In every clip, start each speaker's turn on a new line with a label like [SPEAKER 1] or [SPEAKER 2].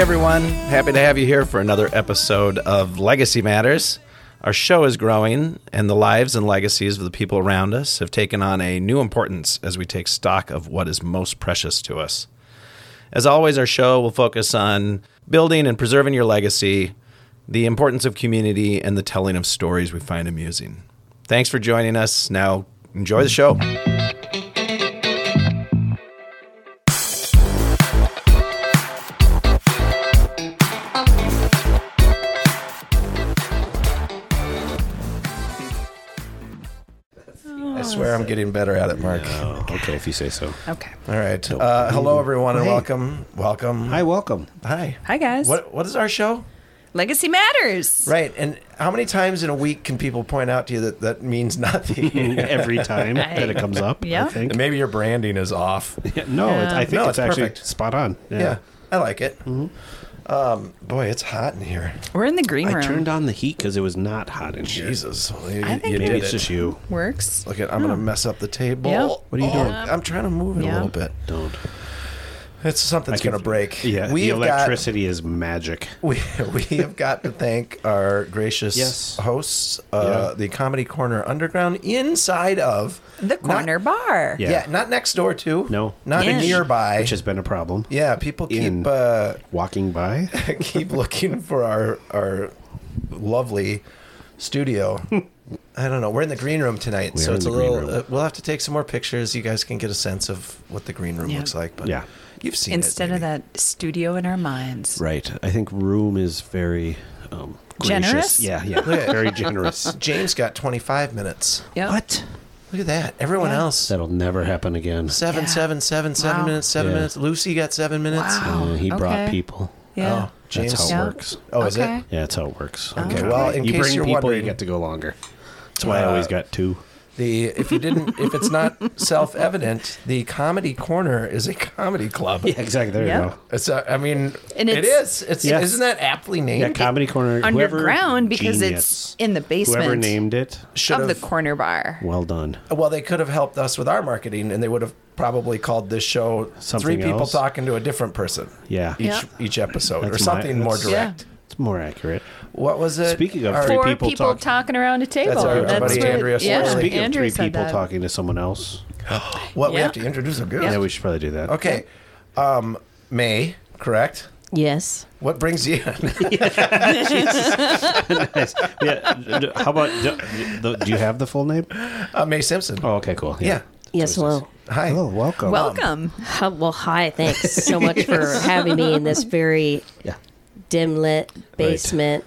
[SPEAKER 1] everyone. Happy to have you here for another episode of Legacy Matters. Our show is growing, and the lives and legacies of the people around us have taken on a new importance as we take stock of what is most precious to us. As always, our show will focus on building and preserving your legacy, the importance of community, and the telling of stories we find amusing. Thanks for joining us. Now, enjoy the show. I swear I'm getting better at it, Mark.
[SPEAKER 2] Oh, okay, if you say so.
[SPEAKER 3] Okay.
[SPEAKER 1] All right. Uh, hello, everyone, and
[SPEAKER 2] Hey.
[SPEAKER 1] welcome. Welcome.
[SPEAKER 2] Hi, welcome.
[SPEAKER 1] Hi.
[SPEAKER 3] Hi, guys.
[SPEAKER 1] What What is our show?
[SPEAKER 3] Legacy matters.
[SPEAKER 1] Right. And how many times in a week can people point out to you that that means nothing?
[SPEAKER 2] Every time that it comes up,
[SPEAKER 3] Yeah.
[SPEAKER 2] I think.
[SPEAKER 1] And Maybe your branding is off.
[SPEAKER 2] Yeah, no, it, I think
[SPEAKER 1] No,
[SPEAKER 2] it's,
[SPEAKER 1] it's
[SPEAKER 2] actually
[SPEAKER 1] perfect.
[SPEAKER 2] spot on. Yeah.
[SPEAKER 1] Yeah, Mm-hmm. I like it. Um, boy, it's hot in here.
[SPEAKER 3] We're in the green
[SPEAKER 2] I
[SPEAKER 3] room.
[SPEAKER 2] turned on the heat because it was not hot in here.
[SPEAKER 1] Jesus, well, you,
[SPEAKER 3] I think
[SPEAKER 1] you
[SPEAKER 2] Maybe
[SPEAKER 1] did
[SPEAKER 2] it's
[SPEAKER 1] it.
[SPEAKER 2] just you.
[SPEAKER 3] Works.
[SPEAKER 1] Look at, I'm gonna mess up the table. Um,
[SPEAKER 3] Yeah.
[SPEAKER 2] What are you doing?
[SPEAKER 1] I'm trying to move it
[SPEAKER 3] Yeah.
[SPEAKER 1] a little bit.
[SPEAKER 2] Don't.
[SPEAKER 1] It's something's
[SPEAKER 2] can-
[SPEAKER 1] gonna break.
[SPEAKER 2] Yeah,
[SPEAKER 1] we've
[SPEAKER 2] the electricity is magic.
[SPEAKER 1] got we, we have got to thank our gracious
[SPEAKER 2] Yes.
[SPEAKER 1] hosts, uh,
[SPEAKER 2] Yeah.
[SPEAKER 1] the Comedy Corner Underground, inside of
[SPEAKER 3] The corner
[SPEAKER 1] Not,
[SPEAKER 3] bar.
[SPEAKER 2] Yeah.
[SPEAKER 1] yeah. not next door to.
[SPEAKER 2] No.
[SPEAKER 1] not
[SPEAKER 3] In.
[SPEAKER 1] nearby.
[SPEAKER 2] Which has been a problem.
[SPEAKER 1] yeah, people keep
[SPEAKER 2] In.
[SPEAKER 1] uh,
[SPEAKER 2] Walking by.
[SPEAKER 1] keep looking for our our lovely studio. I don't know. We're in the green room tonight,
[SPEAKER 2] We
[SPEAKER 1] so
[SPEAKER 2] are
[SPEAKER 1] it's a
[SPEAKER 2] in the green
[SPEAKER 1] little.
[SPEAKER 2] room.
[SPEAKER 1] Uh, we'll have to take some more pictures. You guys can get a sense of what the green room
[SPEAKER 3] Yeah.
[SPEAKER 1] looks like. But
[SPEAKER 2] Yeah.
[SPEAKER 1] you've seen
[SPEAKER 3] Instead
[SPEAKER 1] it,
[SPEAKER 3] of
[SPEAKER 1] maybe.
[SPEAKER 3] that studio in our minds.
[SPEAKER 2] right. I think room is very um, gracious.
[SPEAKER 3] Generous?
[SPEAKER 2] Yeah, yeah.
[SPEAKER 1] Look at-
[SPEAKER 2] very generous.
[SPEAKER 1] James got 25 minutes.
[SPEAKER 3] Yep.
[SPEAKER 2] What?
[SPEAKER 1] Look at that. Everyone
[SPEAKER 3] Yeah.
[SPEAKER 1] else
[SPEAKER 2] That'll never happen again.
[SPEAKER 1] seven,
[SPEAKER 3] Yeah.
[SPEAKER 1] seven, seven, seven
[SPEAKER 3] Wow.
[SPEAKER 1] minutes, seven
[SPEAKER 2] Yeah.
[SPEAKER 1] minutes. Lucy got seven minutes.
[SPEAKER 3] Wow.
[SPEAKER 2] Uh, he brought
[SPEAKER 3] Okay.
[SPEAKER 2] people.
[SPEAKER 3] Yeah.
[SPEAKER 1] Oh, James.
[SPEAKER 2] That's how it
[SPEAKER 3] Yeah.
[SPEAKER 2] works.
[SPEAKER 1] Oh, is
[SPEAKER 3] Okay.
[SPEAKER 1] it?
[SPEAKER 2] Yeah, that's how it works.
[SPEAKER 1] Okay, well, in
[SPEAKER 2] you
[SPEAKER 1] case
[SPEAKER 2] bring
[SPEAKER 1] you're
[SPEAKER 2] people,
[SPEAKER 1] wondering-
[SPEAKER 2] you get to go longer. That's why I always got two.
[SPEAKER 1] The if you didn't if it's not self evident, the comedy corner is a comedy club.
[SPEAKER 2] exactly. There
[SPEAKER 3] Yeah.
[SPEAKER 2] you go.
[SPEAKER 1] It's a, I mean,
[SPEAKER 3] And
[SPEAKER 1] it is.
[SPEAKER 3] it's-
[SPEAKER 1] It's
[SPEAKER 2] Yes.
[SPEAKER 1] isn't that aptly named?
[SPEAKER 2] Yeah, comedy corner Oh. whoever-
[SPEAKER 3] Underground because
[SPEAKER 2] genius.
[SPEAKER 3] it's in the basement
[SPEAKER 2] Whoever named it,
[SPEAKER 1] Should
[SPEAKER 3] of the
[SPEAKER 1] have.
[SPEAKER 3] corner bar.
[SPEAKER 2] well done.
[SPEAKER 1] well, they could have helped us with our marketing, and they would have probably called this show
[SPEAKER 2] Something
[SPEAKER 1] three people
[SPEAKER 2] else.
[SPEAKER 1] talking to a different person
[SPEAKER 2] Yeah,
[SPEAKER 1] each
[SPEAKER 3] Yeah.
[SPEAKER 1] each episode
[SPEAKER 2] That's
[SPEAKER 1] or
[SPEAKER 2] my-
[SPEAKER 1] something more
[SPEAKER 2] that's-
[SPEAKER 1] direct.
[SPEAKER 2] it's more accurate.
[SPEAKER 1] What was it?
[SPEAKER 2] Speaking of
[SPEAKER 1] Our-
[SPEAKER 2] three
[SPEAKER 3] Four
[SPEAKER 2] people
[SPEAKER 3] people,
[SPEAKER 2] talk-
[SPEAKER 3] talking around a table.
[SPEAKER 1] That's our buddy
[SPEAKER 3] what-
[SPEAKER 1] Andrea
[SPEAKER 3] yeah,
[SPEAKER 1] Sorley.
[SPEAKER 2] Speaking
[SPEAKER 3] Andrea
[SPEAKER 2] of three
[SPEAKER 3] said
[SPEAKER 2] people
[SPEAKER 3] that.
[SPEAKER 2] talking to someone else,
[SPEAKER 1] what we
[SPEAKER 3] Yeah.
[SPEAKER 1] have to introduce a good.
[SPEAKER 2] yeah, we should probably do that.
[SPEAKER 1] Okay, um, May, correct?
[SPEAKER 4] Yes.
[SPEAKER 1] What brings you? in?
[SPEAKER 2] yeah. d- d- How about do, the- do you have the full name?
[SPEAKER 1] uh, May Simpson.
[SPEAKER 2] Oh, okay, cool.
[SPEAKER 1] yeah.
[SPEAKER 4] Yes. Hello.
[SPEAKER 1] Hi.
[SPEAKER 2] Oh, welcome.
[SPEAKER 3] Welcome.
[SPEAKER 4] Hi- well, hi. Thanks so much for having me in this very
[SPEAKER 2] yeah.
[SPEAKER 4] dim lit basement.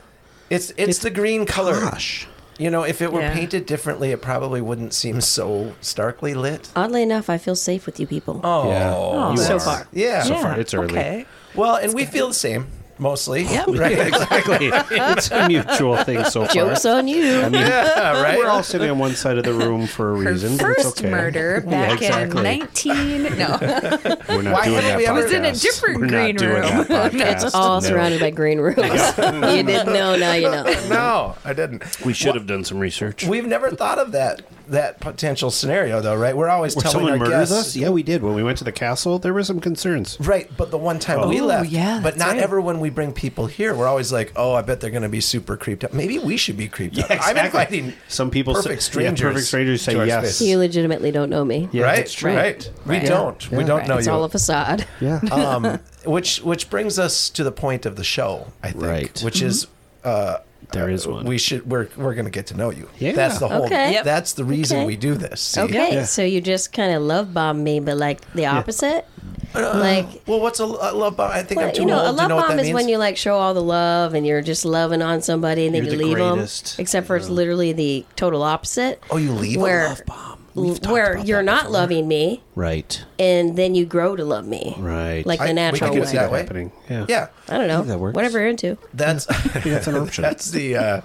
[SPEAKER 1] It's, it's the green color.
[SPEAKER 2] Gosh.
[SPEAKER 1] You know, if it were
[SPEAKER 3] Yeah.
[SPEAKER 1] painted differently, it probably wouldn't seem so starkly lit.
[SPEAKER 4] Oddly enough, I feel safe with you people.
[SPEAKER 1] Oh,
[SPEAKER 2] Yeah.
[SPEAKER 3] Oh,
[SPEAKER 2] You
[SPEAKER 3] so
[SPEAKER 2] are.
[SPEAKER 3] far.
[SPEAKER 1] yeah.
[SPEAKER 2] So far, it's early.
[SPEAKER 3] Okay.
[SPEAKER 1] Well, and we feel the same mostly. Yeah.
[SPEAKER 2] Yeah, exactly. it's a mutual thing so far.
[SPEAKER 4] Jokes on you.
[SPEAKER 2] I mean,
[SPEAKER 1] Yeah, right.
[SPEAKER 2] we're all sitting on one side of the room for a
[SPEAKER 3] Her
[SPEAKER 2] reason. but it's
[SPEAKER 3] first
[SPEAKER 2] okay.
[SPEAKER 3] murder back
[SPEAKER 2] exactly.
[SPEAKER 3] in 19. No,
[SPEAKER 2] We're
[SPEAKER 1] Why
[SPEAKER 2] not doing
[SPEAKER 1] haven't
[SPEAKER 2] that.
[SPEAKER 1] we ever-
[SPEAKER 2] podcast.
[SPEAKER 1] It was
[SPEAKER 3] in a different
[SPEAKER 2] We're not
[SPEAKER 3] green
[SPEAKER 2] doing
[SPEAKER 3] room.
[SPEAKER 2] That podcast.
[SPEAKER 4] It's all
[SPEAKER 2] No.
[SPEAKER 4] surrounded by green rooms. you didn't know, now you know.
[SPEAKER 1] no, I didn't.
[SPEAKER 2] We should have done some research.
[SPEAKER 1] We've never thought of that that potential scenario though, right? We're always
[SPEAKER 2] Where
[SPEAKER 1] telling
[SPEAKER 2] someone
[SPEAKER 1] our
[SPEAKER 2] murders
[SPEAKER 1] guests.
[SPEAKER 2] us? Yeah, we did. When we went to the castle, there were some concerns.
[SPEAKER 1] Right, but the one time we
[SPEAKER 3] Oh,
[SPEAKER 1] left,
[SPEAKER 3] yeah,
[SPEAKER 1] but
[SPEAKER 3] that's
[SPEAKER 1] not
[SPEAKER 3] right.
[SPEAKER 1] ever when we bring people here. We're always like, "Oh, I bet they're going to be super creeped out." Maybe we should be creeped out. I'm inviting
[SPEAKER 2] some people. say-
[SPEAKER 1] perfect strangers.
[SPEAKER 2] Yeah, perfect strangers
[SPEAKER 1] to
[SPEAKER 2] say
[SPEAKER 1] our
[SPEAKER 2] yes.
[SPEAKER 1] space.
[SPEAKER 4] You legitimately don't know me.
[SPEAKER 2] Yeah,
[SPEAKER 1] right,
[SPEAKER 2] that's true.
[SPEAKER 1] right. We
[SPEAKER 3] Right.
[SPEAKER 1] don't. We don't
[SPEAKER 3] Right.
[SPEAKER 1] know
[SPEAKER 4] It's
[SPEAKER 1] you.
[SPEAKER 4] all a facade.
[SPEAKER 2] Yeah.
[SPEAKER 1] um, which which brings us to the point of the show, I think,
[SPEAKER 2] Right.
[SPEAKER 4] Mm-hmm.
[SPEAKER 1] which is uh,
[SPEAKER 2] There is one.
[SPEAKER 1] We should we're we're going to get to know you.
[SPEAKER 2] Yeah.
[SPEAKER 1] that's the whole.
[SPEAKER 4] Okay. Yep.
[SPEAKER 1] That's the reason
[SPEAKER 4] Okay.
[SPEAKER 1] we do this. see?
[SPEAKER 4] Okay,
[SPEAKER 2] Yeah.
[SPEAKER 4] so you just kind of love bomb me, but like the opposite? Like,
[SPEAKER 1] Well, what's a, a love bomb? I think
[SPEAKER 4] well,
[SPEAKER 1] I'm too
[SPEAKER 4] you know,
[SPEAKER 1] old
[SPEAKER 4] a
[SPEAKER 1] to
[SPEAKER 4] love
[SPEAKER 1] know what
[SPEAKER 4] bomb
[SPEAKER 1] that
[SPEAKER 4] is
[SPEAKER 1] means.
[SPEAKER 4] when you like show all the love and you're just loving on somebody and then
[SPEAKER 2] You're
[SPEAKER 4] you
[SPEAKER 2] the
[SPEAKER 4] leave them.
[SPEAKER 2] greatest.
[SPEAKER 4] Except for it's literally the total opposite.
[SPEAKER 1] oh, you leave
[SPEAKER 4] where
[SPEAKER 1] a love bomb.
[SPEAKER 4] l- where you're not loving me
[SPEAKER 2] Right.
[SPEAKER 4] and then you grow to love me
[SPEAKER 2] Right.
[SPEAKER 4] like
[SPEAKER 1] I-
[SPEAKER 4] the
[SPEAKER 1] we
[SPEAKER 4] natural
[SPEAKER 1] could do
[SPEAKER 4] way
[SPEAKER 1] that.
[SPEAKER 2] That
[SPEAKER 1] way?
[SPEAKER 2] happening. Yeah.
[SPEAKER 1] Yeah,
[SPEAKER 4] i don't know
[SPEAKER 2] think that works.
[SPEAKER 4] whatever you're into
[SPEAKER 1] that's
[SPEAKER 2] That's an option.
[SPEAKER 1] that's the uh,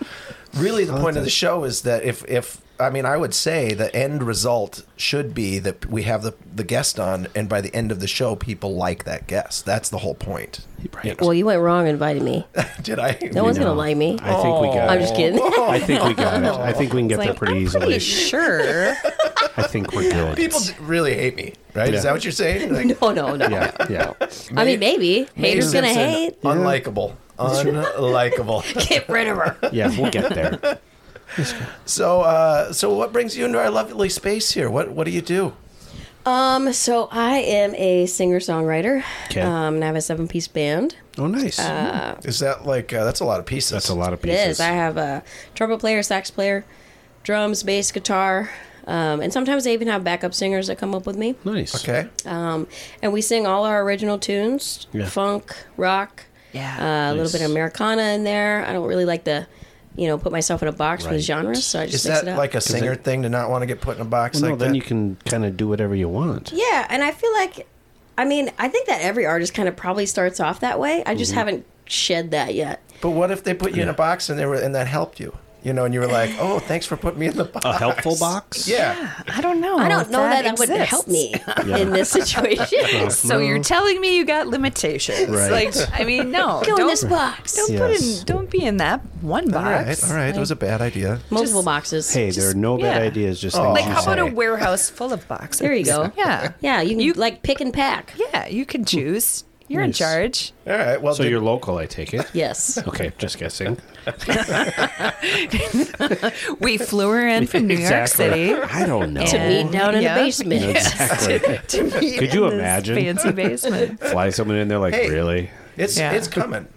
[SPEAKER 1] really the point of the show is that if if I mean I would say the end result should be that we have the the guest on, and by the end of the show, people like that guest. That's the whole point.
[SPEAKER 2] right.
[SPEAKER 4] well you went wrong inviting me
[SPEAKER 1] Did I?
[SPEAKER 4] no one's
[SPEAKER 2] No.
[SPEAKER 4] gonna like me
[SPEAKER 2] I think we got.
[SPEAKER 4] i'm just
[SPEAKER 2] it.
[SPEAKER 4] kidding
[SPEAKER 2] I think we got it. I think we can get there
[SPEAKER 3] Like,
[SPEAKER 2] Oh. pretty
[SPEAKER 3] I'm
[SPEAKER 2] easily.
[SPEAKER 3] pretty sure.
[SPEAKER 2] I think we're good.
[SPEAKER 1] People d- really hate me, right? Is
[SPEAKER 2] Yeah.
[SPEAKER 1] that what you're saying? Like,
[SPEAKER 4] No, no, no.
[SPEAKER 2] yeah, yeah.
[SPEAKER 4] I mean, maybe
[SPEAKER 1] Mae
[SPEAKER 4] haters gonna
[SPEAKER 1] Simpson,
[SPEAKER 4] hate.
[SPEAKER 1] Unlikable. Unlikable.
[SPEAKER 4] Get rid of her.
[SPEAKER 2] Yeah, we'll get there.
[SPEAKER 1] so, uh, so what brings you into our lovely space here? What What do you do?
[SPEAKER 4] Um, so I am a singer songwriter.
[SPEAKER 2] 'Kay.
[SPEAKER 4] Um, and I have a seven piece band.
[SPEAKER 2] Oh, nice.
[SPEAKER 1] Is that like uh, that's a lot of pieces?
[SPEAKER 2] That's a lot of
[SPEAKER 4] It
[SPEAKER 2] pieces.
[SPEAKER 4] is. I have a trumpet player, sax player, drums, bass, guitar. Um, and sometimes I even have backup singers that come up with me.
[SPEAKER 2] nice.
[SPEAKER 1] Okay.
[SPEAKER 4] Um, and we sing all our original tunes
[SPEAKER 2] Yeah.
[SPEAKER 4] funk, rock,
[SPEAKER 3] Yeah.
[SPEAKER 4] uh, a little bit of Americana in there. I don't really like to, you know, put myself in a box with
[SPEAKER 2] Right.
[SPEAKER 4] genres, so I just
[SPEAKER 1] Is
[SPEAKER 4] mix
[SPEAKER 1] that
[SPEAKER 4] it up.
[SPEAKER 1] like a singer thing to not want to get put in a box
[SPEAKER 2] Well, no,
[SPEAKER 1] like
[SPEAKER 2] then
[SPEAKER 1] that?
[SPEAKER 2] you can kind of do whatever you want.
[SPEAKER 4] Yeah, and I feel like, I mean, I think that every artist kind of probably starts off that way. I just haven't shed that yet.
[SPEAKER 1] but what if they put you in a box and they were and that helped you? You know, and you were like, "Oh, thanks for putting me in the box."
[SPEAKER 2] A helpful box.
[SPEAKER 1] Yeah.
[SPEAKER 3] I don't know.
[SPEAKER 4] I
[SPEAKER 3] if
[SPEAKER 4] don't know that, that would
[SPEAKER 3] Oh, exists.
[SPEAKER 4] help me in this situation.
[SPEAKER 3] So you're telling me you got limitations?
[SPEAKER 2] Right.
[SPEAKER 3] Like, I mean, no.
[SPEAKER 4] Go in
[SPEAKER 3] Don't,
[SPEAKER 4] this box.
[SPEAKER 3] don't
[SPEAKER 2] Yes.
[SPEAKER 3] put in. Don't be in that one
[SPEAKER 1] All right.
[SPEAKER 3] box.
[SPEAKER 1] All right. It was a bad idea.
[SPEAKER 4] Multiple boxes.
[SPEAKER 2] Hey, there are no bad
[SPEAKER 3] yeah.
[SPEAKER 2] ideas. Just
[SPEAKER 1] Oh.
[SPEAKER 2] things
[SPEAKER 3] Like,
[SPEAKER 2] you
[SPEAKER 3] how about a
[SPEAKER 2] say.
[SPEAKER 3] warehouse full of boxes?
[SPEAKER 4] There you go.
[SPEAKER 3] Yeah.
[SPEAKER 4] Yeah, you can like pick and pack.
[SPEAKER 3] Yeah. You can choose. You're in
[SPEAKER 2] Nice.
[SPEAKER 3] charge.
[SPEAKER 1] All right. Well,
[SPEAKER 2] So
[SPEAKER 1] did-
[SPEAKER 2] you're local, I take it.
[SPEAKER 4] Yes.
[SPEAKER 2] Okay, just guessing.
[SPEAKER 3] We flew her in from New
[SPEAKER 2] Exactly.
[SPEAKER 3] York City.
[SPEAKER 2] I don't know.
[SPEAKER 4] To meet down in
[SPEAKER 3] Yeah.
[SPEAKER 4] the basement.
[SPEAKER 2] Exactly. Could you imagine?
[SPEAKER 3] Fancy basement.
[SPEAKER 2] Fly someone in there like,
[SPEAKER 1] Hey.
[SPEAKER 2] really?
[SPEAKER 1] it's
[SPEAKER 3] Yeah.
[SPEAKER 1] it's coming.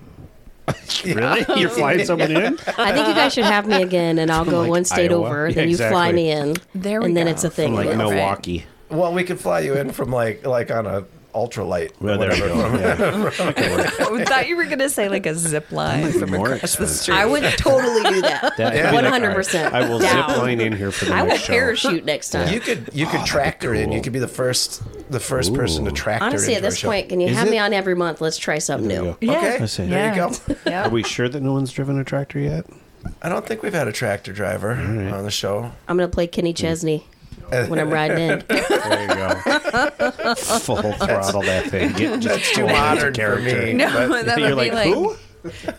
[SPEAKER 2] Really? You're flying someone in?
[SPEAKER 4] I think you guys should have me again, and I'll go
[SPEAKER 2] like
[SPEAKER 4] one state
[SPEAKER 2] Iowa?
[SPEAKER 4] over.
[SPEAKER 2] Yeah,
[SPEAKER 4] Then you fly
[SPEAKER 2] exactly.
[SPEAKER 4] me in.
[SPEAKER 3] There we
[SPEAKER 4] And then
[SPEAKER 3] go.
[SPEAKER 4] it's a
[SPEAKER 2] From
[SPEAKER 4] thing.
[SPEAKER 2] like
[SPEAKER 4] again.
[SPEAKER 2] Milwaukee.
[SPEAKER 1] Well, we could fly you in from like like on a ultralight. or
[SPEAKER 2] Well, there we
[SPEAKER 1] whatever.
[SPEAKER 2] go. Yeah.
[SPEAKER 3] I thought you were going to say like a zip line from
[SPEAKER 2] more
[SPEAKER 3] across the
[SPEAKER 2] expensive.
[SPEAKER 3] street.
[SPEAKER 4] I would totally do that.
[SPEAKER 2] That- I'd be like,
[SPEAKER 4] 100%
[SPEAKER 2] all right, I will
[SPEAKER 4] down.
[SPEAKER 2] zip line in here for the
[SPEAKER 4] I will
[SPEAKER 2] next show.
[SPEAKER 4] parachute next time.
[SPEAKER 1] You could you could track her in. You
[SPEAKER 2] Oh, cool.
[SPEAKER 1] could be the first the first person to
[SPEAKER 2] Ooh.
[SPEAKER 1] track
[SPEAKER 4] Honestly,
[SPEAKER 1] her.
[SPEAKER 4] at
[SPEAKER 1] into our
[SPEAKER 4] this
[SPEAKER 1] show.
[SPEAKER 4] point, can you
[SPEAKER 2] Is
[SPEAKER 4] have
[SPEAKER 2] it-
[SPEAKER 4] me on every month? Let's try something
[SPEAKER 2] There we
[SPEAKER 4] new.
[SPEAKER 2] go.
[SPEAKER 3] Yeah.
[SPEAKER 1] Okay.
[SPEAKER 2] I see.
[SPEAKER 1] There
[SPEAKER 3] yeah.
[SPEAKER 1] you go.
[SPEAKER 3] Yeah.
[SPEAKER 2] Are we sure that no one's driven a tractor yet?
[SPEAKER 1] I don't think we've had a tractor driver on the show.
[SPEAKER 4] I'm gonna play Kenny Chesney
[SPEAKER 2] Mm.
[SPEAKER 4] when I'm riding in.
[SPEAKER 2] There you go. Full throttle that thing. Get, just
[SPEAKER 1] It's too
[SPEAKER 2] totally into
[SPEAKER 1] modern for
[SPEAKER 2] character.
[SPEAKER 1] me.
[SPEAKER 3] No,
[SPEAKER 1] but-
[SPEAKER 3] that
[SPEAKER 2] You're
[SPEAKER 3] would be
[SPEAKER 2] like,
[SPEAKER 3] like,
[SPEAKER 2] who?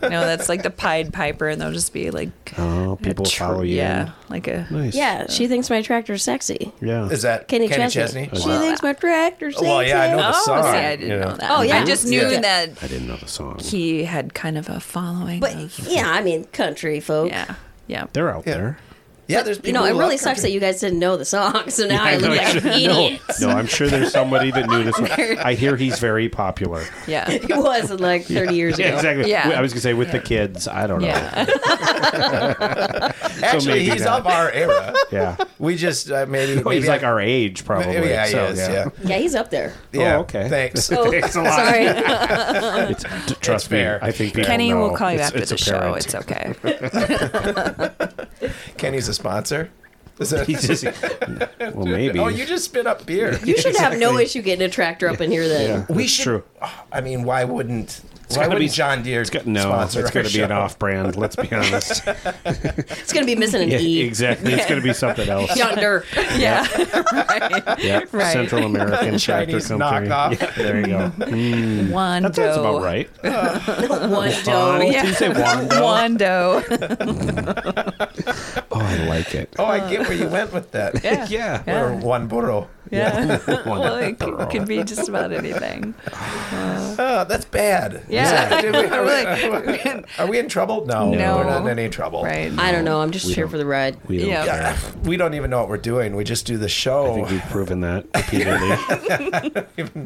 [SPEAKER 3] no, that's like the Pied Piper, and they'll just be like,
[SPEAKER 2] Oh,
[SPEAKER 3] a
[SPEAKER 2] people
[SPEAKER 3] tr-
[SPEAKER 2] follow you.
[SPEAKER 3] Yeah,
[SPEAKER 2] in.
[SPEAKER 3] like a
[SPEAKER 2] Nice.
[SPEAKER 4] Yeah, she thinks my tractor's sexy.
[SPEAKER 2] Yeah.
[SPEAKER 1] Is that
[SPEAKER 4] Kenny,
[SPEAKER 1] Kenny,
[SPEAKER 4] Chesney.
[SPEAKER 1] Chesney?
[SPEAKER 2] Oh,
[SPEAKER 4] She thinks my tractor's sexy.
[SPEAKER 1] Well, yeah, I know the
[SPEAKER 3] Oh,
[SPEAKER 1] song.
[SPEAKER 3] see, I didn't
[SPEAKER 1] you
[SPEAKER 3] know that.
[SPEAKER 4] Oh, yeah.
[SPEAKER 3] I just knew
[SPEAKER 4] Yeah.
[SPEAKER 3] that
[SPEAKER 2] I didn't know the song.
[SPEAKER 3] he had kind of a following.
[SPEAKER 4] But
[SPEAKER 3] of,
[SPEAKER 4] yeah, I mean, country folk.
[SPEAKER 3] yeah, yeah.
[SPEAKER 2] They're out there.
[SPEAKER 1] Yeah, there's people
[SPEAKER 4] You know, it
[SPEAKER 1] who love
[SPEAKER 4] really sucks that
[SPEAKER 1] country.
[SPEAKER 4] you guys didn't know the song, so now I,
[SPEAKER 2] know,
[SPEAKER 4] look like
[SPEAKER 2] sure-
[SPEAKER 4] an idiot.
[SPEAKER 2] No, no, I'm sure there's somebody that knew this. one. I hear he's very popular.
[SPEAKER 3] yeah.
[SPEAKER 4] It was like 30 years ago.
[SPEAKER 2] Yeah, exactly.
[SPEAKER 3] Yeah.
[SPEAKER 2] I was gonna say with the kids. I don't know.
[SPEAKER 3] Yeah.
[SPEAKER 1] Actually,
[SPEAKER 2] maybe
[SPEAKER 1] he's
[SPEAKER 2] not.
[SPEAKER 1] of our era.
[SPEAKER 2] Yeah.
[SPEAKER 1] We just uh, maybe,
[SPEAKER 2] Well,
[SPEAKER 1] maybe
[SPEAKER 2] Oh, he's like
[SPEAKER 1] I-
[SPEAKER 2] our age, probably.
[SPEAKER 1] Yeah, he
[SPEAKER 2] so,
[SPEAKER 1] is,
[SPEAKER 2] yeah.
[SPEAKER 1] yeah.
[SPEAKER 4] Yeah, he's up there.
[SPEAKER 1] Yeah.
[SPEAKER 2] Oh, okay.
[SPEAKER 1] Thanks.
[SPEAKER 4] Oh,
[SPEAKER 2] Thanks a lot.
[SPEAKER 4] sorry.
[SPEAKER 2] It's, t- trust me.
[SPEAKER 1] fair.
[SPEAKER 2] I think people
[SPEAKER 3] Kenny
[SPEAKER 2] know.
[SPEAKER 3] will call you
[SPEAKER 2] It's-
[SPEAKER 3] after
[SPEAKER 2] it's
[SPEAKER 3] the show.
[SPEAKER 2] apparent.
[SPEAKER 3] It's okay.
[SPEAKER 1] Kenny's a sponsor. Is that-
[SPEAKER 2] He's just, well, maybe.
[SPEAKER 1] oh, you just spit up beer.
[SPEAKER 4] You should have no issue getting a tractor up in here then.
[SPEAKER 1] we
[SPEAKER 2] That's
[SPEAKER 1] should.
[SPEAKER 2] true.
[SPEAKER 1] oh, I mean, why wouldn't? why
[SPEAKER 2] gotta
[SPEAKER 1] would
[SPEAKER 2] be-
[SPEAKER 1] be John Deere
[SPEAKER 2] It's got, no,
[SPEAKER 1] sponsor
[SPEAKER 2] it's
[SPEAKER 1] our
[SPEAKER 2] going to be an
[SPEAKER 1] show?
[SPEAKER 2] off-brand. Let's be honest.
[SPEAKER 3] E.
[SPEAKER 4] It's going to be missing an
[SPEAKER 2] Yeah,
[SPEAKER 4] E.
[SPEAKER 2] exactly. It's going to be something else.
[SPEAKER 4] Yonder.
[SPEAKER 3] yeah, right.
[SPEAKER 2] Yeah.
[SPEAKER 3] Right.
[SPEAKER 2] Central American Tractor
[SPEAKER 1] Chinese
[SPEAKER 2] Company.
[SPEAKER 1] knockoff.
[SPEAKER 2] Yeah, there you go. Mm-hmm.
[SPEAKER 3] Wando.
[SPEAKER 2] That sounds about right.
[SPEAKER 4] One
[SPEAKER 2] Wando.
[SPEAKER 4] dough.
[SPEAKER 3] Yeah.
[SPEAKER 2] Did you say Wando?
[SPEAKER 3] Wando.
[SPEAKER 2] Oh, I like it.
[SPEAKER 1] Oh, I get where you went with that.
[SPEAKER 3] Yeah.
[SPEAKER 2] Yeah.
[SPEAKER 1] Or one burro.
[SPEAKER 3] Yeah. well,
[SPEAKER 2] Wando.
[SPEAKER 3] it could, could be just about anything.
[SPEAKER 1] Oh, that's bad.
[SPEAKER 3] Yeah.
[SPEAKER 1] Did we- are, we,
[SPEAKER 3] Like,
[SPEAKER 1] are we in trouble? No,
[SPEAKER 3] No.
[SPEAKER 1] we're not in any trouble.
[SPEAKER 3] right.
[SPEAKER 4] I don't know. I'm just here for the ride.
[SPEAKER 2] We don't
[SPEAKER 3] Yeah.
[SPEAKER 2] care.
[SPEAKER 1] Yeah, we don't even know what we're doing. We just do the
[SPEAKER 2] I
[SPEAKER 1] show.
[SPEAKER 2] think we've proven that repeatedly.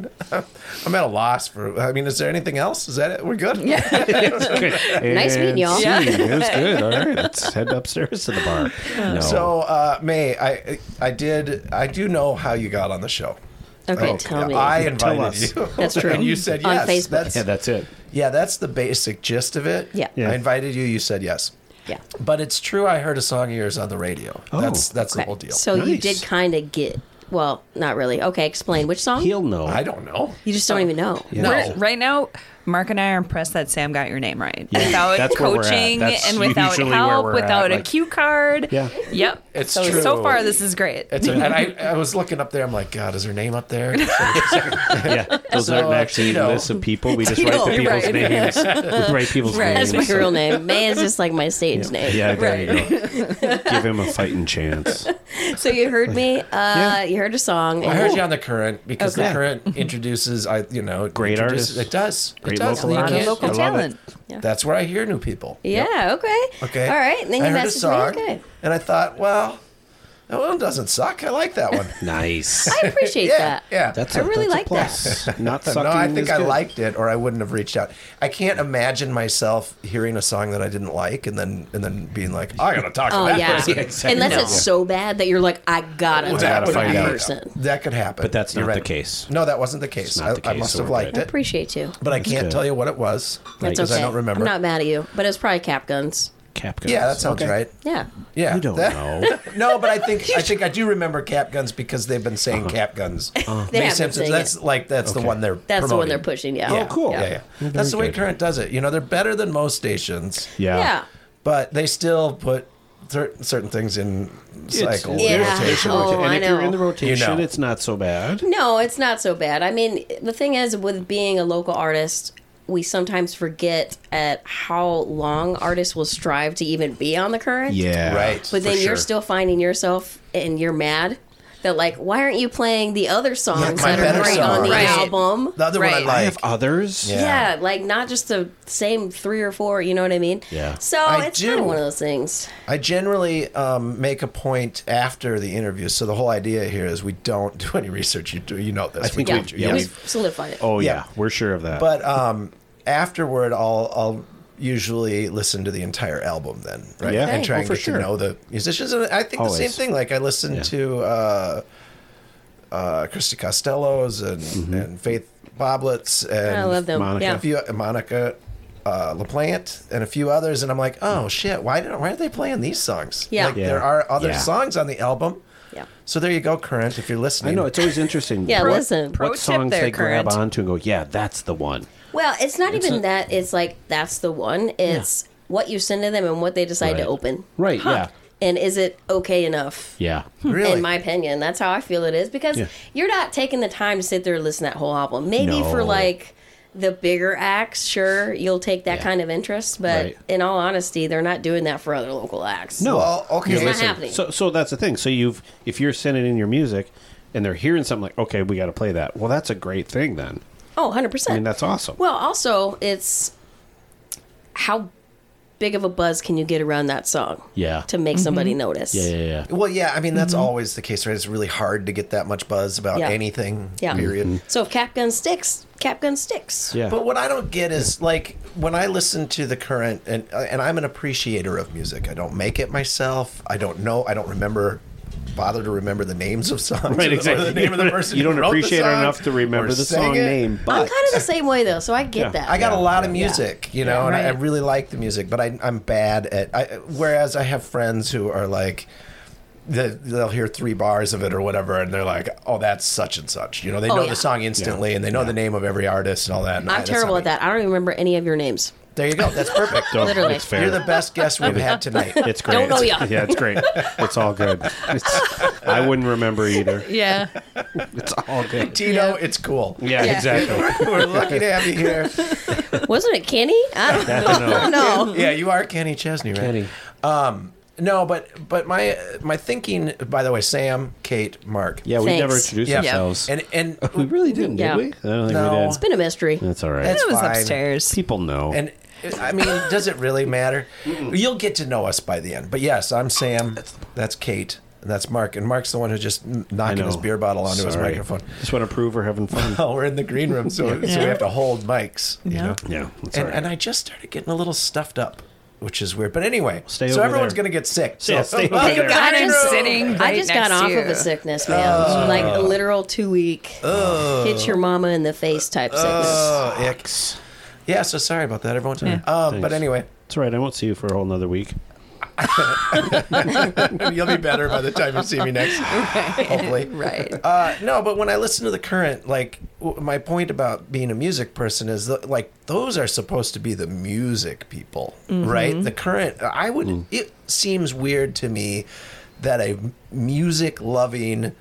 [SPEAKER 1] I'm at a loss for. I mean, is there anything else? Is that it? We're good.
[SPEAKER 3] Yeah.
[SPEAKER 4] Nice meeting
[SPEAKER 2] And
[SPEAKER 4] y'all.
[SPEAKER 2] see,
[SPEAKER 3] Yeah.
[SPEAKER 2] It was good. All right, let's head upstairs to the bar. No.
[SPEAKER 1] So,
[SPEAKER 2] Oh.
[SPEAKER 1] uh, May, I I did I do know how you got on the show.
[SPEAKER 4] Okay,
[SPEAKER 1] Like,
[SPEAKER 4] tell me.
[SPEAKER 1] I
[SPEAKER 2] Tell
[SPEAKER 1] invited
[SPEAKER 2] us.
[SPEAKER 1] you.
[SPEAKER 4] That's true.
[SPEAKER 1] And you said
[SPEAKER 4] On
[SPEAKER 1] yes.
[SPEAKER 4] Facebook.
[SPEAKER 1] That's,
[SPEAKER 2] yeah, that's it.
[SPEAKER 1] yeah, that's the basic gist of it.
[SPEAKER 4] Yeah.
[SPEAKER 2] Yeah.
[SPEAKER 1] I invited you. You said yes.
[SPEAKER 4] yeah.
[SPEAKER 1] But it's true. I heard a song of yours on the radio.
[SPEAKER 2] Oh.
[SPEAKER 1] that's that's the whole deal.
[SPEAKER 4] So you
[SPEAKER 2] Nice.
[SPEAKER 4] did kind of get, well, not really. Okay, explain. Which song?
[SPEAKER 2] He'll know.
[SPEAKER 1] I don't know.
[SPEAKER 4] you just don't even know.
[SPEAKER 2] Yeah.
[SPEAKER 1] No.
[SPEAKER 3] We're- right now, Mark and I are impressed that Sam got your name right
[SPEAKER 2] Yeah,
[SPEAKER 3] without
[SPEAKER 2] that's where we're at.
[SPEAKER 3] coaching
[SPEAKER 2] That's
[SPEAKER 3] and without
[SPEAKER 2] usually where
[SPEAKER 3] help,
[SPEAKER 2] we're at,
[SPEAKER 3] without a
[SPEAKER 2] like-
[SPEAKER 3] cue card.
[SPEAKER 2] Yeah.
[SPEAKER 3] Yep.
[SPEAKER 1] It's
[SPEAKER 3] so,
[SPEAKER 1] true.
[SPEAKER 3] so far, this is great.
[SPEAKER 1] It's a, and I, I was looking up there. I'm like, God, is her name up there?
[SPEAKER 2] Yeah, those aren't actually
[SPEAKER 1] Tito.
[SPEAKER 2] lists of people. We just write
[SPEAKER 4] Tito,
[SPEAKER 2] the people's
[SPEAKER 3] right.
[SPEAKER 2] names. We write people's
[SPEAKER 3] Right.
[SPEAKER 2] names.
[SPEAKER 4] That's my
[SPEAKER 2] so-
[SPEAKER 4] real name. May is just like my stage name.
[SPEAKER 2] Yeah, there you go. Give him a fighting chance.
[SPEAKER 4] So you heard me. Uh, You heard a song.
[SPEAKER 1] I heard you on the current because
[SPEAKER 4] Okay.
[SPEAKER 1] the current introduces, I you know,
[SPEAKER 2] Great
[SPEAKER 1] introduces-
[SPEAKER 2] artists.
[SPEAKER 1] It does.
[SPEAKER 2] Great
[SPEAKER 1] it does.
[SPEAKER 2] local
[SPEAKER 1] You
[SPEAKER 3] lot of
[SPEAKER 1] can't-
[SPEAKER 3] local
[SPEAKER 1] I love it.
[SPEAKER 3] talent.
[SPEAKER 1] That's where I hear new people.
[SPEAKER 4] Yeah. Okay.
[SPEAKER 1] Okay.
[SPEAKER 4] All right. And then
[SPEAKER 1] I
[SPEAKER 4] you
[SPEAKER 1] heard a
[SPEAKER 4] messaged
[SPEAKER 1] song,
[SPEAKER 4] me. Okay.
[SPEAKER 1] and I thought, well, that one doesn't suck. I like that one.
[SPEAKER 2] Nice.
[SPEAKER 4] I appreciate
[SPEAKER 1] yeah,
[SPEAKER 4] that.
[SPEAKER 1] yeah.
[SPEAKER 2] That's
[SPEAKER 4] I really
[SPEAKER 2] that's
[SPEAKER 4] like
[SPEAKER 2] plus. Not sucking.
[SPEAKER 1] no, I
[SPEAKER 2] is
[SPEAKER 1] think I
[SPEAKER 2] good.
[SPEAKER 1] liked it, or I wouldn't have reached out. I can't imagine myself hearing a song that I didn't like, and then and then being like, I gotta talk
[SPEAKER 4] Oh
[SPEAKER 1] to that
[SPEAKER 4] yeah.
[SPEAKER 1] person.
[SPEAKER 2] exactly.
[SPEAKER 4] Unless
[SPEAKER 2] No.
[SPEAKER 4] it's so bad that you're like, I gotta
[SPEAKER 1] Well,
[SPEAKER 4] talk
[SPEAKER 1] that
[SPEAKER 4] to
[SPEAKER 1] would
[SPEAKER 4] that
[SPEAKER 1] be-
[SPEAKER 4] person.
[SPEAKER 1] That could happen,
[SPEAKER 2] But that's
[SPEAKER 1] You're
[SPEAKER 2] not the case.
[SPEAKER 1] No, that wasn't the case.
[SPEAKER 2] not the
[SPEAKER 1] I, I
[SPEAKER 2] case,
[SPEAKER 1] must
[SPEAKER 2] so
[SPEAKER 1] have
[SPEAKER 2] we're
[SPEAKER 1] liked
[SPEAKER 2] good.
[SPEAKER 4] I
[SPEAKER 1] it,
[SPEAKER 4] appreciate you.
[SPEAKER 1] but I can't
[SPEAKER 2] good.
[SPEAKER 1] tell you what it was
[SPEAKER 4] That's
[SPEAKER 1] because
[SPEAKER 4] okay.
[SPEAKER 1] I don't remember.
[SPEAKER 4] I'm not mad at you, but it's probably Cap Guns.
[SPEAKER 2] Cap guns.
[SPEAKER 1] yeah, that sounds
[SPEAKER 2] Okay.
[SPEAKER 1] right.
[SPEAKER 4] Yeah.
[SPEAKER 1] Yeah,
[SPEAKER 2] You don't
[SPEAKER 1] That-
[SPEAKER 2] know.
[SPEAKER 1] No, but I think I think I do remember cap guns because they've been saying cap guns.
[SPEAKER 4] They
[SPEAKER 1] May
[SPEAKER 4] have been
[SPEAKER 1] Simpson,
[SPEAKER 4] saying
[SPEAKER 1] that's
[SPEAKER 4] it.
[SPEAKER 1] like that's the
[SPEAKER 2] Uh-huh. Okay.
[SPEAKER 1] one they're
[SPEAKER 4] That's the one
[SPEAKER 1] promoting.
[SPEAKER 4] they're pushing. Yeah.
[SPEAKER 1] Yeah.
[SPEAKER 2] cool.
[SPEAKER 1] Yeah, yeah.
[SPEAKER 2] Well,
[SPEAKER 1] that's
[SPEAKER 2] very
[SPEAKER 1] the way
[SPEAKER 2] good.
[SPEAKER 1] Current does it. You know, they're better than most stations,
[SPEAKER 2] Yeah.
[SPEAKER 4] Yeah.
[SPEAKER 1] but they still put cer- certain things in cycle
[SPEAKER 2] it's-
[SPEAKER 4] Yeah.
[SPEAKER 1] rotation.
[SPEAKER 4] Oh,
[SPEAKER 1] rotation.
[SPEAKER 2] and
[SPEAKER 4] I
[SPEAKER 2] if you're
[SPEAKER 4] know.
[SPEAKER 2] in the rotation,
[SPEAKER 1] You know.
[SPEAKER 2] it's not so bad.
[SPEAKER 4] No, it's not so bad. I mean, the thing is, with being a local artist, we sometimes forget at how long artists will strive to even be on the current.
[SPEAKER 2] Yeah.
[SPEAKER 1] Right.
[SPEAKER 4] But then
[SPEAKER 1] for
[SPEAKER 4] you're
[SPEAKER 1] sure.
[SPEAKER 4] still finding yourself and you're mad that, like, why aren't you playing the other songs
[SPEAKER 1] my
[SPEAKER 4] that are
[SPEAKER 1] better
[SPEAKER 4] great on the
[SPEAKER 3] songs.
[SPEAKER 4] album?
[SPEAKER 1] the other
[SPEAKER 3] Right.
[SPEAKER 1] one I
[SPEAKER 2] I
[SPEAKER 1] like.
[SPEAKER 2] have others.
[SPEAKER 1] Yeah.
[SPEAKER 4] Yeah. like not just the same three or four, you know what I mean?
[SPEAKER 2] Yeah.
[SPEAKER 4] So
[SPEAKER 1] I
[SPEAKER 4] it's
[SPEAKER 1] do.
[SPEAKER 4] kind of one of those things.
[SPEAKER 1] I generally um, make a point after the interview. So the whole idea here is we don't do any research. You do, you know this. I
[SPEAKER 2] think
[SPEAKER 4] Yeah.
[SPEAKER 2] we've-
[SPEAKER 1] yeah,
[SPEAKER 2] yeah,
[SPEAKER 4] we
[SPEAKER 1] we've-
[SPEAKER 4] solidified it.
[SPEAKER 2] Oh yeah.
[SPEAKER 1] Yeah.
[SPEAKER 2] we're sure of that.
[SPEAKER 1] But um, afterward, I'll I'll usually listen to the entire album then, right?
[SPEAKER 2] Yeah.
[SPEAKER 1] and try
[SPEAKER 2] Oh,
[SPEAKER 1] and
[SPEAKER 2] for
[SPEAKER 1] get
[SPEAKER 2] sure.
[SPEAKER 1] to know the musicians. And I think
[SPEAKER 2] Always.
[SPEAKER 1] the same thing. Like I listened
[SPEAKER 2] Yeah.
[SPEAKER 1] to uh, uh, Christy Costello's and
[SPEAKER 2] Mm-hmm.
[SPEAKER 1] and Faith Boblets and
[SPEAKER 4] I love them.
[SPEAKER 2] Monica.
[SPEAKER 1] a
[SPEAKER 4] Yeah.
[SPEAKER 1] few Monica. Uh, LaPlante and a few others, and I'm like, oh shit, why didn't why are they playing these songs?
[SPEAKER 4] Yeah.
[SPEAKER 1] like
[SPEAKER 4] Yeah.
[SPEAKER 1] there are other
[SPEAKER 2] Yeah.
[SPEAKER 1] songs on the album.
[SPEAKER 4] Yeah.
[SPEAKER 1] So there you go, current. If you're listening,
[SPEAKER 2] I know it's always interesting.
[SPEAKER 4] Yeah,
[SPEAKER 2] what,
[SPEAKER 4] listen.
[SPEAKER 2] What
[SPEAKER 4] Pro
[SPEAKER 3] tip
[SPEAKER 2] songs
[SPEAKER 3] there,
[SPEAKER 2] they grab
[SPEAKER 3] Current.
[SPEAKER 2] onto and go, yeah, that's the one.
[SPEAKER 4] Well, it's not even that. It's like that's the one. It's what you send to them and what they decide to
[SPEAKER 2] Right.
[SPEAKER 4] open.
[SPEAKER 2] Right.
[SPEAKER 4] And is it okay enough?
[SPEAKER 2] Yeah. Yeah.
[SPEAKER 1] really
[SPEAKER 4] In my opinion, that's how I feel it is because
[SPEAKER 2] Yeah.
[SPEAKER 4] you're not taking the time to sit there and listen to that whole album. Maybe for
[SPEAKER 2] No.
[SPEAKER 4] like the bigger acts, sure, you'll take that
[SPEAKER 2] Yeah.
[SPEAKER 4] kind of interest, but
[SPEAKER 2] Right.
[SPEAKER 4] in all honesty, they're not doing that for other local acts.
[SPEAKER 2] No.
[SPEAKER 1] Well, okay.
[SPEAKER 4] it's
[SPEAKER 1] Yeah,
[SPEAKER 4] not
[SPEAKER 1] listen,
[SPEAKER 4] happening.
[SPEAKER 2] So, so that's the thing. So you've if you're sending in your music, and they're hearing something like, okay, we got to play that. Well, that's a great thing then.
[SPEAKER 4] oh, 100%.
[SPEAKER 2] I mean, that's awesome.
[SPEAKER 4] Well, also, it's how big of a buzz can you get around that song?
[SPEAKER 2] Yeah. Mm-hmm.
[SPEAKER 4] To make somebody notice.
[SPEAKER 2] yeah.
[SPEAKER 1] Well, yeah, I mean that's
[SPEAKER 2] Mm-hmm.
[SPEAKER 1] always the case, right? It's really hard to get that much buzz about
[SPEAKER 4] Yeah.
[SPEAKER 1] anything.
[SPEAKER 4] Yeah.
[SPEAKER 1] Period.
[SPEAKER 2] Mm-hmm.
[SPEAKER 4] So if Cap Gun sticks, Cap Gun sticks.
[SPEAKER 2] Yeah.
[SPEAKER 1] But what I don't get is like when I listen to the current, and and I'm an appreciator of music. I don't make it myself. I don't know. I don't remember. Bother to remember the names of songs.
[SPEAKER 2] Right,
[SPEAKER 1] or
[SPEAKER 2] exactly.
[SPEAKER 1] The name of the
[SPEAKER 2] You
[SPEAKER 1] person
[SPEAKER 2] don't
[SPEAKER 1] who wrote the
[SPEAKER 2] appreciate it
[SPEAKER 1] song
[SPEAKER 2] enough to remember
[SPEAKER 1] or
[SPEAKER 2] the
[SPEAKER 1] sang
[SPEAKER 2] song
[SPEAKER 1] it.
[SPEAKER 2] name, but-
[SPEAKER 4] I'm kind of the same way though, so I get
[SPEAKER 2] Yeah.
[SPEAKER 4] that.
[SPEAKER 1] I got
[SPEAKER 2] Yeah,
[SPEAKER 1] a lot of
[SPEAKER 2] yeah.
[SPEAKER 1] music, you know, and I, I
[SPEAKER 4] Right.
[SPEAKER 1] really like the music, but I, I'm bad at. I, whereas I have friends who are like, they, they'll hear three bars of it or whatever, and they're like, "Oh, that's such and such." You know, they
[SPEAKER 4] Oh,
[SPEAKER 1] know
[SPEAKER 4] yeah.
[SPEAKER 1] the song instantly,
[SPEAKER 2] Yeah.
[SPEAKER 1] and they know the name of every artist and all that. and I-
[SPEAKER 4] I'm
[SPEAKER 1] that's
[SPEAKER 4] terrible
[SPEAKER 1] not
[SPEAKER 4] at
[SPEAKER 1] me.
[SPEAKER 4] that. I don't even remember any of your names.
[SPEAKER 1] There you go. That's perfect.
[SPEAKER 2] Don't-
[SPEAKER 4] Literally.
[SPEAKER 2] it's fair.
[SPEAKER 1] You're the best guest we've had tonight.
[SPEAKER 2] It's great.
[SPEAKER 4] know ya.
[SPEAKER 2] yeah, it's great. It's all good. It's, I wouldn't remember either.
[SPEAKER 3] Yeah.
[SPEAKER 2] It's all good.
[SPEAKER 1] Tito, it's cool.
[SPEAKER 2] Yeah, exactly.
[SPEAKER 1] We're lucky to have you here.
[SPEAKER 4] Wasn't it Kenny? I don't know.
[SPEAKER 2] I don't know.
[SPEAKER 1] Yeah, you are Kenny Chesney, right?
[SPEAKER 2] Kenny.
[SPEAKER 1] Um, no, but but my my thinking. By the way, Sam, Kate, Mark.
[SPEAKER 2] Yeah, we
[SPEAKER 4] Thanks.
[SPEAKER 2] never introduced
[SPEAKER 1] Yeah.
[SPEAKER 2] ourselves.
[SPEAKER 1] And and
[SPEAKER 2] we really didn't, did
[SPEAKER 4] Yeah.
[SPEAKER 2] we? I don't think
[SPEAKER 1] No.
[SPEAKER 2] we
[SPEAKER 1] It's
[SPEAKER 2] did.
[SPEAKER 4] Been a mystery.
[SPEAKER 2] That's all right.
[SPEAKER 1] That's-
[SPEAKER 3] It was
[SPEAKER 1] fine.
[SPEAKER 3] upstairs.
[SPEAKER 2] People know.
[SPEAKER 1] And I mean, does it really matter? You'll get to know us by the end. But yes, I'm Sam. That's Kate. And that's Mark. And Mark's the one who just n-
[SPEAKER 2] I
[SPEAKER 1] knocking
[SPEAKER 2] know.
[SPEAKER 1] his beer bottle onto his
[SPEAKER 2] Sorry.
[SPEAKER 1] microphone.
[SPEAKER 2] Just want to prove we're having fun.
[SPEAKER 1] Oh, we're in the green room, so, so we have to hold mics. You
[SPEAKER 3] Yeah.
[SPEAKER 1] know?
[SPEAKER 2] yeah, that's
[SPEAKER 1] and,
[SPEAKER 2] all right.
[SPEAKER 1] and I just started getting a little stuffed up, which is weird. But anyway,
[SPEAKER 2] Stay
[SPEAKER 1] so
[SPEAKER 2] over
[SPEAKER 1] everyone's
[SPEAKER 2] there.
[SPEAKER 1] going to get sick. So
[SPEAKER 2] Yeah, stay over
[SPEAKER 1] Thank
[SPEAKER 2] there.
[SPEAKER 1] God.
[SPEAKER 4] I
[SPEAKER 3] I'm
[SPEAKER 4] just-
[SPEAKER 3] sitting
[SPEAKER 4] I
[SPEAKER 3] right
[SPEAKER 4] just got
[SPEAKER 3] next
[SPEAKER 4] off
[SPEAKER 3] to you.
[SPEAKER 4] of a sickness, man.
[SPEAKER 1] Oh.
[SPEAKER 4] like a literal two week hit your mama in the face type sickness.
[SPEAKER 1] Oh, yucks. Yeah, so sorry about that, everyone.
[SPEAKER 3] Yeah.
[SPEAKER 1] Um, but
[SPEAKER 2] Thanks.
[SPEAKER 1] anyway,
[SPEAKER 2] It's all right. I won't see you for a whole another week.
[SPEAKER 1] you'll be better by the time you see me next. Hopefully.
[SPEAKER 3] Right.
[SPEAKER 1] Uh, no, but when I listen to the current, like w- w- my point about being a music person is that, like those are supposed to be the music people,
[SPEAKER 4] Mm-hmm.
[SPEAKER 1] right? The current I would
[SPEAKER 2] Mm.
[SPEAKER 1] it seems weird to me that a music loving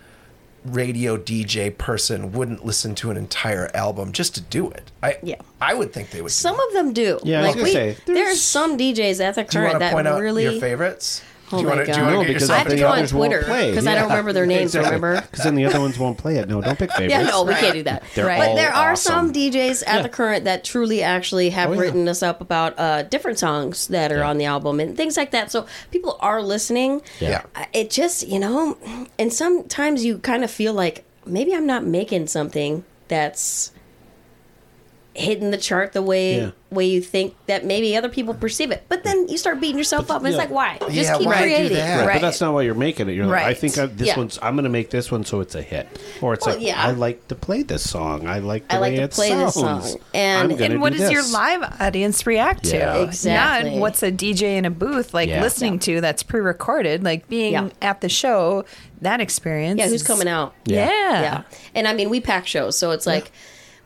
[SPEAKER 1] radio DJ person wouldn't listen to an entire album just to do it. I
[SPEAKER 4] Yeah.
[SPEAKER 1] I would think they would. do
[SPEAKER 4] Some
[SPEAKER 1] that.
[SPEAKER 4] of them do.
[SPEAKER 2] Yeah, I was
[SPEAKER 4] like
[SPEAKER 2] gonna
[SPEAKER 4] we,
[SPEAKER 2] say,
[SPEAKER 4] there are
[SPEAKER 2] there's-
[SPEAKER 4] some DJs at the
[SPEAKER 1] do you
[SPEAKER 4] current
[SPEAKER 1] want to
[SPEAKER 4] that
[SPEAKER 1] point out
[SPEAKER 4] really.
[SPEAKER 1] your favorites?
[SPEAKER 4] Oh
[SPEAKER 1] do you
[SPEAKER 4] my
[SPEAKER 1] wanna- do you
[SPEAKER 4] God.
[SPEAKER 1] wanna
[SPEAKER 2] No,
[SPEAKER 1] get
[SPEAKER 2] because
[SPEAKER 4] I
[SPEAKER 1] yourself
[SPEAKER 4] have to
[SPEAKER 1] in
[SPEAKER 4] go on
[SPEAKER 1] trouble?
[SPEAKER 2] others won't
[SPEAKER 4] Twitter,
[SPEAKER 2] play.
[SPEAKER 4] 'cause I don't
[SPEAKER 2] Yeah.
[SPEAKER 4] remember their names, remember?
[SPEAKER 2] Because then the other ones won't play it. No, don't pick favorites.
[SPEAKER 4] Yeah, no, we can't do that.
[SPEAKER 2] They're
[SPEAKER 4] But
[SPEAKER 2] all
[SPEAKER 4] there are
[SPEAKER 2] awesome.
[SPEAKER 4] some DJs at the current that truly actually have
[SPEAKER 2] Oh, yeah.
[SPEAKER 4] written us up about uh, different songs that are on the album and things like that. So people are listening.
[SPEAKER 1] Yeah.
[SPEAKER 4] I- It just, you know, and sometimes you kind of feel like maybe I'm not making something that's hitting the chart the way
[SPEAKER 2] Yeah.
[SPEAKER 4] way you think that maybe other people perceive it. But then you start beating yourself up and it's
[SPEAKER 2] yeah.
[SPEAKER 4] like why? Just
[SPEAKER 1] Yeah,
[SPEAKER 4] keep
[SPEAKER 1] why do
[SPEAKER 4] creating.
[SPEAKER 1] that?
[SPEAKER 2] Right,
[SPEAKER 1] Right.
[SPEAKER 2] But that's not why you're making it. You're like, I
[SPEAKER 3] Right.
[SPEAKER 2] think I, this
[SPEAKER 4] Yeah.
[SPEAKER 2] one's. I'm going to make this one so it's a hit, or it's
[SPEAKER 4] Well,
[SPEAKER 2] like
[SPEAKER 4] yeah.
[SPEAKER 2] I like to play this song. I like the
[SPEAKER 4] I like
[SPEAKER 2] way
[SPEAKER 4] to
[SPEAKER 2] it
[SPEAKER 4] play this
[SPEAKER 2] sounds.
[SPEAKER 4] song. And-
[SPEAKER 2] I'm gonna
[SPEAKER 4] And
[SPEAKER 2] do
[SPEAKER 3] and what does your
[SPEAKER 2] this.
[SPEAKER 3] live audience react
[SPEAKER 2] Yeah.
[SPEAKER 3] to?
[SPEAKER 4] Exactly.
[SPEAKER 3] Not what's a DJ in a booth like
[SPEAKER 2] Yeah.
[SPEAKER 3] listening to that's pre-recorded. Like being
[SPEAKER 4] Yeah.
[SPEAKER 3] at the show, that experience.
[SPEAKER 4] Yeah, who's
[SPEAKER 3] is-
[SPEAKER 4] coming out?
[SPEAKER 3] Yeah.
[SPEAKER 4] Yeah. And I mean, we pack shows, so it's like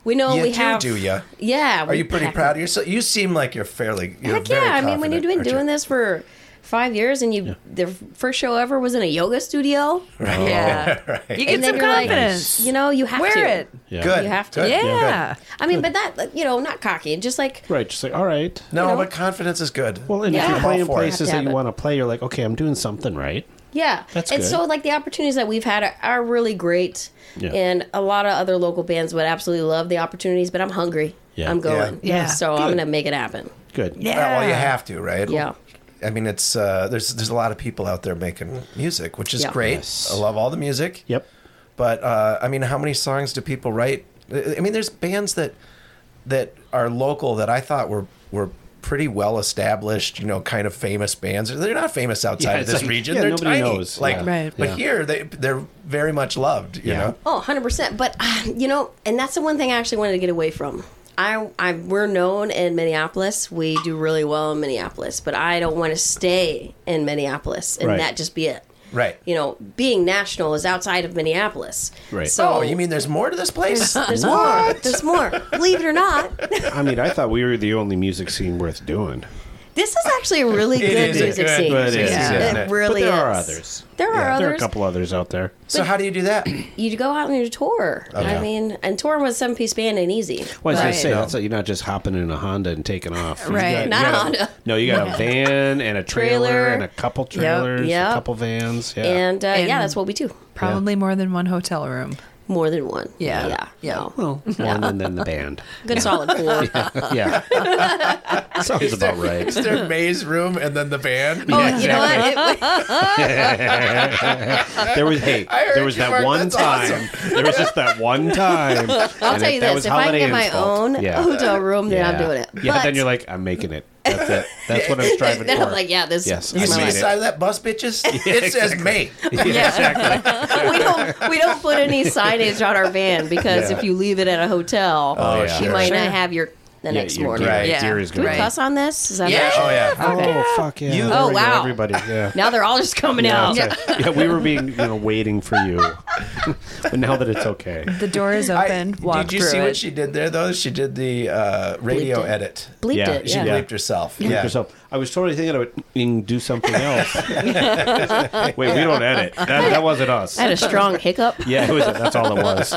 [SPEAKER 4] we know
[SPEAKER 1] You
[SPEAKER 4] we
[SPEAKER 1] do,
[SPEAKER 4] have.
[SPEAKER 1] do ya?
[SPEAKER 4] Yeah.
[SPEAKER 1] Are you pretty proud of yourself? You seem like you're fairly. You're
[SPEAKER 4] Heck
[SPEAKER 1] very
[SPEAKER 4] yeah! I mean, when
[SPEAKER 1] confident,
[SPEAKER 4] you've been
[SPEAKER 1] aren't you?
[SPEAKER 4] doing this for five years, and you the first show ever was in a yoga studio,
[SPEAKER 3] Yeah.
[SPEAKER 4] uh,
[SPEAKER 3] You get
[SPEAKER 4] and then
[SPEAKER 3] some
[SPEAKER 4] you're
[SPEAKER 3] confidence.
[SPEAKER 4] like, you know, you have
[SPEAKER 3] Wear
[SPEAKER 4] to
[SPEAKER 3] it.
[SPEAKER 2] Yeah.
[SPEAKER 1] good,
[SPEAKER 4] You have to.
[SPEAKER 1] good,
[SPEAKER 3] Yeah.
[SPEAKER 1] good.
[SPEAKER 4] I mean, but that you know, not cocky, just like
[SPEAKER 2] Right, just like all right.
[SPEAKER 1] No,
[SPEAKER 4] You know?
[SPEAKER 1] but confidence is good.
[SPEAKER 2] Well, and if
[SPEAKER 4] Yeah. I'm
[SPEAKER 2] you're
[SPEAKER 4] all
[SPEAKER 2] playing
[SPEAKER 1] for it.
[SPEAKER 2] places
[SPEAKER 4] Have to
[SPEAKER 2] that
[SPEAKER 4] have
[SPEAKER 2] you
[SPEAKER 4] it.
[SPEAKER 2] want to play, you're like, okay, I'm doing something right.
[SPEAKER 4] Yeah.
[SPEAKER 2] That's
[SPEAKER 4] and
[SPEAKER 2] good.
[SPEAKER 4] so like the opportunities that we've had are, are really great.
[SPEAKER 2] Yeah.
[SPEAKER 4] And a lot of other local bands would absolutely love the opportunities, but I'm hungry.
[SPEAKER 2] Yeah.
[SPEAKER 4] I'm going.
[SPEAKER 3] Yeah. Yeah.
[SPEAKER 4] So I'm gonna make it happen.
[SPEAKER 2] Good.
[SPEAKER 3] Yeah.
[SPEAKER 1] Uh, well, you have to, right?
[SPEAKER 4] Yeah.
[SPEAKER 1] I mean, it's uh, there's there's a lot of people out there making music, which is
[SPEAKER 4] Yeah.
[SPEAKER 1] great.
[SPEAKER 2] Yes.
[SPEAKER 1] I love all the music.
[SPEAKER 2] Yep.
[SPEAKER 1] But uh, I mean, how many songs do people write? I I mean, there's bands that that are local that I thought were were pretty well established, you know, kind of famous bands. They're not famous outside
[SPEAKER 2] Yeah,
[SPEAKER 1] of
[SPEAKER 2] it's
[SPEAKER 1] this
[SPEAKER 2] like-
[SPEAKER 1] region.
[SPEAKER 2] yeah,
[SPEAKER 1] They're
[SPEAKER 2] nobody
[SPEAKER 1] tiny.
[SPEAKER 2] knows.
[SPEAKER 1] Like,
[SPEAKER 2] Yeah.
[SPEAKER 3] Right.
[SPEAKER 1] but
[SPEAKER 2] Yeah.
[SPEAKER 1] here they they're very much loved. You
[SPEAKER 2] Yeah.
[SPEAKER 1] know.
[SPEAKER 4] Oh, 100%. But, uh, you know, and that's the one thing I actually wanted to get away from. I, I We're known in Minneapolis. We do really well in Minneapolis, but I don't want to stay in Minneapolis and
[SPEAKER 2] Right.
[SPEAKER 4] that just be it.
[SPEAKER 1] Right.
[SPEAKER 4] You know, being national is outside of Minneapolis.
[SPEAKER 2] Right.
[SPEAKER 4] So
[SPEAKER 1] Oh, you mean there's more to this place?
[SPEAKER 4] there's more. There's more. Believe it or not,
[SPEAKER 2] I mean, I thought we were the only music scene worth doing.
[SPEAKER 4] This is actually a really
[SPEAKER 1] It
[SPEAKER 4] good
[SPEAKER 1] is a
[SPEAKER 4] music
[SPEAKER 1] good
[SPEAKER 4] scene.
[SPEAKER 1] music
[SPEAKER 2] scene,
[SPEAKER 4] yeah.
[SPEAKER 1] isn't
[SPEAKER 4] it
[SPEAKER 1] it?
[SPEAKER 4] really
[SPEAKER 2] but there are
[SPEAKER 4] is.
[SPEAKER 2] others.
[SPEAKER 4] There are
[SPEAKER 2] There are a
[SPEAKER 4] others.
[SPEAKER 2] couple others out there.
[SPEAKER 1] so how do you do that?
[SPEAKER 4] You go out and you tour. I
[SPEAKER 2] Yeah.
[SPEAKER 4] mean, and touring with seven piece band ain't easy.
[SPEAKER 2] Well, I was
[SPEAKER 3] Right.
[SPEAKER 2] gonna say that's like you're not just hopping in a Honda and taking off. You
[SPEAKER 3] Right.
[SPEAKER 2] got- you
[SPEAKER 4] Not a
[SPEAKER 2] got
[SPEAKER 4] Honda.
[SPEAKER 2] No, you got a van and a trailer,
[SPEAKER 4] Trailer.
[SPEAKER 2] and a couple trailers,
[SPEAKER 4] yep.
[SPEAKER 2] a couple vans. Yeah.
[SPEAKER 4] And, uh,
[SPEAKER 3] And-
[SPEAKER 4] yeah, that's what we do.
[SPEAKER 3] Probably more than one hotel room.
[SPEAKER 4] More than one.
[SPEAKER 3] Yeah.
[SPEAKER 4] Yeah.
[SPEAKER 3] Yeah.
[SPEAKER 4] No.
[SPEAKER 2] well, one and then the band.
[SPEAKER 4] Good solid four.
[SPEAKER 2] Yeah. Sounds about right.
[SPEAKER 1] Is there a maze room and then the band?
[SPEAKER 4] Oh, you know what? It-
[SPEAKER 2] There was hey,
[SPEAKER 1] I heard
[SPEAKER 2] there was
[SPEAKER 1] you,
[SPEAKER 2] that
[SPEAKER 1] Mark.
[SPEAKER 2] one
[SPEAKER 1] That's
[SPEAKER 2] time. There was just that one time.
[SPEAKER 4] I'll tell you this: if I get my own
[SPEAKER 2] yeah.
[SPEAKER 4] hotel room, then
[SPEAKER 2] yeah.
[SPEAKER 4] I'm doing it.
[SPEAKER 2] Yeah,
[SPEAKER 4] but
[SPEAKER 2] then you're like, I'm making it. That's it. That's what I'm striving
[SPEAKER 4] then
[SPEAKER 2] for.
[SPEAKER 4] I'm like, yeah, this,
[SPEAKER 2] Yes,
[SPEAKER 4] this is
[SPEAKER 2] I
[SPEAKER 4] my
[SPEAKER 1] See
[SPEAKER 2] made
[SPEAKER 1] the
[SPEAKER 2] it.
[SPEAKER 4] life.
[SPEAKER 1] side of that bus, bitches? it says mate.
[SPEAKER 4] we don't we don't put any signage on our van because
[SPEAKER 2] Yeah.
[SPEAKER 4] if you leave it at a hotel,
[SPEAKER 1] Oh,
[SPEAKER 4] you
[SPEAKER 1] yeah.
[SPEAKER 4] might
[SPEAKER 3] Sure.
[SPEAKER 4] not have your the
[SPEAKER 2] yeah,
[SPEAKER 4] next
[SPEAKER 2] your
[SPEAKER 4] morning.
[SPEAKER 2] Deer,
[SPEAKER 3] Yeah.
[SPEAKER 2] deer is
[SPEAKER 4] Do we
[SPEAKER 2] good.
[SPEAKER 4] cuss on this? Is that
[SPEAKER 1] Yeah.
[SPEAKER 4] okay?
[SPEAKER 1] Oh, yeah.
[SPEAKER 2] Oh fuck yeah!
[SPEAKER 1] You-
[SPEAKER 2] There
[SPEAKER 1] Oh,
[SPEAKER 2] we go,
[SPEAKER 4] wow.
[SPEAKER 2] Everybody, yeah.
[SPEAKER 4] Now they're all just coming out.
[SPEAKER 2] Yeah, it's like- yeah, we were being, you know, waiting for you. but now that it's okay.
[SPEAKER 3] The door is
[SPEAKER 1] I-
[SPEAKER 3] open. walk
[SPEAKER 1] did you
[SPEAKER 3] through
[SPEAKER 1] see
[SPEAKER 3] it.
[SPEAKER 1] what she did there, though? She did the uh, radio
[SPEAKER 4] it.
[SPEAKER 1] edit.
[SPEAKER 4] Bleeped
[SPEAKER 2] Yeah,
[SPEAKER 4] it.
[SPEAKER 2] she
[SPEAKER 1] She
[SPEAKER 4] Yeah.
[SPEAKER 1] bleeped herself. Yeah.
[SPEAKER 2] Yourself. I was totally thinking I would do something else. Wait, we don't edit. That, that wasn't us.
[SPEAKER 4] I had a strong hiccup.
[SPEAKER 2] Yeah, it was. That's all it was.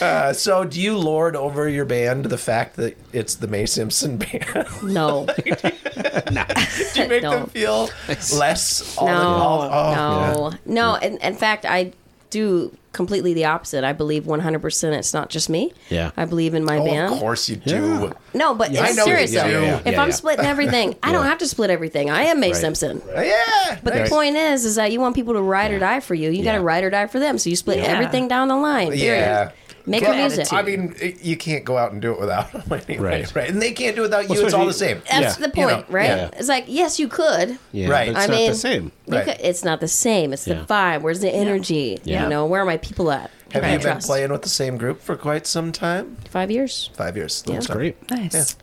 [SPEAKER 1] Uh, so, do you lord over your band the fact that it's the May Simpson band?
[SPEAKER 4] No.
[SPEAKER 1] do you make
[SPEAKER 4] No.
[SPEAKER 1] them feel less? All
[SPEAKER 4] No.
[SPEAKER 1] in all? Oh,
[SPEAKER 4] no. No. In, in fact, I do completely the opposite. I believe 100% it's not just me.
[SPEAKER 2] Yeah.
[SPEAKER 4] I believe in my
[SPEAKER 1] Oh,
[SPEAKER 4] band.
[SPEAKER 1] of course you do.
[SPEAKER 4] No, but
[SPEAKER 1] I
[SPEAKER 4] it's
[SPEAKER 1] know you
[SPEAKER 4] serious
[SPEAKER 1] do.
[SPEAKER 4] though.
[SPEAKER 1] Yeah, yeah,
[SPEAKER 4] If
[SPEAKER 2] yeah,
[SPEAKER 4] I'm
[SPEAKER 2] yeah.
[SPEAKER 4] splitting everything, I don't have to split everything. I am Mae Simpson.
[SPEAKER 1] Uh, Yeah.
[SPEAKER 4] But the
[SPEAKER 1] nice.
[SPEAKER 4] point is, is that you want people to ride or die for you. You got to
[SPEAKER 2] Yeah.
[SPEAKER 4] ride or die for them. So you split
[SPEAKER 3] Yeah.
[SPEAKER 4] everything down the line. period.
[SPEAKER 1] Yeah.
[SPEAKER 4] Make
[SPEAKER 1] Well,
[SPEAKER 4] your music.
[SPEAKER 1] I mean, it- you can't go out and do it without them anyway, right?
[SPEAKER 2] Right.
[SPEAKER 1] And they can't do it without you. It's all the same.
[SPEAKER 4] That's
[SPEAKER 2] Yeah.
[SPEAKER 4] the point,
[SPEAKER 1] You know,
[SPEAKER 4] right?
[SPEAKER 2] yeah.
[SPEAKER 4] It's like, yes, you could.
[SPEAKER 2] Yeah,
[SPEAKER 1] Right.
[SPEAKER 2] but
[SPEAKER 4] I
[SPEAKER 2] It's not
[SPEAKER 4] mean,
[SPEAKER 2] the same.
[SPEAKER 4] You
[SPEAKER 1] Right.
[SPEAKER 4] could- it's not the same. It's
[SPEAKER 2] Yeah.
[SPEAKER 4] the vibe. Where's the energy?
[SPEAKER 2] Yeah.
[SPEAKER 4] You know, where are my people at?
[SPEAKER 1] Have
[SPEAKER 4] Can I
[SPEAKER 1] you been
[SPEAKER 4] trust?
[SPEAKER 1] playing with the same group for quite some time?
[SPEAKER 4] Five years.
[SPEAKER 1] Five years.
[SPEAKER 4] Yeah.
[SPEAKER 1] That's
[SPEAKER 2] Great.
[SPEAKER 3] Nice.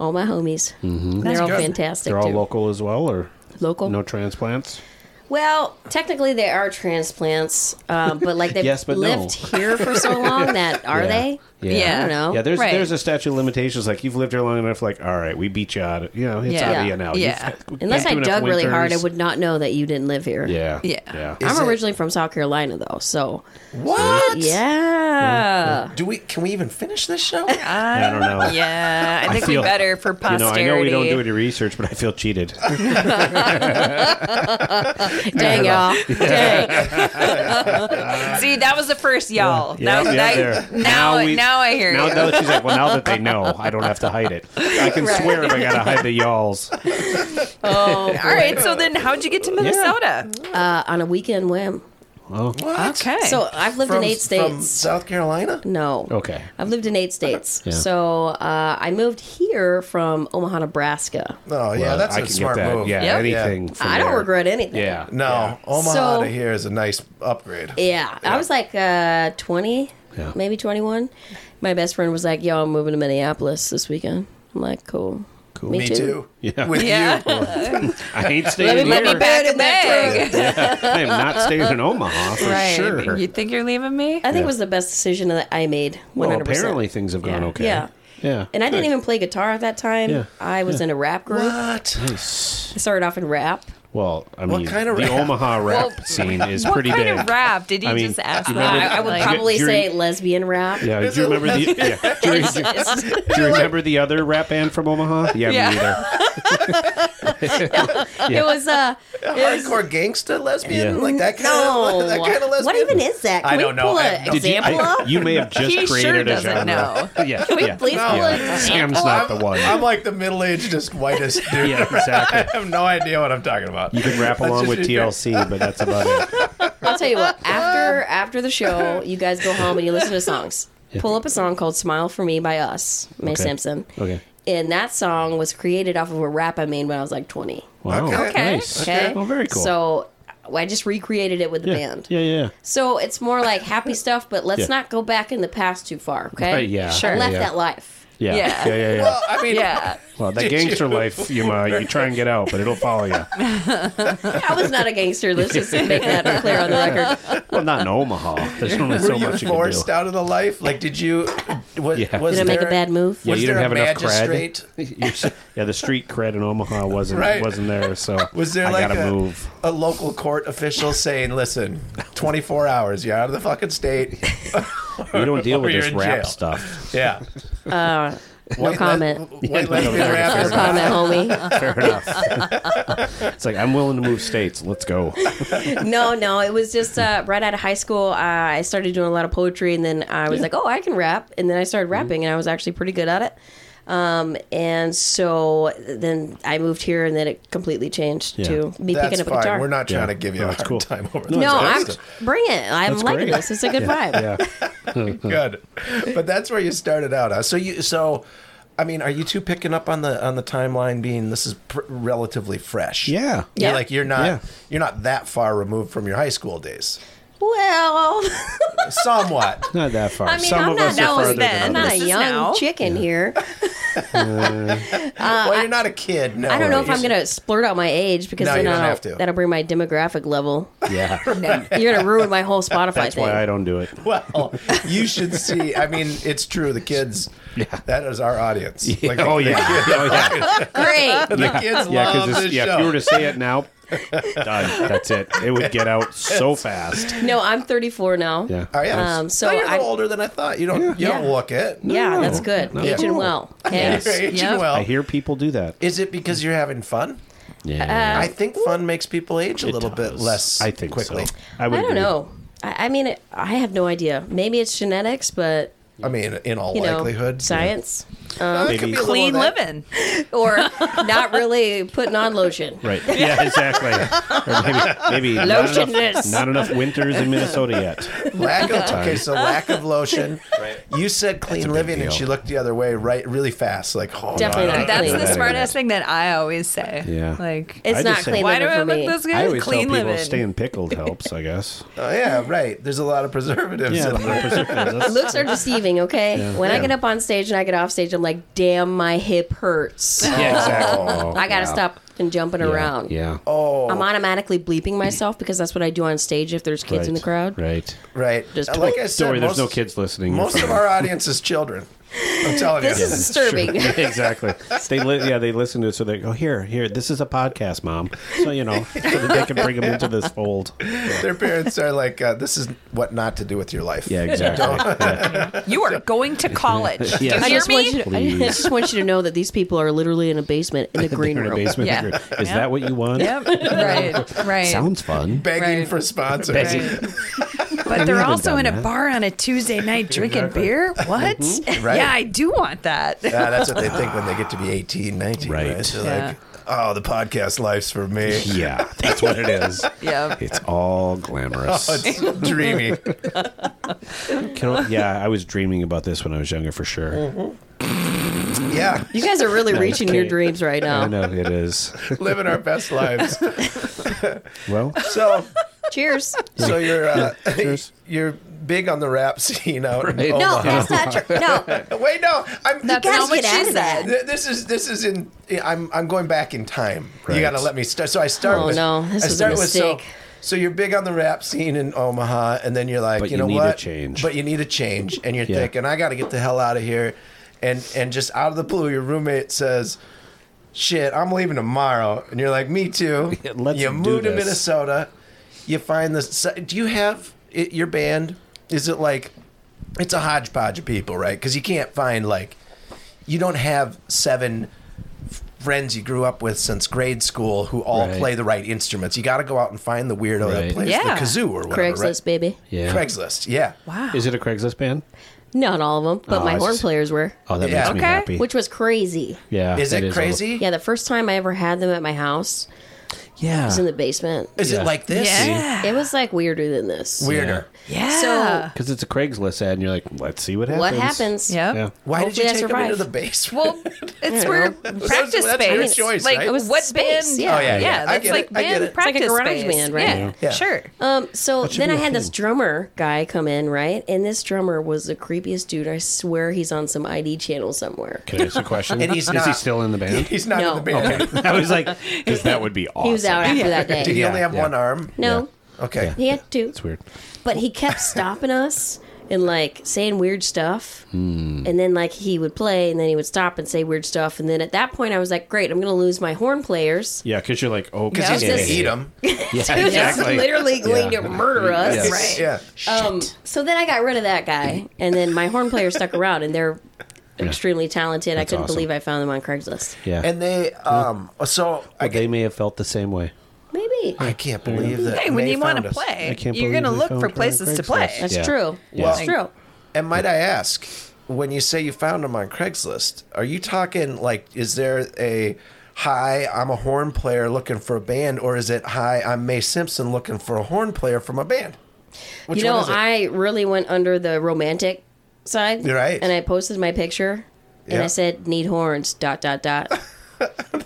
[SPEAKER 4] All my homies. They're all
[SPEAKER 1] good.
[SPEAKER 4] fantastic.
[SPEAKER 2] Mm-hmm. They're all
[SPEAKER 4] too.
[SPEAKER 2] local as well, or
[SPEAKER 4] Local.
[SPEAKER 2] no transplants.
[SPEAKER 4] Well, technically they are transplants, um, but like they've
[SPEAKER 2] Yes, but no.
[SPEAKER 4] lived here for so long that are
[SPEAKER 2] Yeah.
[SPEAKER 4] they?
[SPEAKER 2] Yeah.
[SPEAKER 4] I
[SPEAKER 3] Yeah.
[SPEAKER 4] don't know.
[SPEAKER 2] Yeah, there's
[SPEAKER 3] Right.
[SPEAKER 2] there's a statute of limitations. Like you've lived here long enough. Like, all right, we beat you out. Of, you know, it's
[SPEAKER 3] Yeah.
[SPEAKER 2] out of
[SPEAKER 4] Yeah.
[SPEAKER 2] you now.
[SPEAKER 3] Yeah.
[SPEAKER 2] You've- we've
[SPEAKER 4] Unless
[SPEAKER 2] got
[SPEAKER 4] I
[SPEAKER 2] two and a half
[SPEAKER 4] dug really hard, I
[SPEAKER 2] winters.
[SPEAKER 4] would not know that you didn't live here.
[SPEAKER 2] Yeah.
[SPEAKER 3] Yeah.
[SPEAKER 2] Yeah.
[SPEAKER 4] I'm
[SPEAKER 1] Is it-
[SPEAKER 4] originally from South Carolina though, so
[SPEAKER 1] What?
[SPEAKER 4] yeah.
[SPEAKER 1] Do we? Can we even finish this show?
[SPEAKER 3] Uh,
[SPEAKER 2] I don't know.
[SPEAKER 3] Yeah, I think
[SPEAKER 2] feel-
[SPEAKER 3] we better for
[SPEAKER 2] You know,
[SPEAKER 3] posterity.
[SPEAKER 2] I know we don't do any research, but I feel cheated.
[SPEAKER 4] Dang y'all. Dang.
[SPEAKER 3] See, that was the first y'all.
[SPEAKER 2] Yeah,
[SPEAKER 3] now,
[SPEAKER 2] yeah, there.
[SPEAKER 3] that- now, now,
[SPEAKER 2] we-
[SPEAKER 3] I hear
[SPEAKER 2] now,
[SPEAKER 3] you.
[SPEAKER 2] now that she's like, well, now that they know, I don't have to hide it. I can swear if I gotta hide the y'alls.
[SPEAKER 4] Oh,
[SPEAKER 3] All right, so then how'd you get to Minnesota?
[SPEAKER 4] uh, on a weekend whim.
[SPEAKER 1] What?
[SPEAKER 3] Okay.
[SPEAKER 4] So I've lived in eight
[SPEAKER 1] From
[SPEAKER 4] states.
[SPEAKER 1] South Carolina.
[SPEAKER 4] no.
[SPEAKER 2] Okay.
[SPEAKER 4] I've lived in eight states. So uh, I moved here from Omaha, Nebraska.
[SPEAKER 1] Oh yeah,
[SPEAKER 2] Well,
[SPEAKER 1] that's
[SPEAKER 2] I
[SPEAKER 1] a
[SPEAKER 2] can
[SPEAKER 1] smart
[SPEAKER 2] get that.
[SPEAKER 1] move.
[SPEAKER 2] Yeah,
[SPEAKER 3] Yep.
[SPEAKER 2] anything. From
[SPEAKER 4] I don't
[SPEAKER 2] there.
[SPEAKER 4] regret anything.
[SPEAKER 2] Yeah.
[SPEAKER 1] No, Omaha
[SPEAKER 4] So-
[SPEAKER 1] to here is a nice upgrade.
[SPEAKER 4] Yeah, I was like uh, 20,
[SPEAKER 2] Yeah.
[SPEAKER 4] maybe 21. My best friend was like, "Yo, I'm moving to Minneapolis this weekend." I'm like, "Cool, cool,
[SPEAKER 1] Me too.
[SPEAKER 2] Yeah.
[SPEAKER 1] With
[SPEAKER 3] yeah.
[SPEAKER 1] you.
[SPEAKER 2] I ain't staying
[SPEAKER 4] me- let
[SPEAKER 2] here.
[SPEAKER 4] me back-
[SPEAKER 3] Pack a
[SPEAKER 4] in that
[SPEAKER 3] bag.
[SPEAKER 2] I am not staying in Omaha for
[SPEAKER 3] Right.
[SPEAKER 2] sure.
[SPEAKER 3] You think you're leaving me?
[SPEAKER 4] I think
[SPEAKER 2] Yeah.
[SPEAKER 4] it was the best decision that I made. 100%.
[SPEAKER 2] well, apparently things have gone
[SPEAKER 3] Yeah.
[SPEAKER 2] okay.
[SPEAKER 4] Yeah.
[SPEAKER 2] Yeah.
[SPEAKER 4] And I didn't
[SPEAKER 2] Nice.
[SPEAKER 4] even play guitar at that time.
[SPEAKER 2] Yeah.
[SPEAKER 4] I was in a rap group.
[SPEAKER 1] What?
[SPEAKER 4] I started off in rap.
[SPEAKER 2] Well, I
[SPEAKER 1] What
[SPEAKER 2] mean,
[SPEAKER 1] kind of
[SPEAKER 2] the
[SPEAKER 1] rap?
[SPEAKER 2] Omaha rap
[SPEAKER 3] Well,
[SPEAKER 2] scene is
[SPEAKER 3] what
[SPEAKER 2] pretty
[SPEAKER 3] kind
[SPEAKER 2] big.
[SPEAKER 3] of rap did you
[SPEAKER 2] I mean,
[SPEAKER 3] just ask
[SPEAKER 2] you
[SPEAKER 3] that?
[SPEAKER 2] remember-
[SPEAKER 3] I, I would
[SPEAKER 2] Like-
[SPEAKER 3] probably.
[SPEAKER 4] Probably
[SPEAKER 2] Jury-
[SPEAKER 4] say lesbian rap.
[SPEAKER 2] Yeah, do
[SPEAKER 1] Is
[SPEAKER 2] you
[SPEAKER 1] it
[SPEAKER 2] remember the? Yeah. Do you, do you remember the other rap band from Omaha? Yeah,
[SPEAKER 3] Yeah.
[SPEAKER 2] me either.
[SPEAKER 4] It was uh, it was,
[SPEAKER 1] Hardcore gangster lesbian?
[SPEAKER 2] Yeah.
[SPEAKER 1] Like that kind
[SPEAKER 4] no.
[SPEAKER 1] of that kind of lesbian?
[SPEAKER 4] What even is that? Can
[SPEAKER 1] I
[SPEAKER 4] we
[SPEAKER 1] don't know.
[SPEAKER 4] Pull
[SPEAKER 1] I
[SPEAKER 4] an
[SPEAKER 1] have no-
[SPEAKER 4] example
[SPEAKER 1] Did
[SPEAKER 2] you, I-
[SPEAKER 4] up?
[SPEAKER 2] you may have just
[SPEAKER 3] He sure
[SPEAKER 2] created a
[SPEAKER 3] doesn't
[SPEAKER 2] genre.
[SPEAKER 3] know.
[SPEAKER 2] Oh, Yeah,
[SPEAKER 4] Can we
[SPEAKER 2] yeah.
[SPEAKER 4] please pull an
[SPEAKER 2] Sam's
[SPEAKER 4] example?
[SPEAKER 2] not
[SPEAKER 1] I'm,
[SPEAKER 2] the one.
[SPEAKER 1] I'm like the middle aged, just whitest dude.
[SPEAKER 2] Yeah, exactly.
[SPEAKER 1] I have no idea what I'm talking about.
[SPEAKER 2] You can rap
[SPEAKER 1] That's
[SPEAKER 2] along
[SPEAKER 1] just
[SPEAKER 2] with
[SPEAKER 1] your-
[SPEAKER 2] TLC, but that's about it.
[SPEAKER 4] I'll tell you what. After after the show, you guys go home and you listen to songs. Pull up a song called "Smile for Me" by Us, Mae
[SPEAKER 2] Okay.
[SPEAKER 4] Simpson.
[SPEAKER 2] Okay.
[SPEAKER 4] And that song was created off of a rap I made when I was like 20.
[SPEAKER 2] Wow.
[SPEAKER 1] Okay.
[SPEAKER 3] Okay.
[SPEAKER 2] Nice.
[SPEAKER 4] Okay.
[SPEAKER 2] Well, very cool.
[SPEAKER 4] So I just recreated it with the
[SPEAKER 2] yeah.
[SPEAKER 4] band.
[SPEAKER 2] Yeah, yeah.
[SPEAKER 4] So it's more like happy stuff, but let's
[SPEAKER 2] Yeah.
[SPEAKER 4] not go back in the past too far. Okay.
[SPEAKER 2] Right, yeah. Sure.
[SPEAKER 4] I left
[SPEAKER 2] Yeah.
[SPEAKER 4] that life.
[SPEAKER 2] Yeah. Yeah,
[SPEAKER 3] Yeah.
[SPEAKER 2] yeah, yeah.
[SPEAKER 1] Well, I mean,
[SPEAKER 3] Yeah.
[SPEAKER 2] well, that
[SPEAKER 1] Did
[SPEAKER 2] gangster
[SPEAKER 1] you-
[SPEAKER 2] life, you, uh, you try and get out, but it'll follow you.
[SPEAKER 4] I was not a gangster. Let's just make that clear on the record.
[SPEAKER 2] Well, not in Omaha. There's only so
[SPEAKER 1] were you
[SPEAKER 2] much you can do.
[SPEAKER 1] forced out of the life? Like, did you? What,
[SPEAKER 2] Yeah.
[SPEAKER 1] Was
[SPEAKER 4] Did I make
[SPEAKER 1] there-
[SPEAKER 4] a bad move?
[SPEAKER 2] Yeah,
[SPEAKER 1] Was
[SPEAKER 2] you didn't
[SPEAKER 1] there
[SPEAKER 2] have
[SPEAKER 1] a
[SPEAKER 2] enough cred.
[SPEAKER 1] magistrate?
[SPEAKER 2] You're s- yeah, the street cred in Omaha wasn't
[SPEAKER 1] Right.
[SPEAKER 2] wasn't there, so
[SPEAKER 1] Was there
[SPEAKER 2] I
[SPEAKER 1] like
[SPEAKER 2] gotta
[SPEAKER 1] a,
[SPEAKER 2] move.
[SPEAKER 1] a local court official saying, "Listen, 24 hours, you're out of the fucking state."
[SPEAKER 2] We don't deal
[SPEAKER 1] or
[SPEAKER 2] with
[SPEAKER 1] you're
[SPEAKER 2] this
[SPEAKER 1] in
[SPEAKER 2] rap
[SPEAKER 1] jail.
[SPEAKER 2] stuff.
[SPEAKER 1] Yeah.
[SPEAKER 4] Uh, no comment.
[SPEAKER 1] White lesbian
[SPEAKER 4] No
[SPEAKER 1] rappers.
[SPEAKER 4] comment, homie.
[SPEAKER 2] Fair enough. it's like I'm willing to move states. Let's go.
[SPEAKER 4] No, no, it was just uh, right out of high school. Uh, I started doing a lot of poetry, and then I was like, "Oh, I can rap," and then I started
[SPEAKER 2] Mm-hmm.
[SPEAKER 4] rapping, and I was actually pretty good at it. Um, and so then I moved here, and then it completely changed
[SPEAKER 2] Yeah.
[SPEAKER 4] to me
[SPEAKER 1] That's
[SPEAKER 4] picking up a
[SPEAKER 1] fine.
[SPEAKER 4] guitar.
[SPEAKER 1] We're not trying
[SPEAKER 2] Yeah.
[SPEAKER 1] to give you
[SPEAKER 2] No,
[SPEAKER 1] a
[SPEAKER 2] it's
[SPEAKER 1] hard
[SPEAKER 2] cool.
[SPEAKER 1] time over
[SPEAKER 2] No,
[SPEAKER 1] this.
[SPEAKER 4] no, I'm
[SPEAKER 1] That's
[SPEAKER 4] bring it. I'm
[SPEAKER 2] That's
[SPEAKER 4] liking
[SPEAKER 2] great.
[SPEAKER 4] this. It's a good vibe.
[SPEAKER 2] Yeah.
[SPEAKER 1] good. But that's where you started out. Huh? So you so I mean, are you two picking up on the on the timeline being this is pr- relatively fresh?
[SPEAKER 2] Yeah.
[SPEAKER 1] You're
[SPEAKER 4] Yeah.
[SPEAKER 1] like you're not
[SPEAKER 2] Yeah.
[SPEAKER 1] you're not that far removed from your high school days.
[SPEAKER 4] Well,
[SPEAKER 1] Somewhat.
[SPEAKER 2] Not that far.
[SPEAKER 4] I mean,
[SPEAKER 2] Some
[SPEAKER 4] I'm
[SPEAKER 2] of
[SPEAKER 4] not
[SPEAKER 2] us
[SPEAKER 4] that uh,
[SPEAKER 2] are
[SPEAKER 4] was
[SPEAKER 2] farther
[SPEAKER 3] then.
[SPEAKER 2] than
[SPEAKER 4] I'm not
[SPEAKER 2] others.
[SPEAKER 4] a
[SPEAKER 3] This is
[SPEAKER 4] young
[SPEAKER 3] now.
[SPEAKER 4] chicken here.
[SPEAKER 1] well, you're not a kid. No.
[SPEAKER 4] I don't know if
[SPEAKER 1] right?
[SPEAKER 4] I'm gonna splurt out my age because
[SPEAKER 1] No,
[SPEAKER 4] then
[SPEAKER 1] you don't
[SPEAKER 4] I'll-
[SPEAKER 1] have to.
[SPEAKER 4] that'll bring my demographic level.
[SPEAKER 2] Yeah.
[SPEAKER 4] You're gonna ruin my whole Spotify
[SPEAKER 2] That's
[SPEAKER 4] thing.
[SPEAKER 2] why I don't do it.
[SPEAKER 1] Well, you should see. I mean, it's true. The kids. Yeah. That is our audience. Like,
[SPEAKER 2] oh
[SPEAKER 1] the-
[SPEAKER 2] yeah. oh yeah.
[SPEAKER 4] Great.
[SPEAKER 1] The kids
[SPEAKER 2] Yeah,
[SPEAKER 1] love
[SPEAKER 2] because
[SPEAKER 1] this
[SPEAKER 2] yeah,
[SPEAKER 1] show.
[SPEAKER 2] if you were to say it now, done. That's it. It would get out so fast.
[SPEAKER 4] No, I'm 34 now.
[SPEAKER 2] Yeah.
[SPEAKER 1] Oh yeah.
[SPEAKER 4] Um, so
[SPEAKER 1] so you're
[SPEAKER 4] I-
[SPEAKER 1] older than I thought. You don't. You don't look it.
[SPEAKER 4] Yeah,
[SPEAKER 2] No,
[SPEAKER 4] that's good.
[SPEAKER 2] no.
[SPEAKER 4] Aging
[SPEAKER 2] Cool.
[SPEAKER 4] well. Okay.
[SPEAKER 2] Yes.
[SPEAKER 1] You're aging
[SPEAKER 3] Yep.
[SPEAKER 1] well.
[SPEAKER 2] I hear people do that.
[SPEAKER 1] Is it because you're having fun?
[SPEAKER 2] Yeah.
[SPEAKER 1] I think fun makes people age a little bit less.
[SPEAKER 2] I think
[SPEAKER 1] quickly.
[SPEAKER 2] so. I would
[SPEAKER 4] I don't
[SPEAKER 2] agree.
[SPEAKER 4] know. I, I mean, it, I have no idea. Maybe it's genetics, but
[SPEAKER 1] I mean, in all
[SPEAKER 4] you know,
[SPEAKER 1] likelihood,
[SPEAKER 4] science
[SPEAKER 1] Uh, it could be
[SPEAKER 2] Maybe-
[SPEAKER 1] a little
[SPEAKER 3] Clean
[SPEAKER 1] of that.
[SPEAKER 3] living.
[SPEAKER 4] or not really putting on lotion.
[SPEAKER 2] Right. Yeah, exactly. Or maybe maybe not enough,
[SPEAKER 4] Lotionless.
[SPEAKER 2] not enough winters in Minnesota yet.
[SPEAKER 1] Lack of okay, so lack of lotion.
[SPEAKER 2] Right.
[SPEAKER 1] You said clean living, and
[SPEAKER 2] deal.
[SPEAKER 1] she looked the other way, right, really fast, like oh, no,
[SPEAKER 4] Definitely
[SPEAKER 1] I don't
[SPEAKER 4] not
[SPEAKER 1] do
[SPEAKER 3] That's
[SPEAKER 4] Yeah.
[SPEAKER 3] the
[SPEAKER 1] that.
[SPEAKER 3] smartest thing that I always say.
[SPEAKER 2] Yeah.
[SPEAKER 3] Like,
[SPEAKER 4] It's
[SPEAKER 2] I
[SPEAKER 4] not
[SPEAKER 2] just say-
[SPEAKER 4] clean
[SPEAKER 2] Why
[SPEAKER 3] why do
[SPEAKER 4] living
[SPEAKER 3] I
[SPEAKER 4] for
[SPEAKER 3] look
[SPEAKER 4] me.
[SPEAKER 3] this
[SPEAKER 2] I
[SPEAKER 3] good?
[SPEAKER 2] always
[SPEAKER 3] Clean
[SPEAKER 2] tell people
[SPEAKER 3] living.
[SPEAKER 2] staying pickled helps, I guess.
[SPEAKER 1] Oh yeah, right. There's a lot of preservatives in there.
[SPEAKER 2] Yeah,
[SPEAKER 4] Looks are deceiving, everything, okay? When I
[SPEAKER 1] Yeah.
[SPEAKER 4] get up on stage and I get off stage, I'm like, damn, my hip hurts.
[SPEAKER 2] Yeah, exactly.
[SPEAKER 4] I got to stop and jumping around.
[SPEAKER 2] Oh, Yeah.
[SPEAKER 1] Oh,
[SPEAKER 4] I'm automatically bleeping myself because that's what I do on stage if there's kids in the crowd.
[SPEAKER 2] Right.
[SPEAKER 1] right.
[SPEAKER 4] Just-
[SPEAKER 1] like I said,
[SPEAKER 2] Don't worry, there's
[SPEAKER 1] most-
[SPEAKER 2] no kids listening. You're
[SPEAKER 1] Most of
[SPEAKER 2] fine.
[SPEAKER 1] our audience is children. I'm telling
[SPEAKER 4] This
[SPEAKER 1] you.
[SPEAKER 4] is disturbing.
[SPEAKER 2] Sure. exactly. They li- yeah, they listen to it, so they go here, here. This is a podcast, mom. So you know, so that they can bring them into this fold.
[SPEAKER 1] Their parents are like, uh, this is what not to do with your life.
[SPEAKER 2] exactly.
[SPEAKER 3] You are going to college. Do you
[SPEAKER 2] Yes.
[SPEAKER 4] I
[SPEAKER 3] hear
[SPEAKER 4] just,
[SPEAKER 3] me?
[SPEAKER 4] want you to, I just want you to know that these people are literally in a basement in a green
[SPEAKER 2] In a
[SPEAKER 4] room.
[SPEAKER 2] basement.
[SPEAKER 3] Yeah.
[SPEAKER 2] Is
[SPEAKER 3] Yeah.
[SPEAKER 2] that what you want?
[SPEAKER 3] Yep. Right. Right.
[SPEAKER 2] Sounds fun.
[SPEAKER 1] Begging
[SPEAKER 3] Right.
[SPEAKER 1] for sponsors.
[SPEAKER 3] right. But they're
[SPEAKER 2] haven't
[SPEAKER 3] also
[SPEAKER 2] done
[SPEAKER 3] in a
[SPEAKER 2] that.
[SPEAKER 3] bar on a Tuesday night drinking beer. What?
[SPEAKER 1] Mm-hmm. Right.
[SPEAKER 3] Yeah, I do want that.
[SPEAKER 1] Yeah, that's what they think when they get to be 18, 19. Right.
[SPEAKER 2] Right.
[SPEAKER 1] They're
[SPEAKER 3] Yeah.
[SPEAKER 1] like, oh, the podcast life's for me.
[SPEAKER 2] Yeah, that's what it is.
[SPEAKER 3] Yeah.
[SPEAKER 2] It's all glamorous.
[SPEAKER 1] Oh, it's dreamy.
[SPEAKER 2] Can I- yeah, I was dreaming about this when I was younger for sure.
[SPEAKER 1] Yeah.
[SPEAKER 4] You guys are really reaching your
[SPEAKER 2] kidding.
[SPEAKER 4] dreams right
[SPEAKER 2] I
[SPEAKER 4] now.
[SPEAKER 2] know it is.
[SPEAKER 1] Living our best lives.
[SPEAKER 2] Well,
[SPEAKER 1] So,
[SPEAKER 4] Cheers.
[SPEAKER 1] so you're uh,
[SPEAKER 2] cheers.
[SPEAKER 1] you're big on the rap scene out in
[SPEAKER 2] Right.
[SPEAKER 4] No,
[SPEAKER 1] Omaha.
[SPEAKER 4] that's not true. No,
[SPEAKER 1] Wait, no. I'm
[SPEAKER 4] That's
[SPEAKER 3] That's
[SPEAKER 4] gotta
[SPEAKER 3] not what
[SPEAKER 4] get out
[SPEAKER 3] she
[SPEAKER 4] of that.
[SPEAKER 3] said.
[SPEAKER 1] Th- This is this is in. I'm I'm going back in time. You
[SPEAKER 2] Right.
[SPEAKER 1] got to let me start. So I start.
[SPEAKER 4] Oh,
[SPEAKER 1] with,
[SPEAKER 4] no.
[SPEAKER 1] I
[SPEAKER 4] This was a
[SPEAKER 1] start with so.
[SPEAKER 4] mistake.
[SPEAKER 1] So you're big on the rap scene in Omaha, and then you're like,
[SPEAKER 2] But
[SPEAKER 1] you
[SPEAKER 2] you
[SPEAKER 1] know
[SPEAKER 2] need a
[SPEAKER 1] what?
[SPEAKER 2] change.
[SPEAKER 1] But you need a change, and you're
[SPEAKER 2] Yeah.
[SPEAKER 1] thinking, I got to get the hell out of here, and and just out of the blue, your roommate says. Shit, I'm leaving tomorrow, and you're like, me too.
[SPEAKER 2] Let's
[SPEAKER 1] you
[SPEAKER 2] do
[SPEAKER 1] move to
[SPEAKER 2] this.
[SPEAKER 1] Minnesota. You find this. Do you have it, your band? Is it like it's a hodgepodge of people, right? Because you can't find like you don't have seven f- friends you grew up with since grade school who all
[SPEAKER 2] Right.
[SPEAKER 1] play the right instruments. You got to go out and find the weirdo that
[SPEAKER 2] Right.
[SPEAKER 1] plays
[SPEAKER 3] Yeah.
[SPEAKER 1] the kazoo or whatever. right?
[SPEAKER 4] Craigslist, baby.
[SPEAKER 2] yeah.
[SPEAKER 1] Craigslist, yeah.
[SPEAKER 3] Wow.
[SPEAKER 2] Is it a Craigslist band?
[SPEAKER 4] Not all of them, but
[SPEAKER 2] Oh,
[SPEAKER 4] my
[SPEAKER 2] I
[SPEAKER 4] horn
[SPEAKER 2] see.
[SPEAKER 4] players were,
[SPEAKER 2] Oh, that
[SPEAKER 1] Yeah.
[SPEAKER 2] makes me
[SPEAKER 3] Okay.
[SPEAKER 2] happy.
[SPEAKER 4] which was crazy.
[SPEAKER 2] yeah.
[SPEAKER 1] Is it
[SPEAKER 2] that a little-
[SPEAKER 1] crazy?
[SPEAKER 4] Yeah, the first time I ever had them at my house
[SPEAKER 2] Uh. yeah.
[SPEAKER 4] was in the basement.
[SPEAKER 1] Is
[SPEAKER 2] Yeah.
[SPEAKER 1] it like this?
[SPEAKER 3] yeah.
[SPEAKER 4] It was like weirder than this.
[SPEAKER 1] Weirder.
[SPEAKER 3] yeah.
[SPEAKER 4] So-
[SPEAKER 2] Because it's a Craigslist ad, and you're like, let's see what happens.
[SPEAKER 4] What happens?
[SPEAKER 3] Yep.
[SPEAKER 2] Yeah.
[SPEAKER 1] Why
[SPEAKER 4] Hopefully I
[SPEAKER 1] did you take them into
[SPEAKER 4] survived.
[SPEAKER 1] the basement?
[SPEAKER 3] Well, it's where practice
[SPEAKER 1] that's your
[SPEAKER 3] space.
[SPEAKER 1] choice,
[SPEAKER 3] like
[SPEAKER 1] right? It
[SPEAKER 4] was
[SPEAKER 3] what
[SPEAKER 4] space.
[SPEAKER 3] band?
[SPEAKER 4] Yeah.
[SPEAKER 1] Oh, yeah, yeah. I
[SPEAKER 3] that's
[SPEAKER 1] get
[SPEAKER 3] like
[SPEAKER 1] it. I get
[SPEAKER 3] band
[SPEAKER 1] it. It's
[SPEAKER 4] like
[SPEAKER 3] practice
[SPEAKER 4] a garage
[SPEAKER 3] space.
[SPEAKER 4] band, right?
[SPEAKER 3] Yeah,
[SPEAKER 1] Yeah.
[SPEAKER 3] sure.
[SPEAKER 4] Um, so
[SPEAKER 2] should
[SPEAKER 4] then
[SPEAKER 2] be
[SPEAKER 4] I
[SPEAKER 2] a
[SPEAKER 4] had this
[SPEAKER 2] thing.
[SPEAKER 4] drummer guy come in, right? And this drummer was the creepiest dude. I swear he's on some ID channel somewhere.
[SPEAKER 2] Can I ask a question?
[SPEAKER 1] And he's
[SPEAKER 2] Is he
[SPEAKER 1] not.
[SPEAKER 2] still in the band?
[SPEAKER 1] He's not
[SPEAKER 4] No.
[SPEAKER 1] in the band.
[SPEAKER 2] I was like, because that would be awesome.
[SPEAKER 4] He was out after that day.
[SPEAKER 1] Did he
[SPEAKER 2] Yeah,
[SPEAKER 1] only have
[SPEAKER 2] yeah.
[SPEAKER 1] one arm?
[SPEAKER 4] No,
[SPEAKER 1] Okay.
[SPEAKER 4] he had two.
[SPEAKER 2] It's weird.
[SPEAKER 4] But he kept stopping us and like saying weird stuff.
[SPEAKER 2] Hmm.
[SPEAKER 4] And then like he would play and then he would stop and say weird stuff. And then at that point I was like, great, I'm going to lose my horn players.
[SPEAKER 2] Yeah, because you're like, oh,
[SPEAKER 1] Because
[SPEAKER 3] Yeah.
[SPEAKER 1] he's going
[SPEAKER 4] Just-
[SPEAKER 1] to eat them.
[SPEAKER 2] Yeah,
[SPEAKER 4] Who's
[SPEAKER 2] exactly.
[SPEAKER 4] literally going
[SPEAKER 2] Yeah.
[SPEAKER 4] to murder us.
[SPEAKER 2] Yes.
[SPEAKER 3] Right.
[SPEAKER 1] Yeah.
[SPEAKER 4] Um, so then I got rid of that guy. And then my horn player stuck around and they're extremely talented. I
[SPEAKER 2] That's
[SPEAKER 4] couldn't
[SPEAKER 2] awesome.
[SPEAKER 4] believe I found them on Craigslist.
[SPEAKER 2] Yeah.
[SPEAKER 1] And they, um, so I,
[SPEAKER 2] But they may have felt the same way.
[SPEAKER 4] Maybe.
[SPEAKER 1] I can't believe that.
[SPEAKER 3] Hey, when
[SPEAKER 1] they
[SPEAKER 3] you want
[SPEAKER 1] found
[SPEAKER 3] to
[SPEAKER 1] us.
[SPEAKER 3] play,
[SPEAKER 2] I can't
[SPEAKER 3] you're
[SPEAKER 2] believe
[SPEAKER 3] going to
[SPEAKER 2] they
[SPEAKER 3] look
[SPEAKER 2] found
[SPEAKER 3] for
[SPEAKER 2] her on
[SPEAKER 3] places to
[SPEAKER 2] Craigslist.
[SPEAKER 3] play.
[SPEAKER 4] That's
[SPEAKER 2] Yeah.
[SPEAKER 4] true.
[SPEAKER 2] Yeah.
[SPEAKER 1] Well-
[SPEAKER 4] That's true.
[SPEAKER 1] And might I ask, when you say you found them on Craigslist, are you talking like, is there a hi, I'm a horn player looking for a band, or is it hi, I'm May Simpson looking for a horn player from a band? Which
[SPEAKER 4] you know,
[SPEAKER 1] one is it?
[SPEAKER 4] I really went under the romantic side.
[SPEAKER 1] You're right.
[SPEAKER 4] And I posted my picture and
[SPEAKER 1] Yeah.
[SPEAKER 4] I said, need horns, dot, dot, dot.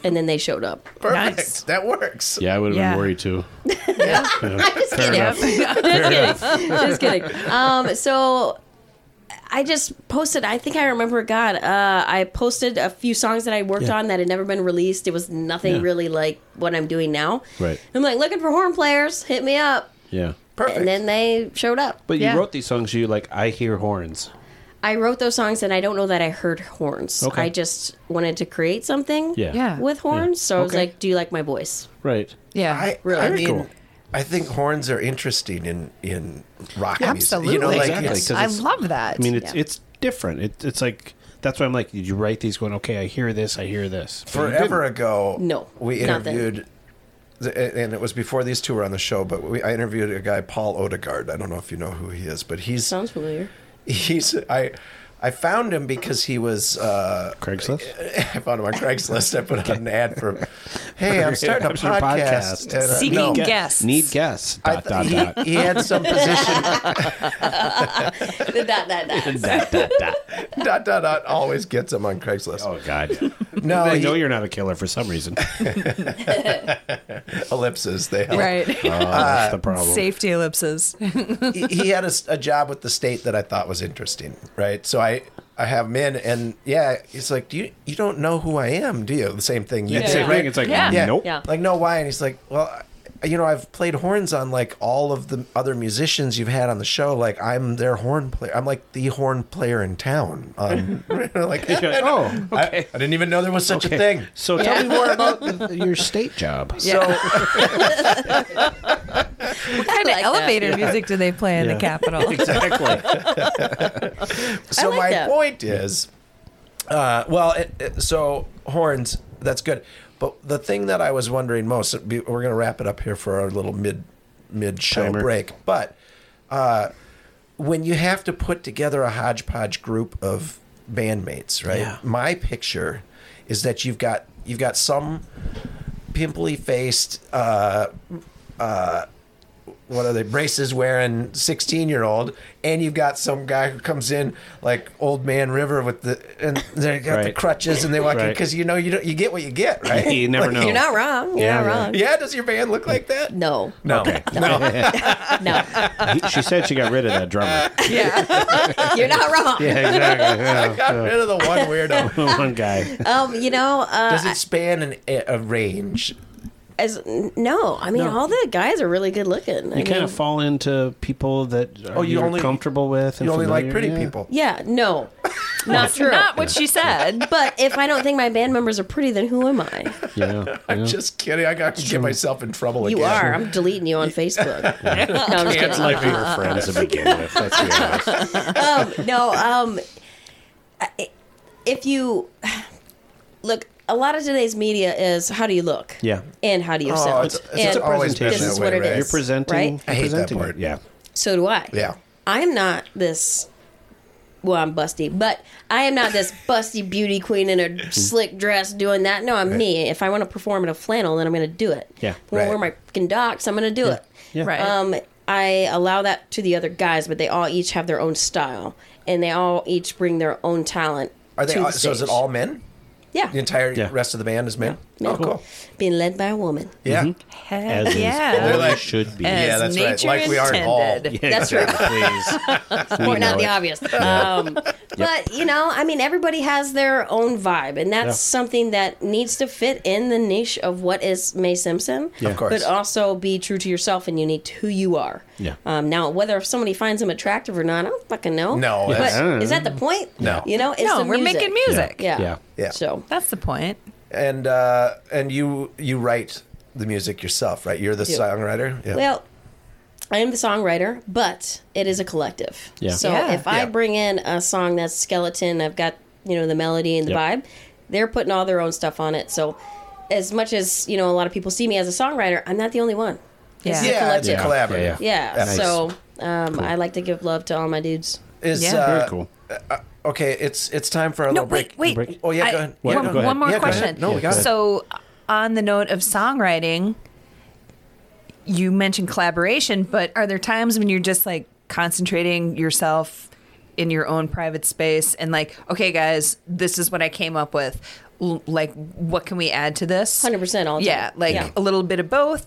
[SPEAKER 4] and then they showed up.
[SPEAKER 1] Perfect.
[SPEAKER 3] Nice.
[SPEAKER 1] That works.
[SPEAKER 2] Yeah, I would have
[SPEAKER 3] Yeah.
[SPEAKER 2] been worried too.
[SPEAKER 4] I'm just kidding. just kidding. Um, so I just posted, I think I remember, God, uh, I posted a few songs that I worked
[SPEAKER 2] Yeah.
[SPEAKER 4] on that had never been released. It was nothing
[SPEAKER 2] Yeah.
[SPEAKER 4] really like what I'm doing now.
[SPEAKER 2] Right.
[SPEAKER 4] I'm like, looking for horn players, hit me up.
[SPEAKER 2] Yeah.
[SPEAKER 1] Perfect.
[SPEAKER 4] And then they showed up.
[SPEAKER 2] But you
[SPEAKER 3] Yeah.
[SPEAKER 2] wrote these songs, you like, I hear horns.
[SPEAKER 4] I wrote those songs and I don't know that I heard horns.
[SPEAKER 2] Okay.
[SPEAKER 4] I just wanted to create something
[SPEAKER 2] Yeah.
[SPEAKER 3] Yeah.
[SPEAKER 4] with horns. So I was
[SPEAKER 2] Okay.
[SPEAKER 4] like, do you like my voice?
[SPEAKER 2] Right.
[SPEAKER 3] Yeah.
[SPEAKER 1] I,
[SPEAKER 4] Really?
[SPEAKER 1] I
[SPEAKER 4] Very
[SPEAKER 1] mean,
[SPEAKER 2] cool.
[SPEAKER 1] I think horns are interesting in, in rock
[SPEAKER 3] Absolutely.
[SPEAKER 1] music. You know, like,
[SPEAKER 2] Exactly,
[SPEAKER 1] it's-
[SPEAKER 2] 'cause
[SPEAKER 3] I
[SPEAKER 2] it's-
[SPEAKER 3] love that.
[SPEAKER 2] I mean, it's
[SPEAKER 4] Yeah.
[SPEAKER 2] it's different. It, it's like, that's why I'm like, did you write these going, okay, I hear this, I hear this. But you
[SPEAKER 1] forever ago
[SPEAKER 4] No,
[SPEAKER 1] we
[SPEAKER 4] not then.
[SPEAKER 1] interviewed th- and it was before these two were on the show but we, i interviewed a guy paul odegaard i don't know if you know who he is but he's
[SPEAKER 4] Sounds familiar.
[SPEAKER 1] he's i i found him because he was uh
[SPEAKER 2] didn't. Craigslist?
[SPEAKER 1] I found him on Craigslist. I put out an ad for hey, I'm starting a
[SPEAKER 2] I'm starting a podcast.
[SPEAKER 1] podcast. and, uh,
[SPEAKER 3] Seeking
[SPEAKER 1] no.
[SPEAKER 3] guests. Yes.
[SPEAKER 2] Need guests.
[SPEAKER 1] I
[SPEAKER 2] Dot,
[SPEAKER 1] th- he-
[SPEAKER 2] dot, dot.
[SPEAKER 1] he had some position
[SPEAKER 4] The dot,
[SPEAKER 2] dot,
[SPEAKER 4] dot, dot.
[SPEAKER 2] dot, dot.
[SPEAKER 1] dot dot dot always gets them on Craigslist.
[SPEAKER 2] Oh, God. yeah.
[SPEAKER 1] no,
[SPEAKER 2] they
[SPEAKER 1] he-
[SPEAKER 2] know you're not a killer for some reason.
[SPEAKER 1] ellipses. They help.
[SPEAKER 3] Right.
[SPEAKER 2] Oh, that's the problem.
[SPEAKER 3] Safety ellipses.
[SPEAKER 1] he, he had a, s- a job with the state that I thought was interesting, right? So I I have him in, and yeah, he's like, do you you don't know who I am, do you? The same thing you
[SPEAKER 2] Yeah,
[SPEAKER 1] would say,
[SPEAKER 2] same
[SPEAKER 1] right?
[SPEAKER 2] thing. It's like,
[SPEAKER 3] Yeah.
[SPEAKER 1] yeah,
[SPEAKER 2] nope.
[SPEAKER 4] Yeah.
[SPEAKER 1] like no why, and he's like, well. I- You know, I've played horns on like all of the other musicians you've had on the show. Like, I'm their horn player. I'm like the horn player in town. Um, like,
[SPEAKER 2] You're like, oh,
[SPEAKER 1] I,
[SPEAKER 2] okay.
[SPEAKER 1] I didn't even know there was such
[SPEAKER 2] Okay.
[SPEAKER 1] a thing.
[SPEAKER 2] So tell me more about the, your state job.
[SPEAKER 1] So,
[SPEAKER 3] What kind
[SPEAKER 4] like
[SPEAKER 3] of
[SPEAKER 4] that.
[SPEAKER 3] elevator music do they play in
[SPEAKER 2] Yeah.
[SPEAKER 3] the Capitol?
[SPEAKER 2] Exactly.
[SPEAKER 1] so
[SPEAKER 4] like
[SPEAKER 1] my
[SPEAKER 4] that.
[SPEAKER 1] point is, uh, well, it, it- so horns, that's good. But the thing that I was wondering most, it'd be- we're going to wrap it up here for our little mid mid show
[SPEAKER 2] Timer.
[SPEAKER 1] break. But uh, when you have to put together a hodgepodge group of bandmates, right?
[SPEAKER 2] Yeah.
[SPEAKER 1] My picture is that you've got you've got some pimply faced uh, what are they braces wearing 16 year old and you've got some guy who comes in like old man river with the and they got the
[SPEAKER 2] Right.
[SPEAKER 1] crutches and they walk in
[SPEAKER 2] Right.
[SPEAKER 1] because you know you don't you get what you get right
[SPEAKER 2] You never know.
[SPEAKER 4] You're not wrong. You're
[SPEAKER 2] Yeah,
[SPEAKER 4] not
[SPEAKER 2] yeah.
[SPEAKER 4] wrong.
[SPEAKER 1] yeah does your band look like that
[SPEAKER 4] No.
[SPEAKER 1] no
[SPEAKER 4] No.
[SPEAKER 2] He- she said she got rid of that drummer.
[SPEAKER 3] yeah.
[SPEAKER 4] You're not wrong.
[SPEAKER 2] Yeah, exactly.
[SPEAKER 1] i got rid of the one weirdo
[SPEAKER 2] One guy.
[SPEAKER 4] Um, you know, uh,
[SPEAKER 1] does it span an, a, a range
[SPEAKER 4] as no, I mean,
[SPEAKER 2] No.
[SPEAKER 4] all the guys are really good looking. I
[SPEAKER 2] You kind
[SPEAKER 4] mean,
[SPEAKER 2] of fall into people that are
[SPEAKER 1] Oh, you
[SPEAKER 2] you're
[SPEAKER 1] only-
[SPEAKER 2] comfortable with. And
[SPEAKER 1] you only like
[SPEAKER 2] familiar-
[SPEAKER 1] pretty
[SPEAKER 2] yeah.
[SPEAKER 1] people
[SPEAKER 4] yeah, no, not true.
[SPEAKER 3] Not what she said.
[SPEAKER 4] but if I don't think my band members are pretty, then who am I?
[SPEAKER 2] Yeah.
[SPEAKER 1] i'm just kidding i got to get myself in trouble
[SPEAKER 4] You
[SPEAKER 1] again
[SPEAKER 4] are. I'm deleting you on Facebook. no, I'm
[SPEAKER 2] It's
[SPEAKER 4] just kidding.
[SPEAKER 2] like we were friends to begin with. Let's be honest.
[SPEAKER 4] Um, no, um, I- if you look, a lot of today's media is how do you look?
[SPEAKER 2] Yeah.
[SPEAKER 4] And how do you
[SPEAKER 1] Oh,
[SPEAKER 4] sound?
[SPEAKER 1] it's- it's
[SPEAKER 4] and
[SPEAKER 1] always been
[SPEAKER 4] This
[SPEAKER 1] that
[SPEAKER 4] is
[SPEAKER 1] way,
[SPEAKER 4] what it
[SPEAKER 1] right?
[SPEAKER 4] is,
[SPEAKER 2] You're presenting.
[SPEAKER 4] Right?
[SPEAKER 1] I hate that
[SPEAKER 2] presenting it.
[SPEAKER 1] part.
[SPEAKER 2] Yeah.
[SPEAKER 4] So do I.
[SPEAKER 1] yeah
[SPEAKER 4] I'm not this. Well, I'm busty, but I am not this busty beauty queen in a slick dress doing that. No, I'm me. If I want to perform in a flannel, then I'm going to do it.
[SPEAKER 2] Yeah.
[SPEAKER 4] If I wanna
[SPEAKER 1] Right.
[SPEAKER 4] wear my fucking docs, I'm going to do it.
[SPEAKER 2] Yeah.
[SPEAKER 3] Right.
[SPEAKER 4] Um, I allow that to the other guys, but they all each have their own style, and they all each bring their own talent.
[SPEAKER 1] are they
[SPEAKER 4] to
[SPEAKER 1] all,
[SPEAKER 4] the
[SPEAKER 1] so is it
[SPEAKER 4] stage.
[SPEAKER 1] all men
[SPEAKER 4] Yeah,
[SPEAKER 1] the entire
[SPEAKER 2] Yeah. Mm-hmm.
[SPEAKER 1] rest of the band is men
[SPEAKER 4] Yeah.
[SPEAKER 1] oh cool
[SPEAKER 4] being led by a woman.
[SPEAKER 1] yeah
[SPEAKER 3] Heck
[SPEAKER 2] As is
[SPEAKER 3] yeah.
[SPEAKER 1] They're
[SPEAKER 2] all
[SPEAKER 1] like-
[SPEAKER 2] Mm-hmm. should be.
[SPEAKER 3] As
[SPEAKER 1] Yeah, that's right.
[SPEAKER 3] nature
[SPEAKER 1] Like we are in all.
[SPEAKER 3] intended.
[SPEAKER 4] That's right.
[SPEAKER 2] Please. We
[SPEAKER 4] Point
[SPEAKER 2] know
[SPEAKER 4] out the
[SPEAKER 2] it.
[SPEAKER 4] obvious. Um, But, you know, I mean, everybody has their own vibe, and that's
[SPEAKER 2] Yeah.
[SPEAKER 4] something that needs to fit in the niche of what is May Simpson.
[SPEAKER 2] Yeah.
[SPEAKER 1] Of course.
[SPEAKER 4] But also be true to yourself and unique to who you are.
[SPEAKER 2] Yeah.
[SPEAKER 4] Um, now, whether if somebody finds him attractive or not, I don't fucking know.
[SPEAKER 1] No,
[SPEAKER 4] But
[SPEAKER 2] that's-
[SPEAKER 4] is that the point?
[SPEAKER 1] No.
[SPEAKER 4] You know, it's
[SPEAKER 3] No,
[SPEAKER 4] the
[SPEAKER 3] we're making music.
[SPEAKER 4] Yeah.
[SPEAKER 2] Yeah.
[SPEAKER 1] Yeah.
[SPEAKER 4] So,
[SPEAKER 3] That's the point.
[SPEAKER 1] and uh and you you write the music yourself right you're the
[SPEAKER 4] Yeah.
[SPEAKER 1] songwriter yeah
[SPEAKER 4] well, I am the songwriter, but it is a collective.
[SPEAKER 2] Yeah.
[SPEAKER 4] So
[SPEAKER 3] Yeah.
[SPEAKER 4] if I
[SPEAKER 1] Yeah.
[SPEAKER 4] bring in a song that's skeleton, I've got you know the melody and the
[SPEAKER 2] Yep.
[SPEAKER 4] vibe. They're putting all their own stuff on it. So as much as you know, a lot of people see me as a songwriter. I'm not the only one.
[SPEAKER 3] Yeah.
[SPEAKER 1] yeah, it's a
[SPEAKER 2] Yeah.
[SPEAKER 1] collaborative.
[SPEAKER 2] Yeah,
[SPEAKER 4] Yeah.
[SPEAKER 1] Nice.
[SPEAKER 4] So um, I like to give love to all my dudes.
[SPEAKER 1] Is,
[SPEAKER 3] Yeah.
[SPEAKER 1] uh,
[SPEAKER 2] Very cool.
[SPEAKER 1] Okay, it's it's time for our
[SPEAKER 3] No,
[SPEAKER 1] little break.
[SPEAKER 3] wait, wait.
[SPEAKER 2] Break.
[SPEAKER 1] Oh yeah,
[SPEAKER 3] I-
[SPEAKER 1] go ahead.
[SPEAKER 2] What?
[SPEAKER 1] Yeah,
[SPEAKER 3] one,
[SPEAKER 1] go ahead.
[SPEAKER 3] one more
[SPEAKER 1] Yeah, go ahead.
[SPEAKER 3] question.
[SPEAKER 1] No, we got it.
[SPEAKER 3] so, on the note of songwriting, you mentioned collaboration, but are there times when you're just like concentrating yourself in your own private space and like, okay, guys, this is what I came up with. L- like, what can we add to this?
[SPEAKER 4] 100% all the
[SPEAKER 3] Yeah,
[SPEAKER 4] time.
[SPEAKER 3] like
[SPEAKER 4] Yeah.
[SPEAKER 3] a little bit of both.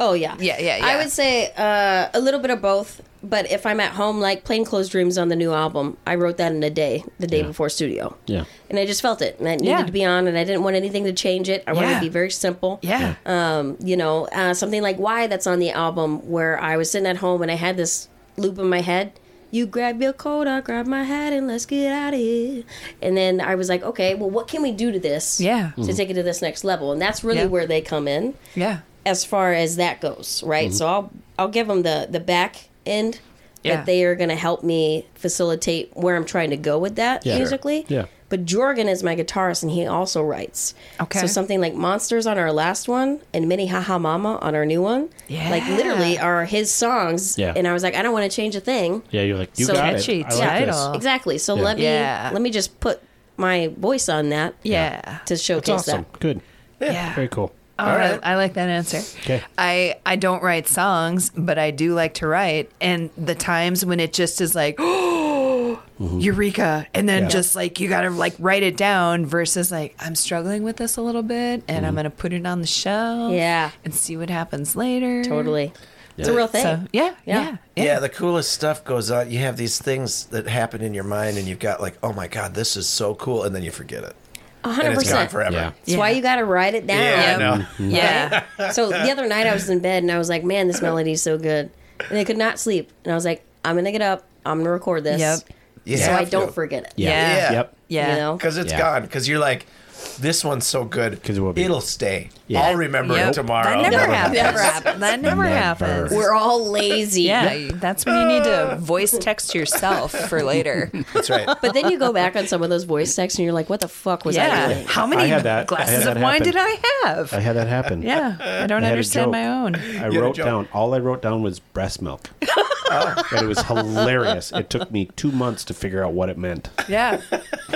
[SPEAKER 4] Oh yeah,
[SPEAKER 3] Yeah, yeah,
[SPEAKER 4] I
[SPEAKER 3] yeah.
[SPEAKER 4] would say uh, a little bit of both, but if I'm at home, like Plainclothes Dreams on the new album, I wrote that in a day, the day
[SPEAKER 2] Yeah.
[SPEAKER 4] before studio.
[SPEAKER 2] Yeah.
[SPEAKER 4] and I just felt it, and it needed
[SPEAKER 3] Yeah.
[SPEAKER 4] to be on, and I didn't want anything to change it. I wanted
[SPEAKER 3] Yeah.
[SPEAKER 4] to be very simple.
[SPEAKER 3] Yeah.
[SPEAKER 4] um, you know, uh, something like "Why" that's on the album, where I was sitting at home and I had this loop in my head. You grab your coat, I grab my hat, and let's get out of here. And then I was like, okay, well, what can we do to this?
[SPEAKER 3] Yeah.
[SPEAKER 4] to take it to this next level, and that's really
[SPEAKER 3] Yeah.
[SPEAKER 4] where they come in
[SPEAKER 3] yeah.
[SPEAKER 4] as far as that goes, right?
[SPEAKER 2] Mm-hmm.
[SPEAKER 4] So I'll I'll give them the the back end,
[SPEAKER 3] Yeah.
[SPEAKER 4] but they are going to help me facilitate where I'm trying to go with that
[SPEAKER 2] Yeah.
[SPEAKER 4] musically.
[SPEAKER 2] Sure. Yeah.
[SPEAKER 4] But Jorgen is my guitarist, and he also writes.
[SPEAKER 3] Okay.
[SPEAKER 4] So something like "Monsters" on our last one, and "Mini Haha Mama" on our new one,
[SPEAKER 3] Yeah.
[SPEAKER 4] like literally are his songs.
[SPEAKER 2] Yeah.
[SPEAKER 4] And I was like, I don't want to change a thing.
[SPEAKER 2] Yeah, you're like, you
[SPEAKER 4] So
[SPEAKER 2] got
[SPEAKER 3] catchy
[SPEAKER 2] it. I like this.
[SPEAKER 3] title.
[SPEAKER 4] Exactly. So let me
[SPEAKER 3] Yeah.
[SPEAKER 4] let me just put my voice on that
[SPEAKER 3] Yeah.
[SPEAKER 4] to showcase
[SPEAKER 2] That's awesome.
[SPEAKER 4] that.
[SPEAKER 2] Good.
[SPEAKER 3] Yeah.
[SPEAKER 2] Very cool.
[SPEAKER 3] All
[SPEAKER 1] All
[SPEAKER 3] right.
[SPEAKER 1] right.
[SPEAKER 3] I, like that answer.
[SPEAKER 2] 'Kay.
[SPEAKER 3] I I don't write songs, but I do like to write. And the times when it just is like, oh, eureka, and then
[SPEAKER 2] Yeah.
[SPEAKER 3] just like you gotta like write it down versus like I'm struggling with this a little bit, and I'm gonna put it on the shelf,
[SPEAKER 4] Yeah.
[SPEAKER 3] and see what happens later.
[SPEAKER 4] Totally. It's a real thing.
[SPEAKER 3] So yeah,
[SPEAKER 4] Yeah.
[SPEAKER 3] yeah, yeah.
[SPEAKER 1] Yeah. the coolest stuff goes on. You have these things that happen in your mind, and you've got like, oh my god, this is so cool, and then you forget it, and it's gone
[SPEAKER 4] 100%. That's
[SPEAKER 1] forever.
[SPEAKER 2] Yeah.
[SPEAKER 4] why
[SPEAKER 3] Yeah.
[SPEAKER 4] you got to write it down.
[SPEAKER 1] Yeah, I know.
[SPEAKER 3] Yeah.
[SPEAKER 4] So the other night I was in bed and I was like, man, this melody is so good. And I could not sleep. And I was like, I'm going to get up. I'm going to record this.
[SPEAKER 3] Yep.
[SPEAKER 1] You
[SPEAKER 4] So I
[SPEAKER 1] have to.
[SPEAKER 4] don't forget it.
[SPEAKER 2] Yeah.
[SPEAKER 3] Yeah.
[SPEAKER 2] Yep.
[SPEAKER 3] Yeah.
[SPEAKER 4] You know?
[SPEAKER 1] because it's
[SPEAKER 2] Yeah.
[SPEAKER 1] gone. Because you're like, this one's so good.
[SPEAKER 2] 'Cause it will be.
[SPEAKER 1] will stay.
[SPEAKER 2] Yeah.
[SPEAKER 1] I'll remember
[SPEAKER 3] Yep.
[SPEAKER 1] it tomorrow.
[SPEAKER 3] That never
[SPEAKER 4] Never
[SPEAKER 3] happens.
[SPEAKER 4] happens.
[SPEAKER 3] That never
[SPEAKER 2] Never.
[SPEAKER 3] happens.
[SPEAKER 4] We're all lazy.
[SPEAKER 3] yeah, that's when you need to voice text yourself for later.
[SPEAKER 1] That's right.
[SPEAKER 4] But then you go back on some of those voice texts and you're like, what the fuck was I
[SPEAKER 3] Yeah.
[SPEAKER 4] doing?
[SPEAKER 3] How many
[SPEAKER 2] I had that. I
[SPEAKER 3] glasses
[SPEAKER 2] had
[SPEAKER 3] of
[SPEAKER 2] that
[SPEAKER 3] wine
[SPEAKER 2] happen.
[SPEAKER 3] did I have?
[SPEAKER 2] I had that happen.
[SPEAKER 3] yeah. I don't
[SPEAKER 2] I had a
[SPEAKER 3] understand
[SPEAKER 2] joke.
[SPEAKER 3] my own.
[SPEAKER 2] I
[SPEAKER 1] had a
[SPEAKER 2] wrote
[SPEAKER 1] joke.
[SPEAKER 2] down all I wrote down was breast milk.
[SPEAKER 3] Oh.
[SPEAKER 2] But it was hilarious. It took me two months to figure out what it meant.
[SPEAKER 3] Yeah.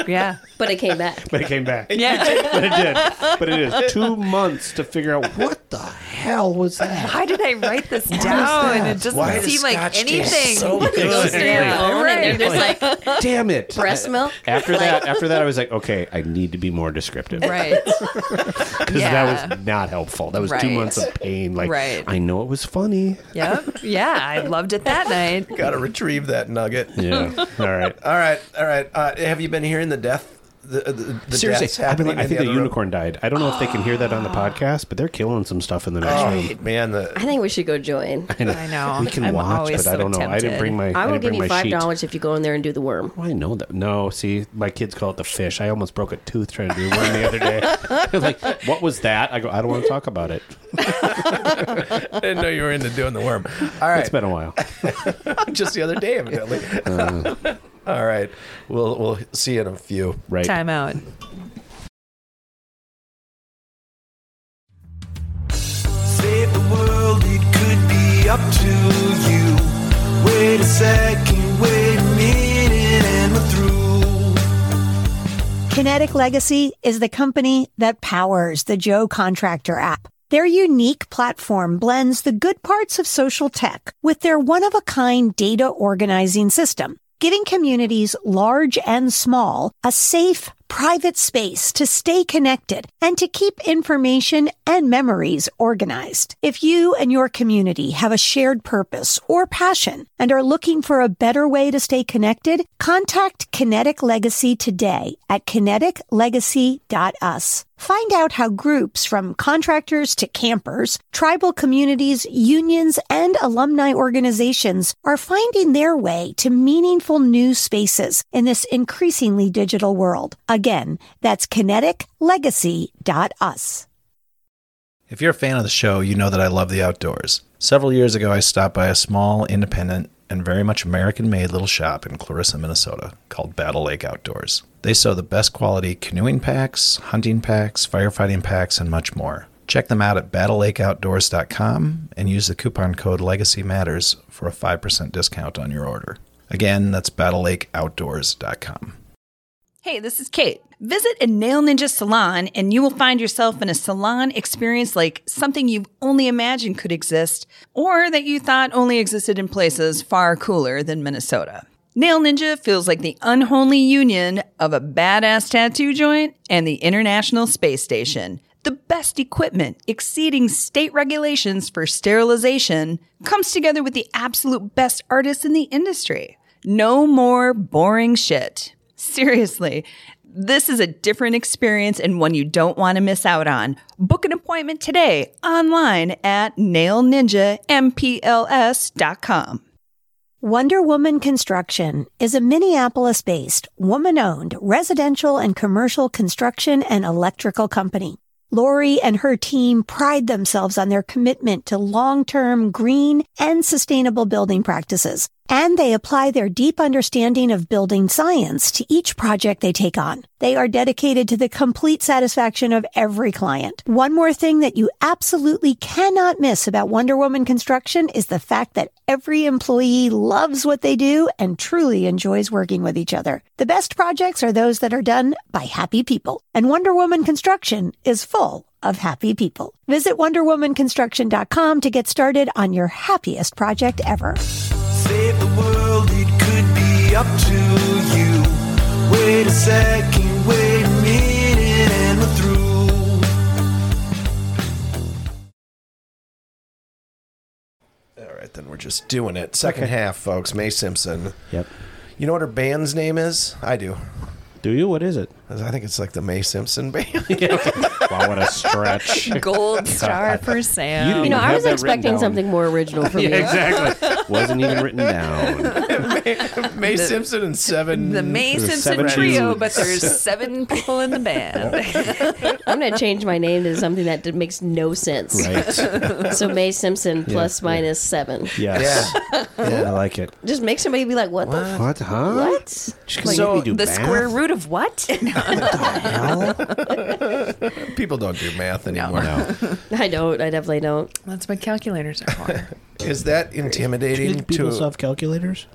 [SPEAKER 3] Yeah.
[SPEAKER 4] But it came back.
[SPEAKER 2] But it came back.
[SPEAKER 3] Yeah.
[SPEAKER 2] But it did. But it is two months to figure out what the hell was that?
[SPEAKER 3] Why did I write this down? It doesn't
[SPEAKER 1] Why does
[SPEAKER 3] seem like
[SPEAKER 1] scotch taste
[SPEAKER 3] anything.
[SPEAKER 1] so good?
[SPEAKER 4] It goes through your
[SPEAKER 3] Yeah.
[SPEAKER 4] phone and you're just like,
[SPEAKER 2] Damn it.
[SPEAKER 4] breast milk?
[SPEAKER 2] After
[SPEAKER 4] Like-
[SPEAKER 2] that, after that, I was like, okay, I need to be more descriptive because
[SPEAKER 3] right. Yeah.
[SPEAKER 2] that was not helpful. That was two
[SPEAKER 3] Right.
[SPEAKER 2] months of pain. Like,
[SPEAKER 3] Right.
[SPEAKER 2] I know it was funny.
[SPEAKER 3] Yep. Yeah. I loved it that night.
[SPEAKER 1] Got to retrieve that nugget.
[SPEAKER 2] Yeah. All right.
[SPEAKER 1] All right, all right. Uh, have you been hearing the death? The, the, the deaths
[SPEAKER 2] Seriously, I've been
[SPEAKER 1] happening
[SPEAKER 2] like, I
[SPEAKER 1] in
[SPEAKER 2] think
[SPEAKER 1] the
[SPEAKER 2] a
[SPEAKER 1] other room?
[SPEAKER 2] unicorn died. I don't know if they can hear that on the podcast, but they're killing some stuff in the next room.
[SPEAKER 1] Oh man, the
[SPEAKER 4] I think we should go join.
[SPEAKER 3] I know.
[SPEAKER 2] We can
[SPEAKER 3] I'm
[SPEAKER 2] watch,
[SPEAKER 3] always
[SPEAKER 2] but I
[SPEAKER 3] so
[SPEAKER 2] don't know. I didn't
[SPEAKER 3] tempted.
[SPEAKER 2] bring my.
[SPEAKER 4] I will
[SPEAKER 2] didn't
[SPEAKER 4] give
[SPEAKER 2] bring
[SPEAKER 4] you
[SPEAKER 2] my
[SPEAKER 4] five
[SPEAKER 2] sheet.
[SPEAKER 4] dollars if you go in there and do the worm.
[SPEAKER 2] I know that. No, see, my kids call it the fish. I almost broke a tooth trying to do one the other day. They're like, what was that? I go, I don't want to talk about it.
[SPEAKER 1] I didn't know you were into doing the worm. All right,
[SPEAKER 2] It's been a while.
[SPEAKER 1] just the other day, evidently.
[SPEAKER 2] Uh.
[SPEAKER 1] all right, we'll we'll see you in a few.
[SPEAKER 2] Right.
[SPEAKER 3] Time out.
[SPEAKER 5] Save the world, it could be up to you. Wait a second, wait a minute, and we're through.
[SPEAKER 6] Kinetic Legacy is the company that powers the Joe Contractor app. Their unique platform blends the good parts of social tech with their one of a kind data organizing system, giving communities large and small a safe, private space to stay connected and to keep information and memories organized. If you and your community have a shared purpose or passion and are looking for a better way to stay connected, contact Kinetic Legacy today at kineticlegacy.us. Find out how groups from contractors to campers, tribal communities, unions, and alumni organizations are finding their way to meaningful new spaces in this increasingly digital world. Again, that's kineticlegacy.us.
[SPEAKER 7] If you're a fan of the show, you know that I love the outdoors. Several years ago, I stopped by a small, independent, and very much American made little shop in Clarissa, Minnesota called Battle Lake Outdoors. They sell the best quality canoeing packs, hunting packs, firefighting packs, and much more. Check them out at battleakeoutdoors.com and use the coupon code Legacy Matters for a 5% discount on your order. Again, that's battlelakeoutdoors.com.
[SPEAKER 3] Hey, this is Kate. Visit a Nail Ninja salon and you will find yourself in a salon experience like something you've only imagined could exist or that you thought only existed in places far cooler than Minnesota. Nail Ninja feels like the unholy union of a badass tattoo joint and the International Space Station. The best equipment, exceeding state regulations for sterilization, comes together with the absolute best artists in the industry. No more boring shit. Seriously, this is a different experience and one you don't want to miss out on. Book an appointment today online at nailninjampls.com.
[SPEAKER 6] Wonder Woman Construction is a Minneapolis based, woman owned residential and commercial construction and electrical company. Lori and her team pride themselves on their commitment to long term green and sustainable building practices And they apply their deep understanding of building science to each project they take on. They are dedicated to the complete satisfaction of every client. One more thing that you absolutely cannot miss about Wonder Woman Construction is the fact that every employee loves what they do and truly enjoys working with each other. The best projects are those that are done by happy people. And Wonder Woman Construction is full of happy people. Visit WonderWomanConstruction.com to get started on your happiest project ever.
[SPEAKER 5] Save the world, it could be up to you. Wait a second, wait a minute, and we're through.
[SPEAKER 1] All right, then we're just doing it. Second half, folks. May Simpson.
[SPEAKER 2] Yep.
[SPEAKER 1] You know what her band's name is? I do.
[SPEAKER 2] Do you? What is it?
[SPEAKER 1] 'Cause I think it's like the May Simpson band.
[SPEAKER 2] Wow, what a stretch.
[SPEAKER 3] Gold star for Sam.
[SPEAKER 4] You know, I
[SPEAKER 2] have
[SPEAKER 4] was
[SPEAKER 2] that written
[SPEAKER 4] expecting
[SPEAKER 2] down.
[SPEAKER 4] something more original from you.
[SPEAKER 2] exactly. Wasn't even written down.
[SPEAKER 1] May Simpson and seven.
[SPEAKER 3] the May Simpson
[SPEAKER 2] seven
[SPEAKER 3] trio,
[SPEAKER 2] dudes.
[SPEAKER 3] but there's seven people in the band.
[SPEAKER 4] I'm going to change my name to something that d- makes no sense.
[SPEAKER 2] Right.
[SPEAKER 4] So May Simpson plus minus seven.
[SPEAKER 2] Yes. I like it.
[SPEAKER 4] Just make somebody be like, what, the
[SPEAKER 2] What? Huh?
[SPEAKER 4] What?
[SPEAKER 2] She can
[SPEAKER 1] So,
[SPEAKER 2] make me do
[SPEAKER 3] the
[SPEAKER 2] math?
[SPEAKER 3] square root of what?
[SPEAKER 1] People don't do math anymore.
[SPEAKER 4] f- I don't. I definitely don't.
[SPEAKER 3] That's what calculators are for.
[SPEAKER 1] Is that
[SPEAKER 2] Do you
[SPEAKER 1] intimidating
[SPEAKER 2] think people
[SPEAKER 1] to?
[SPEAKER 2] still have calculators?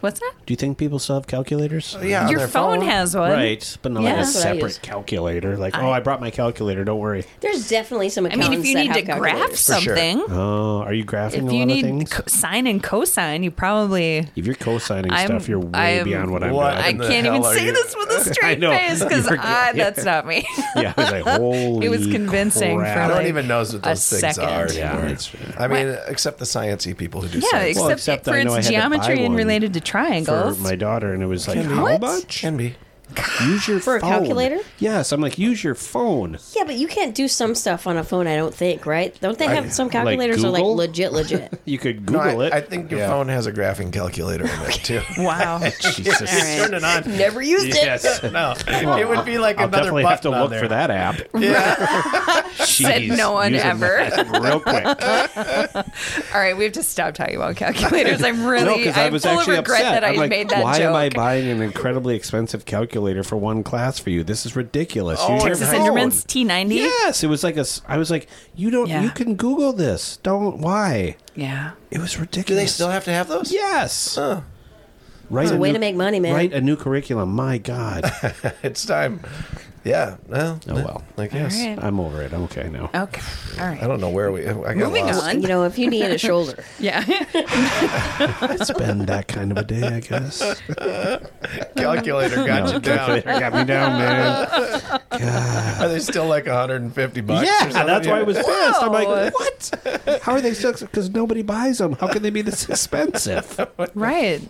[SPEAKER 3] What's that?
[SPEAKER 2] Do you think people still have calculators?
[SPEAKER 1] yeah, on
[SPEAKER 3] Your
[SPEAKER 1] their
[SPEAKER 3] phone, has one.
[SPEAKER 2] Right, but not
[SPEAKER 4] Yeah,
[SPEAKER 2] like a
[SPEAKER 4] that's what I use.
[SPEAKER 2] separate calculator. Like, oh, I brought my calculator. Don't worry.
[SPEAKER 4] There's definitely some
[SPEAKER 3] I
[SPEAKER 4] accountants
[SPEAKER 3] mean, if you
[SPEAKER 4] that
[SPEAKER 3] need to
[SPEAKER 4] have
[SPEAKER 3] graph
[SPEAKER 4] calculators.
[SPEAKER 1] sure.
[SPEAKER 3] something,
[SPEAKER 2] Oh, are you graphing a
[SPEAKER 3] if
[SPEAKER 2] lot
[SPEAKER 3] you
[SPEAKER 2] of
[SPEAKER 3] need
[SPEAKER 2] things?
[SPEAKER 3] co- sine and cosine, you probably.
[SPEAKER 2] if you're co-signing
[SPEAKER 3] I'm-
[SPEAKER 2] stuff, you're way
[SPEAKER 3] I'm-
[SPEAKER 2] beyond what I'm
[SPEAKER 1] What?
[SPEAKER 3] I
[SPEAKER 1] in
[SPEAKER 2] doing.
[SPEAKER 1] the
[SPEAKER 3] can't even
[SPEAKER 1] hell are
[SPEAKER 3] say
[SPEAKER 1] you-
[SPEAKER 3] this with a straight
[SPEAKER 2] know.
[SPEAKER 3] face because
[SPEAKER 2] You're- yeah.
[SPEAKER 3] that's not me.
[SPEAKER 2] yeah, I was like, holy.
[SPEAKER 3] It was convincing
[SPEAKER 2] crap.
[SPEAKER 3] for,
[SPEAKER 1] I
[SPEAKER 3] like-
[SPEAKER 1] don't even knows what
[SPEAKER 3] a
[SPEAKER 1] those things
[SPEAKER 3] second.
[SPEAKER 1] are.
[SPEAKER 2] Yeah,
[SPEAKER 1] anymore.
[SPEAKER 2] that's fair.
[SPEAKER 1] I mean, except the sciencey people who do.
[SPEAKER 3] yeah,
[SPEAKER 1] science.
[SPEAKER 3] except,
[SPEAKER 2] Well, except
[SPEAKER 3] for
[SPEAKER 2] I know I
[SPEAKER 3] instance,
[SPEAKER 2] had to buy
[SPEAKER 3] geometry and
[SPEAKER 2] one
[SPEAKER 3] related to
[SPEAKER 2] for
[SPEAKER 3] triangles.
[SPEAKER 2] my daughter, and it was like, how
[SPEAKER 4] What?
[SPEAKER 2] much?
[SPEAKER 1] can be.
[SPEAKER 2] Use your
[SPEAKER 4] For a
[SPEAKER 2] phone.
[SPEAKER 4] calculator?
[SPEAKER 2] Yes, I'm like, use your phone.
[SPEAKER 4] Yeah, but you can't do some stuff on a phone, I don't think, right? Don't they have some
[SPEAKER 2] like
[SPEAKER 4] calculators are like
[SPEAKER 2] Google?
[SPEAKER 4] legit, legit?
[SPEAKER 2] You could
[SPEAKER 1] No,
[SPEAKER 2] Google
[SPEAKER 1] I,
[SPEAKER 2] it.
[SPEAKER 1] I think your
[SPEAKER 2] Yeah.
[SPEAKER 1] phone has a graphing calculator in it too.
[SPEAKER 3] wow.
[SPEAKER 2] Jesus.
[SPEAKER 3] All right.
[SPEAKER 4] Never used it.
[SPEAKER 2] Yes.
[SPEAKER 1] no, it would be like
[SPEAKER 2] I'll
[SPEAKER 1] another
[SPEAKER 2] definitely
[SPEAKER 1] button
[SPEAKER 2] have to
[SPEAKER 1] on
[SPEAKER 2] look
[SPEAKER 1] there.
[SPEAKER 2] for that app.
[SPEAKER 3] Said no one ever.
[SPEAKER 2] Real quick.
[SPEAKER 3] All right, we have to stop talking about calculators. I'm
[SPEAKER 2] No,
[SPEAKER 3] really,
[SPEAKER 2] because I
[SPEAKER 3] I'm
[SPEAKER 2] was
[SPEAKER 3] full of
[SPEAKER 2] actually
[SPEAKER 3] regret
[SPEAKER 2] upset.
[SPEAKER 3] that I
[SPEAKER 2] I'm like,
[SPEAKER 3] made that
[SPEAKER 2] why
[SPEAKER 3] joke.
[SPEAKER 2] am I buying an incredibly expensive calculator for one class for you? This is ridiculous. Use your
[SPEAKER 3] Oh, Texas
[SPEAKER 2] phone.
[SPEAKER 3] Instruments T90.
[SPEAKER 2] Yes, it was like a. s- I was like, you don't.
[SPEAKER 3] Yeah.
[SPEAKER 2] You can Google this. Don't. Why?
[SPEAKER 3] Yeah.
[SPEAKER 2] It was ridiculous.
[SPEAKER 1] Do they still have to have those?
[SPEAKER 2] Yes.
[SPEAKER 1] Huh.
[SPEAKER 2] Right.
[SPEAKER 4] a way to make money, man.
[SPEAKER 2] Write a new curriculum. My God.
[SPEAKER 1] It's time. Yeah. Well.
[SPEAKER 2] Oh, well.
[SPEAKER 1] I guess.
[SPEAKER 3] All right.
[SPEAKER 2] I'm over it. I'm okay now.
[SPEAKER 3] Okay. All
[SPEAKER 1] I
[SPEAKER 3] right.
[SPEAKER 1] don't know where we. I got
[SPEAKER 3] Moving
[SPEAKER 1] lost.
[SPEAKER 3] on.
[SPEAKER 4] You know, if you needed a shoulder.
[SPEAKER 3] Yeah.
[SPEAKER 2] It's been that kind of a day, I guess.
[SPEAKER 1] Calculator got
[SPEAKER 2] No,
[SPEAKER 1] you down.
[SPEAKER 2] calculator got me down, man.
[SPEAKER 1] Are they still like 150 bucks? or
[SPEAKER 2] Yeah,
[SPEAKER 1] something?
[SPEAKER 2] that's why I was pissed. I'm
[SPEAKER 3] Whoa.
[SPEAKER 2] like, what? How are they so? Because nobody buys them. How can they be this expensive?
[SPEAKER 3] right.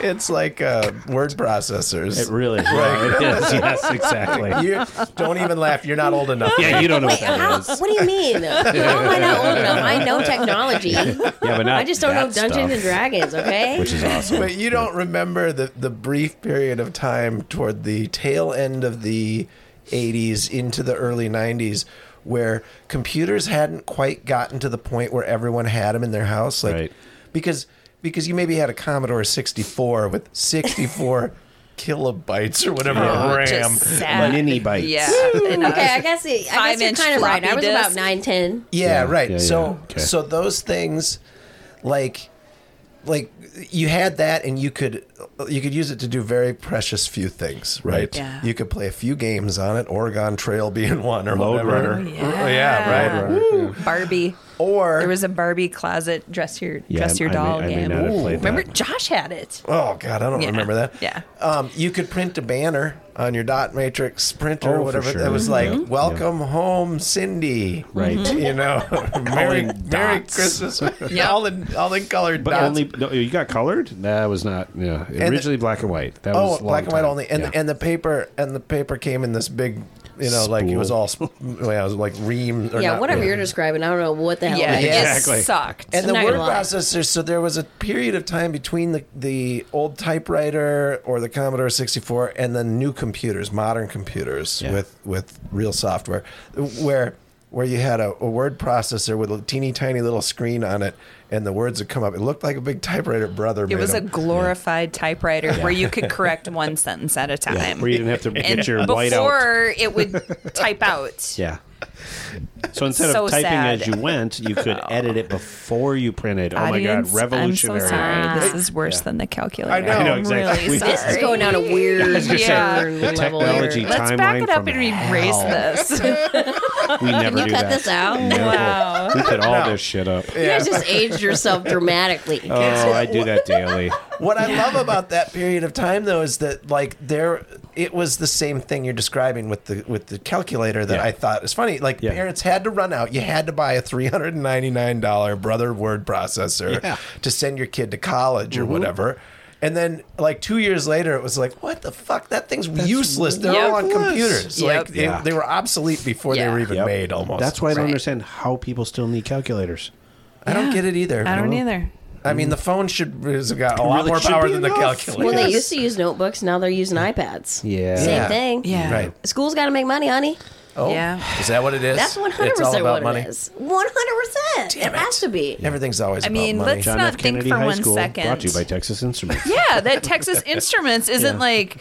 [SPEAKER 1] It's like uh, word processors.
[SPEAKER 2] really, yeah, it is. Yes, exactly.
[SPEAKER 1] you don't even laugh. You're not old enough.
[SPEAKER 2] Yeah, you don't know what
[SPEAKER 4] How,
[SPEAKER 2] that is.
[SPEAKER 4] what do you mean? How am I not old enough? I know technology.
[SPEAKER 2] Yeah, but not
[SPEAKER 4] I just don't know
[SPEAKER 2] that
[SPEAKER 4] Dungeons and
[SPEAKER 2] stuff,
[SPEAKER 4] Dragons, okay?
[SPEAKER 2] which is awesome.
[SPEAKER 1] But you don't remember the, the brief period of time toward the tail end of the 80s into the early 90s where computers hadn't quite gotten to the point where everyone had them in their house like
[SPEAKER 2] Right.
[SPEAKER 1] because because you maybe had a Commodore 64 with 64 kilobytes or whatever of RAM.
[SPEAKER 3] Oh, Just sad.
[SPEAKER 2] Mini bites.
[SPEAKER 3] Yeah. And, uh,
[SPEAKER 4] okay, I guess, it, I guess you're
[SPEAKER 3] Five-inch
[SPEAKER 4] kind of right. I
[SPEAKER 3] floppy
[SPEAKER 4] was
[SPEAKER 3] disk.
[SPEAKER 4] about 9, 10.
[SPEAKER 1] Yeah,
[SPEAKER 2] Yeah,
[SPEAKER 1] right.
[SPEAKER 2] yeah,
[SPEAKER 1] so
[SPEAKER 2] yeah. Okay.
[SPEAKER 1] so those things like like you had that and you could you could use it to do very precious few things, right?
[SPEAKER 2] Right.
[SPEAKER 3] Yeah.
[SPEAKER 1] You could play a few games on it, Oregon Trail being one or
[SPEAKER 2] Road
[SPEAKER 1] whatever.
[SPEAKER 2] Runner.
[SPEAKER 3] Oh, Yeah.
[SPEAKER 1] Yeah, right.
[SPEAKER 3] Woo. Barbie.
[SPEAKER 1] Or
[SPEAKER 3] There was a Barbie closet dress your
[SPEAKER 2] Yeah,
[SPEAKER 3] dress your
[SPEAKER 2] I may-
[SPEAKER 3] doll
[SPEAKER 2] I may
[SPEAKER 3] game.
[SPEAKER 2] not have played
[SPEAKER 3] Remember
[SPEAKER 2] that.
[SPEAKER 3] Josh had it.
[SPEAKER 1] Oh God, I don't
[SPEAKER 3] Yeah.
[SPEAKER 1] remember that.
[SPEAKER 3] Yeah.
[SPEAKER 1] Um, you could print a banner on your dot matrix printer
[SPEAKER 2] Oh,
[SPEAKER 1] or
[SPEAKER 2] for
[SPEAKER 1] whatever.
[SPEAKER 2] sure.
[SPEAKER 1] That was like,
[SPEAKER 2] Mhm.
[SPEAKER 1] "Welcome home, Cindy."
[SPEAKER 2] Right.
[SPEAKER 1] You know, Merry,
[SPEAKER 2] in
[SPEAKER 1] Merry
[SPEAKER 2] dots.
[SPEAKER 1] Christmas.
[SPEAKER 3] Yeah.
[SPEAKER 1] all in all in colored
[SPEAKER 2] But
[SPEAKER 1] dots.
[SPEAKER 2] only no, you got colored. That was not. Yeah, originally black and white. That
[SPEAKER 1] oh,
[SPEAKER 2] was a long
[SPEAKER 1] black and white
[SPEAKER 2] time.
[SPEAKER 1] only. And
[SPEAKER 2] Yeah.
[SPEAKER 1] and the paper and the paper came in this big, you know, like it was
[SPEAKER 2] Spool.
[SPEAKER 1] all sp- well, it was like ream. Or
[SPEAKER 4] Yeah,
[SPEAKER 1] not
[SPEAKER 4] whatever
[SPEAKER 1] ream.
[SPEAKER 4] you're describing, I don't know what the hell
[SPEAKER 3] Yeah,
[SPEAKER 4] it is.
[SPEAKER 3] it
[SPEAKER 2] Exactly.
[SPEAKER 3] sucked.
[SPEAKER 1] And the
[SPEAKER 4] not
[SPEAKER 1] word
[SPEAKER 4] gonna lie.
[SPEAKER 1] processor. So there was a period of time between the the old typewriter or the Commodore 64 and the new computers, modern computers
[SPEAKER 2] Yeah.
[SPEAKER 1] with with real software, where where you had a, a word processor with a teeny tiny little screen on it, and the words would come up. It looked like a big typewriter. Brother,
[SPEAKER 3] It was a
[SPEAKER 1] made 'em.
[SPEAKER 3] glorified typewriter where you could correct one sentence at a time.
[SPEAKER 2] where you didn't have to get
[SPEAKER 3] and
[SPEAKER 2] your white out.
[SPEAKER 3] before it would type out.
[SPEAKER 2] Yeah. So instead
[SPEAKER 3] So
[SPEAKER 2] of typing
[SPEAKER 3] sad.
[SPEAKER 2] as you went, you could edit it before you printed. Oh
[SPEAKER 3] Audience,
[SPEAKER 2] my god, revolutionary!
[SPEAKER 3] I'm so sorry. This is worse than the calculator.
[SPEAKER 1] I know. I know,
[SPEAKER 3] I'm
[SPEAKER 2] exactly.
[SPEAKER 3] really
[SPEAKER 2] We-
[SPEAKER 3] sorry.
[SPEAKER 4] This is going down a weird
[SPEAKER 2] gonna say,
[SPEAKER 4] turn
[SPEAKER 2] the
[SPEAKER 4] level
[SPEAKER 2] technology-
[SPEAKER 4] here.
[SPEAKER 3] Let's back
[SPEAKER 2] timeline
[SPEAKER 3] it up
[SPEAKER 2] from
[SPEAKER 3] and erase
[SPEAKER 2] hell.
[SPEAKER 3] this.
[SPEAKER 2] We never
[SPEAKER 4] Can
[SPEAKER 2] do
[SPEAKER 4] you cut
[SPEAKER 2] that.
[SPEAKER 4] this out?
[SPEAKER 2] No.
[SPEAKER 3] Wow.
[SPEAKER 2] We put all this shit up.
[SPEAKER 4] You guys just aged yourself dramatically.
[SPEAKER 2] Oh, I do that daily.
[SPEAKER 1] What I love about that period of time though is that like there it was the same thing you're describing with the with the calculator that
[SPEAKER 2] Yeah.
[SPEAKER 1] I thought is funny. Like
[SPEAKER 2] Yeah.
[SPEAKER 1] parents had to run out. You had to buy a three hundred and ninety nine dollar brother word processor
[SPEAKER 2] Yeah. Mm-hmm.
[SPEAKER 1] to send your kid to college or whatever. And then like two years later it was like, what the fuck? That thing's useless. They're all on
[SPEAKER 2] ridiculous.
[SPEAKER 1] computers.
[SPEAKER 3] Yep.
[SPEAKER 1] Like they,
[SPEAKER 2] Yeah.
[SPEAKER 1] they were obsolete before they
[SPEAKER 4] Yeah.
[SPEAKER 1] were even
[SPEAKER 2] Yep.
[SPEAKER 1] made almost.
[SPEAKER 2] That's why I don't understand how people still need calculators.
[SPEAKER 1] I don't get it either.
[SPEAKER 3] I don't either.
[SPEAKER 1] I mean the phone should has got a lot
[SPEAKER 2] Really
[SPEAKER 1] more
[SPEAKER 2] should
[SPEAKER 1] power
[SPEAKER 2] be
[SPEAKER 1] than the
[SPEAKER 2] enough.
[SPEAKER 1] calculator.
[SPEAKER 4] Well, they
[SPEAKER 2] Yes.
[SPEAKER 4] used to use notebooks. Now they're using iPads.
[SPEAKER 2] Yeah.
[SPEAKER 4] Same
[SPEAKER 1] Yeah.
[SPEAKER 4] thing.
[SPEAKER 3] Yeah.
[SPEAKER 1] Right.
[SPEAKER 4] School's got to make money, honey.
[SPEAKER 1] Oh,
[SPEAKER 3] Yeah.
[SPEAKER 1] Is that what it is?
[SPEAKER 4] That's one hundred
[SPEAKER 1] It's all
[SPEAKER 4] percent
[SPEAKER 1] about
[SPEAKER 4] what
[SPEAKER 1] money.
[SPEAKER 4] it is. One hundred percent. It has to be.
[SPEAKER 1] Everything's always
[SPEAKER 3] I
[SPEAKER 1] about
[SPEAKER 3] mean,
[SPEAKER 1] money.
[SPEAKER 3] let's
[SPEAKER 2] John
[SPEAKER 3] not
[SPEAKER 2] F.
[SPEAKER 3] think
[SPEAKER 2] Kennedy
[SPEAKER 3] for
[SPEAKER 2] High
[SPEAKER 3] one
[SPEAKER 2] School,
[SPEAKER 3] second.
[SPEAKER 2] brought to you by Texas Instruments.
[SPEAKER 3] Yeah, that Texas Instruments isn't like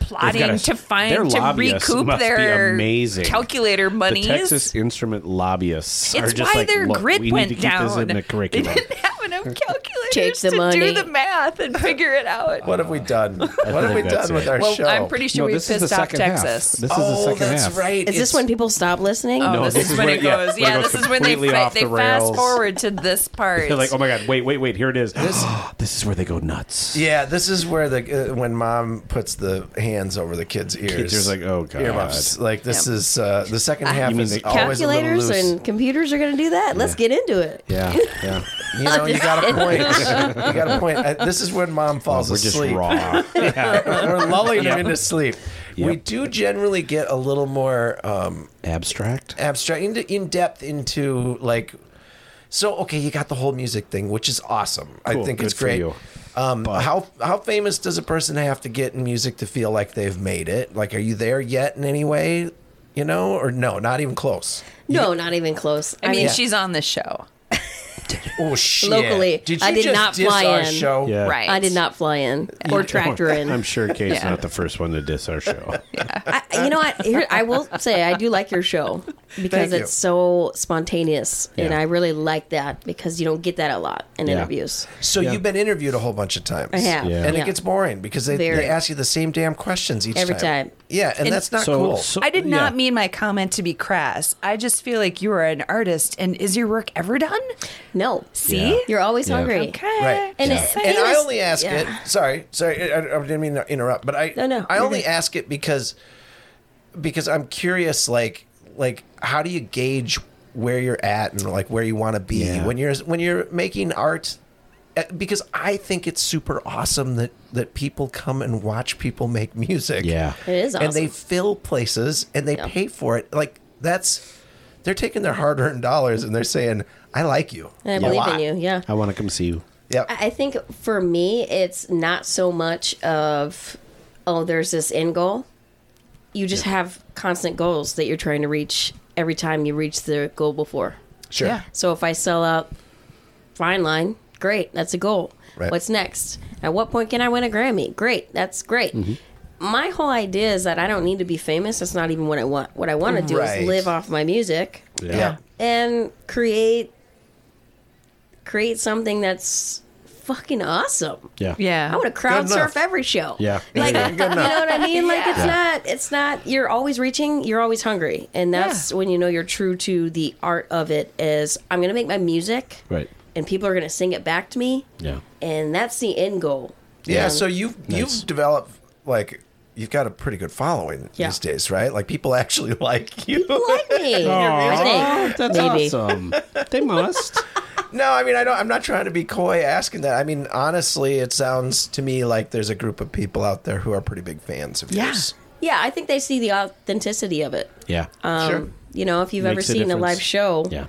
[SPEAKER 3] plotting
[SPEAKER 2] gotta-
[SPEAKER 3] to
[SPEAKER 2] their
[SPEAKER 3] find to
[SPEAKER 2] lobbyists
[SPEAKER 3] recoup
[SPEAKER 2] must be
[SPEAKER 3] their
[SPEAKER 2] amazing.
[SPEAKER 3] calculator
[SPEAKER 2] The
[SPEAKER 3] monies.
[SPEAKER 2] Texas Instrument lobbyists are
[SPEAKER 3] it's
[SPEAKER 2] just
[SPEAKER 3] why
[SPEAKER 2] like,
[SPEAKER 3] their
[SPEAKER 2] "Look,
[SPEAKER 3] grid
[SPEAKER 2] we
[SPEAKER 3] went
[SPEAKER 2] need to keep
[SPEAKER 3] down.
[SPEAKER 2] This in the
[SPEAKER 3] They
[SPEAKER 2] curriculum.
[SPEAKER 3] didn't have enough calculators
[SPEAKER 4] Take the
[SPEAKER 3] to
[SPEAKER 4] money.
[SPEAKER 3] do the math and figure it out.
[SPEAKER 1] what have we done? What have we
[SPEAKER 2] think that's
[SPEAKER 1] done with
[SPEAKER 2] it.
[SPEAKER 1] our
[SPEAKER 3] well,
[SPEAKER 1] show?
[SPEAKER 3] I'm pretty sure we pissed off Texas.
[SPEAKER 2] This is the
[SPEAKER 1] oh,
[SPEAKER 2] second
[SPEAKER 1] that's
[SPEAKER 2] half.
[SPEAKER 1] right.
[SPEAKER 4] Is this when people stop listening?
[SPEAKER 3] Oh,
[SPEAKER 2] No,
[SPEAKER 3] this,
[SPEAKER 2] this
[SPEAKER 3] is
[SPEAKER 2] is
[SPEAKER 3] when
[SPEAKER 2] when
[SPEAKER 3] it
[SPEAKER 2] it- yeah,
[SPEAKER 3] goes.
[SPEAKER 2] when it
[SPEAKER 3] Yeah,
[SPEAKER 2] goes
[SPEAKER 3] this is when they
[SPEAKER 2] completely
[SPEAKER 3] fa-
[SPEAKER 2] off
[SPEAKER 3] they
[SPEAKER 2] the rails.
[SPEAKER 3] fast forward to this part.
[SPEAKER 2] They're like, oh my god, wait, wait, wait. Here it is. This, this is where they go nuts.
[SPEAKER 1] Yeah, this is where the uh, when mom puts the hands over the kids' ears.
[SPEAKER 2] ears like, oh, God.
[SPEAKER 1] earmuffs. Like this is uh, the second half
[SPEAKER 2] mean
[SPEAKER 1] is
[SPEAKER 2] the
[SPEAKER 1] always a little
[SPEAKER 4] Ah. Calculators
[SPEAKER 1] loose.
[SPEAKER 4] and computers are going to do that. Let's get into it.
[SPEAKER 2] yeah, yeah.
[SPEAKER 1] you know, you got a point. you got a point. Uh, this is when mom falls
[SPEAKER 2] Oh, We're just
[SPEAKER 1] asleep.
[SPEAKER 2] raw.
[SPEAKER 1] We're lulling them into sleep. We
[SPEAKER 2] Yep.
[SPEAKER 1] do generally get a little more um,
[SPEAKER 2] Abstract.
[SPEAKER 1] abstract into in depth into like so okay you got the whole music thing which is awesome i
[SPEAKER 2] Cool.
[SPEAKER 1] think
[SPEAKER 2] Good
[SPEAKER 1] it's
[SPEAKER 2] for
[SPEAKER 1] great
[SPEAKER 2] you.
[SPEAKER 1] um how how famous does a person have to get in music to feel like they've made it like are you there yet in any way you know or no not even close
[SPEAKER 4] No, not even close.
[SPEAKER 2] "Oh
[SPEAKER 3] I mean, she's on the show,
[SPEAKER 1] oh shit
[SPEAKER 4] Locally,
[SPEAKER 1] did you
[SPEAKER 4] I did
[SPEAKER 1] just
[SPEAKER 4] not
[SPEAKER 1] diss
[SPEAKER 4] fly
[SPEAKER 1] our
[SPEAKER 4] in.
[SPEAKER 1] show
[SPEAKER 2] Yeah.
[SPEAKER 3] right?
[SPEAKER 4] I did not fly in or tractor in.
[SPEAKER 2] I'm sure Kate's
[SPEAKER 3] Yeah.
[SPEAKER 2] not the first one to diss our show.
[SPEAKER 4] I, you know what? Here, I will say I do like your show because
[SPEAKER 1] Thank you.
[SPEAKER 4] it's so spontaneous, and
[SPEAKER 2] Yeah.
[SPEAKER 4] I really like that because you don't get that a lot in
[SPEAKER 2] Yeah.
[SPEAKER 4] interviews.
[SPEAKER 1] so you've been interviewed a whole bunch of times
[SPEAKER 4] I have.
[SPEAKER 2] Yeah.
[SPEAKER 1] and
[SPEAKER 4] Yeah.
[SPEAKER 1] it gets boring because they,
[SPEAKER 4] Very.
[SPEAKER 1] they ask you the same damn questions each
[SPEAKER 4] Every time.
[SPEAKER 1] yeah and, that's not
[SPEAKER 2] so,
[SPEAKER 1] cool
[SPEAKER 2] so-
[SPEAKER 3] I did not
[SPEAKER 2] yeah.
[SPEAKER 3] mean my comment to be crass. I just feel like you are an artist, and is your work ever done?
[SPEAKER 4] No,
[SPEAKER 3] See?
[SPEAKER 2] Yeah.
[SPEAKER 4] you're always
[SPEAKER 2] Yeah.
[SPEAKER 4] hungry.
[SPEAKER 3] Okay.
[SPEAKER 1] Right.
[SPEAKER 4] And
[SPEAKER 3] Just
[SPEAKER 4] it's-
[SPEAKER 3] saying.
[SPEAKER 1] and I
[SPEAKER 4] Yes.
[SPEAKER 1] only ask
[SPEAKER 4] Yeah.
[SPEAKER 1] it. Sorry, sorry, I, I didn't mean to interrupt, but I
[SPEAKER 4] No, no,
[SPEAKER 1] I
[SPEAKER 4] you're
[SPEAKER 1] only
[SPEAKER 4] good.
[SPEAKER 1] ask it because because I'm curious, like like how do you gauge where you're at and like where you want to be
[SPEAKER 2] Yeah.
[SPEAKER 1] when you're when you're making art. Uh, Because I think it's super awesome that that people come and watch people make music.
[SPEAKER 2] Yeah.
[SPEAKER 4] It is
[SPEAKER 1] and they
[SPEAKER 4] awesome.
[SPEAKER 1] fill places and they
[SPEAKER 4] Yeah.
[SPEAKER 1] pay for it. Like that's they're taking their hard-earned dollars and they're saying, "I like you."
[SPEAKER 4] And I
[SPEAKER 1] a
[SPEAKER 4] believe
[SPEAKER 1] lot."
[SPEAKER 4] in you. Yeah.
[SPEAKER 2] I want to come see you.
[SPEAKER 1] Yep.
[SPEAKER 4] I I think for me, it's not so much of, oh, there's this end goal. You just have constant goals that you're trying to reach every time you reach the goal before.
[SPEAKER 1] Sure.
[SPEAKER 3] Yeah.
[SPEAKER 4] So if I sell out Fine Line, great, that's a goal.
[SPEAKER 1] Right.
[SPEAKER 4] What's next? At what point can I win a Grammy? Great, that's great.
[SPEAKER 1] Mm-hmm.
[SPEAKER 4] My whole idea is that I don't need to be famous. That's not even what I want. What I want to do
[SPEAKER 1] Right.
[SPEAKER 4] is live off my music
[SPEAKER 1] yeah.
[SPEAKER 4] and create create something that's fucking awesome.
[SPEAKER 2] Yeah.
[SPEAKER 3] Yeah.
[SPEAKER 4] I want to crowd
[SPEAKER 1] Good enough.
[SPEAKER 4] surf every show.
[SPEAKER 2] Yeah.
[SPEAKER 4] Like,
[SPEAKER 2] Yeah.
[SPEAKER 4] you know what I mean? Like, it's
[SPEAKER 2] Yeah.
[SPEAKER 4] not, it's not, you're always reaching, you're always hungry. And that's
[SPEAKER 3] Yeah.
[SPEAKER 4] when you know you're true to the art of it is I'm going to make my music
[SPEAKER 2] Right.
[SPEAKER 4] and people are going to sing it back to me.
[SPEAKER 2] Yeah.
[SPEAKER 4] And that's the end goal.
[SPEAKER 1] Yeah,
[SPEAKER 4] Um,
[SPEAKER 1] so you've
[SPEAKER 2] Nice.
[SPEAKER 1] you've developed like you've got a pretty good following
[SPEAKER 4] Yeah.
[SPEAKER 1] these days, right? Like people actually like you.
[SPEAKER 4] like me. I think.
[SPEAKER 2] that's
[SPEAKER 4] Maybe.
[SPEAKER 2] awesome. They must.
[SPEAKER 1] no, I mean I don't I'm not trying to be coy asking that. I mean honestly, it sounds to me like there's a group of people out there who are pretty big fans of
[SPEAKER 3] Yeah.
[SPEAKER 1] yours.
[SPEAKER 4] Yeah, I think they see the authenticity of it.
[SPEAKER 2] Yeah.
[SPEAKER 4] Um,
[SPEAKER 1] Sure.
[SPEAKER 4] You know, if you've ever
[SPEAKER 2] Makes a
[SPEAKER 4] seen a,
[SPEAKER 2] difference.
[SPEAKER 4] live show,
[SPEAKER 2] yeah.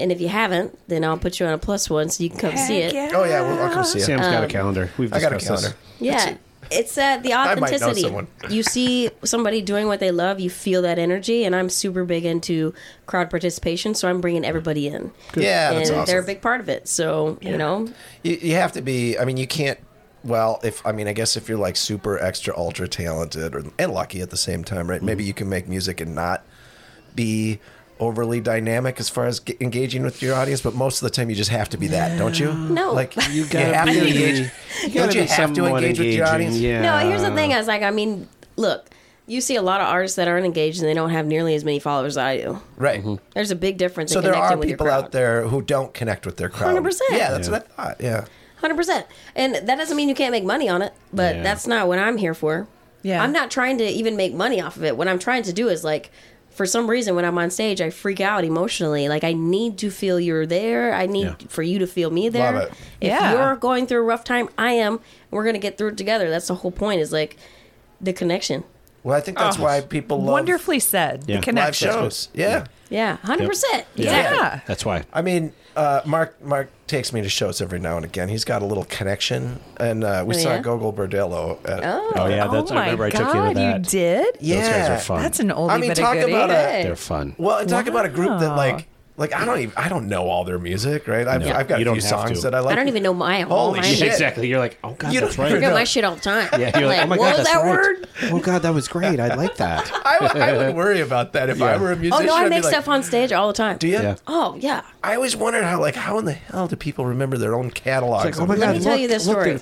[SPEAKER 4] and if you haven't, then I'll put you on a plus one so you can come see it.
[SPEAKER 1] Oh yeah, well, I'll come see you.
[SPEAKER 2] Sam's got a calendar. We've
[SPEAKER 1] I got a
[SPEAKER 2] discussed this.
[SPEAKER 1] calendar.
[SPEAKER 4] Yeah. it's uh, the
[SPEAKER 1] might know
[SPEAKER 4] authenticity.
[SPEAKER 1] someone.
[SPEAKER 4] you see somebody doing what they love, you feel that energy, and I'm super big into crowd participation, so I'm bringing everybody in.
[SPEAKER 1] Yeah,
[SPEAKER 4] and
[SPEAKER 1] that's awesome.
[SPEAKER 4] they're a big part of it. So you know,
[SPEAKER 1] You, you have to be. I mean, you can't. Well, if I mean, I guess if you're like super extra ultra talented or and lucky at the same time, right?
[SPEAKER 2] Mm-hmm.
[SPEAKER 1] Maybe you can make music and not be overly dynamic as far as ge- engaging with your audience. But most of the time, you just have to be that, don't you?
[SPEAKER 4] No.
[SPEAKER 1] like you,
[SPEAKER 2] gotta
[SPEAKER 1] have to
[SPEAKER 2] be-
[SPEAKER 1] engage.
[SPEAKER 2] you
[SPEAKER 1] don't
[SPEAKER 2] gotta
[SPEAKER 1] you
[SPEAKER 2] be
[SPEAKER 1] have to
[SPEAKER 2] somewhat
[SPEAKER 1] engage with your
[SPEAKER 2] engaging,
[SPEAKER 1] audience?
[SPEAKER 2] Yeah.
[SPEAKER 4] No, here's the thing. I was like, I mean, look, you see a lot of artists that aren't engaged and they don't have nearly as many followers as I do.
[SPEAKER 1] Right.
[SPEAKER 2] Mm-hmm.
[SPEAKER 4] There's a big difference.
[SPEAKER 1] So
[SPEAKER 4] in
[SPEAKER 1] there
[SPEAKER 4] connecting
[SPEAKER 1] are
[SPEAKER 4] with your
[SPEAKER 1] people
[SPEAKER 4] crowd.
[SPEAKER 1] out there who don't connect with their crowd.
[SPEAKER 4] 100%.
[SPEAKER 1] Yeah, that's what I thought. Yeah.
[SPEAKER 4] Hundred percent. And that doesn't mean you can't make money on it, but
[SPEAKER 2] Yeah.
[SPEAKER 4] that's not what I'm here for.
[SPEAKER 3] Yeah.
[SPEAKER 4] I'm not trying to even make money off of it. What I'm trying to do is like for some reason when I'm on stage I freak out emotionally. Like I need to feel you're there. I need
[SPEAKER 2] Yeah.
[SPEAKER 4] for you to feel me there.
[SPEAKER 1] Love it.
[SPEAKER 4] If
[SPEAKER 3] Yeah.
[SPEAKER 4] you're going through a rough time, I am. We're gonna get through it together. That's the whole point is like the connection.
[SPEAKER 1] Well, I think
[SPEAKER 2] Oh,
[SPEAKER 1] that's why people love
[SPEAKER 3] Wonderfully said.
[SPEAKER 2] Yeah.
[SPEAKER 3] The
[SPEAKER 2] Live
[SPEAKER 1] live
[SPEAKER 3] connection.
[SPEAKER 1] shows. Yeah.
[SPEAKER 4] Yeah, hundred percent.
[SPEAKER 3] Yeah.
[SPEAKER 2] That's why.
[SPEAKER 1] I mean, uh, Mark Mark takes me to shows every now and again. He's got a little connection, and uh, we
[SPEAKER 4] Oh,
[SPEAKER 1] saw
[SPEAKER 4] yeah?
[SPEAKER 1] Gogol Bordello. At,
[SPEAKER 2] Oh yeah, that's.
[SPEAKER 3] oh
[SPEAKER 2] I
[SPEAKER 3] my
[SPEAKER 2] remember I took you
[SPEAKER 3] God,
[SPEAKER 2] to that.
[SPEAKER 3] you did?
[SPEAKER 1] yeah,
[SPEAKER 2] Those guys are fun.
[SPEAKER 3] That's an oldie
[SPEAKER 1] I mean,
[SPEAKER 3] but
[SPEAKER 1] talk
[SPEAKER 3] a goodie.
[SPEAKER 1] about a
[SPEAKER 2] They're fun.
[SPEAKER 1] well, and talk about a group that
[SPEAKER 3] Wow.
[SPEAKER 1] like like I don't even I don't know all their music, right? I've,
[SPEAKER 2] No,
[SPEAKER 1] I've got
[SPEAKER 2] you
[SPEAKER 1] a
[SPEAKER 2] don't
[SPEAKER 1] few
[SPEAKER 2] have
[SPEAKER 1] songs
[SPEAKER 2] to.
[SPEAKER 1] that I like.
[SPEAKER 4] I don't even know my all
[SPEAKER 1] Holy
[SPEAKER 4] my
[SPEAKER 1] shit.
[SPEAKER 2] Exactly. You're like, oh god,
[SPEAKER 1] You
[SPEAKER 2] that's
[SPEAKER 1] don't
[SPEAKER 2] right.
[SPEAKER 1] even
[SPEAKER 4] forget my
[SPEAKER 1] know.
[SPEAKER 4] shit all the time.
[SPEAKER 2] Yeah, you're like, oh my
[SPEAKER 4] what
[SPEAKER 2] god,
[SPEAKER 4] was
[SPEAKER 2] that's
[SPEAKER 4] that
[SPEAKER 2] right.
[SPEAKER 4] word?
[SPEAKER 2] Oh god, that was great. I like that.
[SPEAKER 1] I, would- I would worry about that if I were a
[SPEAKER 4] Oh
[SPEAKER 1] musician.
[SPEAKER 4] no, I
[SPEAKER 1] I'd be
[SPEAKER 4] make
[SPEAKER 1] like,
[SPEAKER 4] stuff on stage all the time.
[SPEAKER 1] Do you?
[SPEAKER 2] Yeah.
[SPEAKER 4] Oh yeah.
[SPEAKER 1] I always wondered how like how in the hell do people remember their own catalogs?
[SPEAKER 2] It's like, oh my
[SPEAKER 1] of
[SPEAKER 2] god,
[SPEAKER 4] me
[SPEAKER 1] music?
[SPEAKER 4] tell
[SPEAKER 2] look,
[SPEAKER 4] you this
[SPEAKER 2] look,
[SPEAKER 4] story.
[SPEAKER 2] they're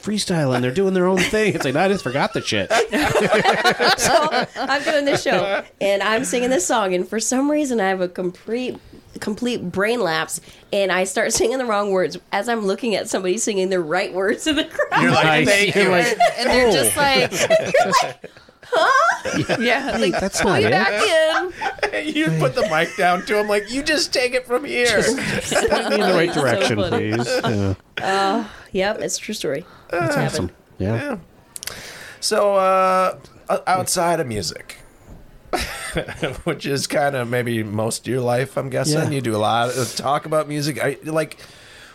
[SPEAKER 2] freestyling. They're doing their own thing. It's like, no, I just forgot the shit.
[SPEAKER 4] so I'm doing this show and I'm singing this song, and for some reason I have a complete complete brain lapse, and I start singing the wrong words as I'm looking at somebody singing the right words in the crowd.
[SPEAKER 1] You're like,
[SPEAKER 2] Nice.
[SPEAKER 1] thank
[SPEAKER 2] You're
[SPEAKER 1] you.
[SPEAKER 2] like,
[SPEAKER 4] and they're
[SPEAKER 2] Oh.
[SPEAKER 4] just like,
[SPEAKER 3] Yeah. Like,
[SPEAKER 2] That's not it.
[SPEAKER 4] back in.
[SPEAKER 1] you put the mic down to him, like you just take it from here.
[SPEAKER 2] Point me in the right
[SPEAKER 4] So
[SPEAKER 2] direction,
[SPEAKER 4] funny.
[SPEAKER 2] please. Yeah.
[SPEAKER 4] Yep, it's a true story. It's happened.
[SPEAKER 2] Yeah.
[SPEAKER 1] So, uh, o- outside of music, which is kind of maybe most of your life, I'm guessing,
[SPEAKER 2] Yeah.
[SPEAKER 1] you do a lot of talk about music. I, like,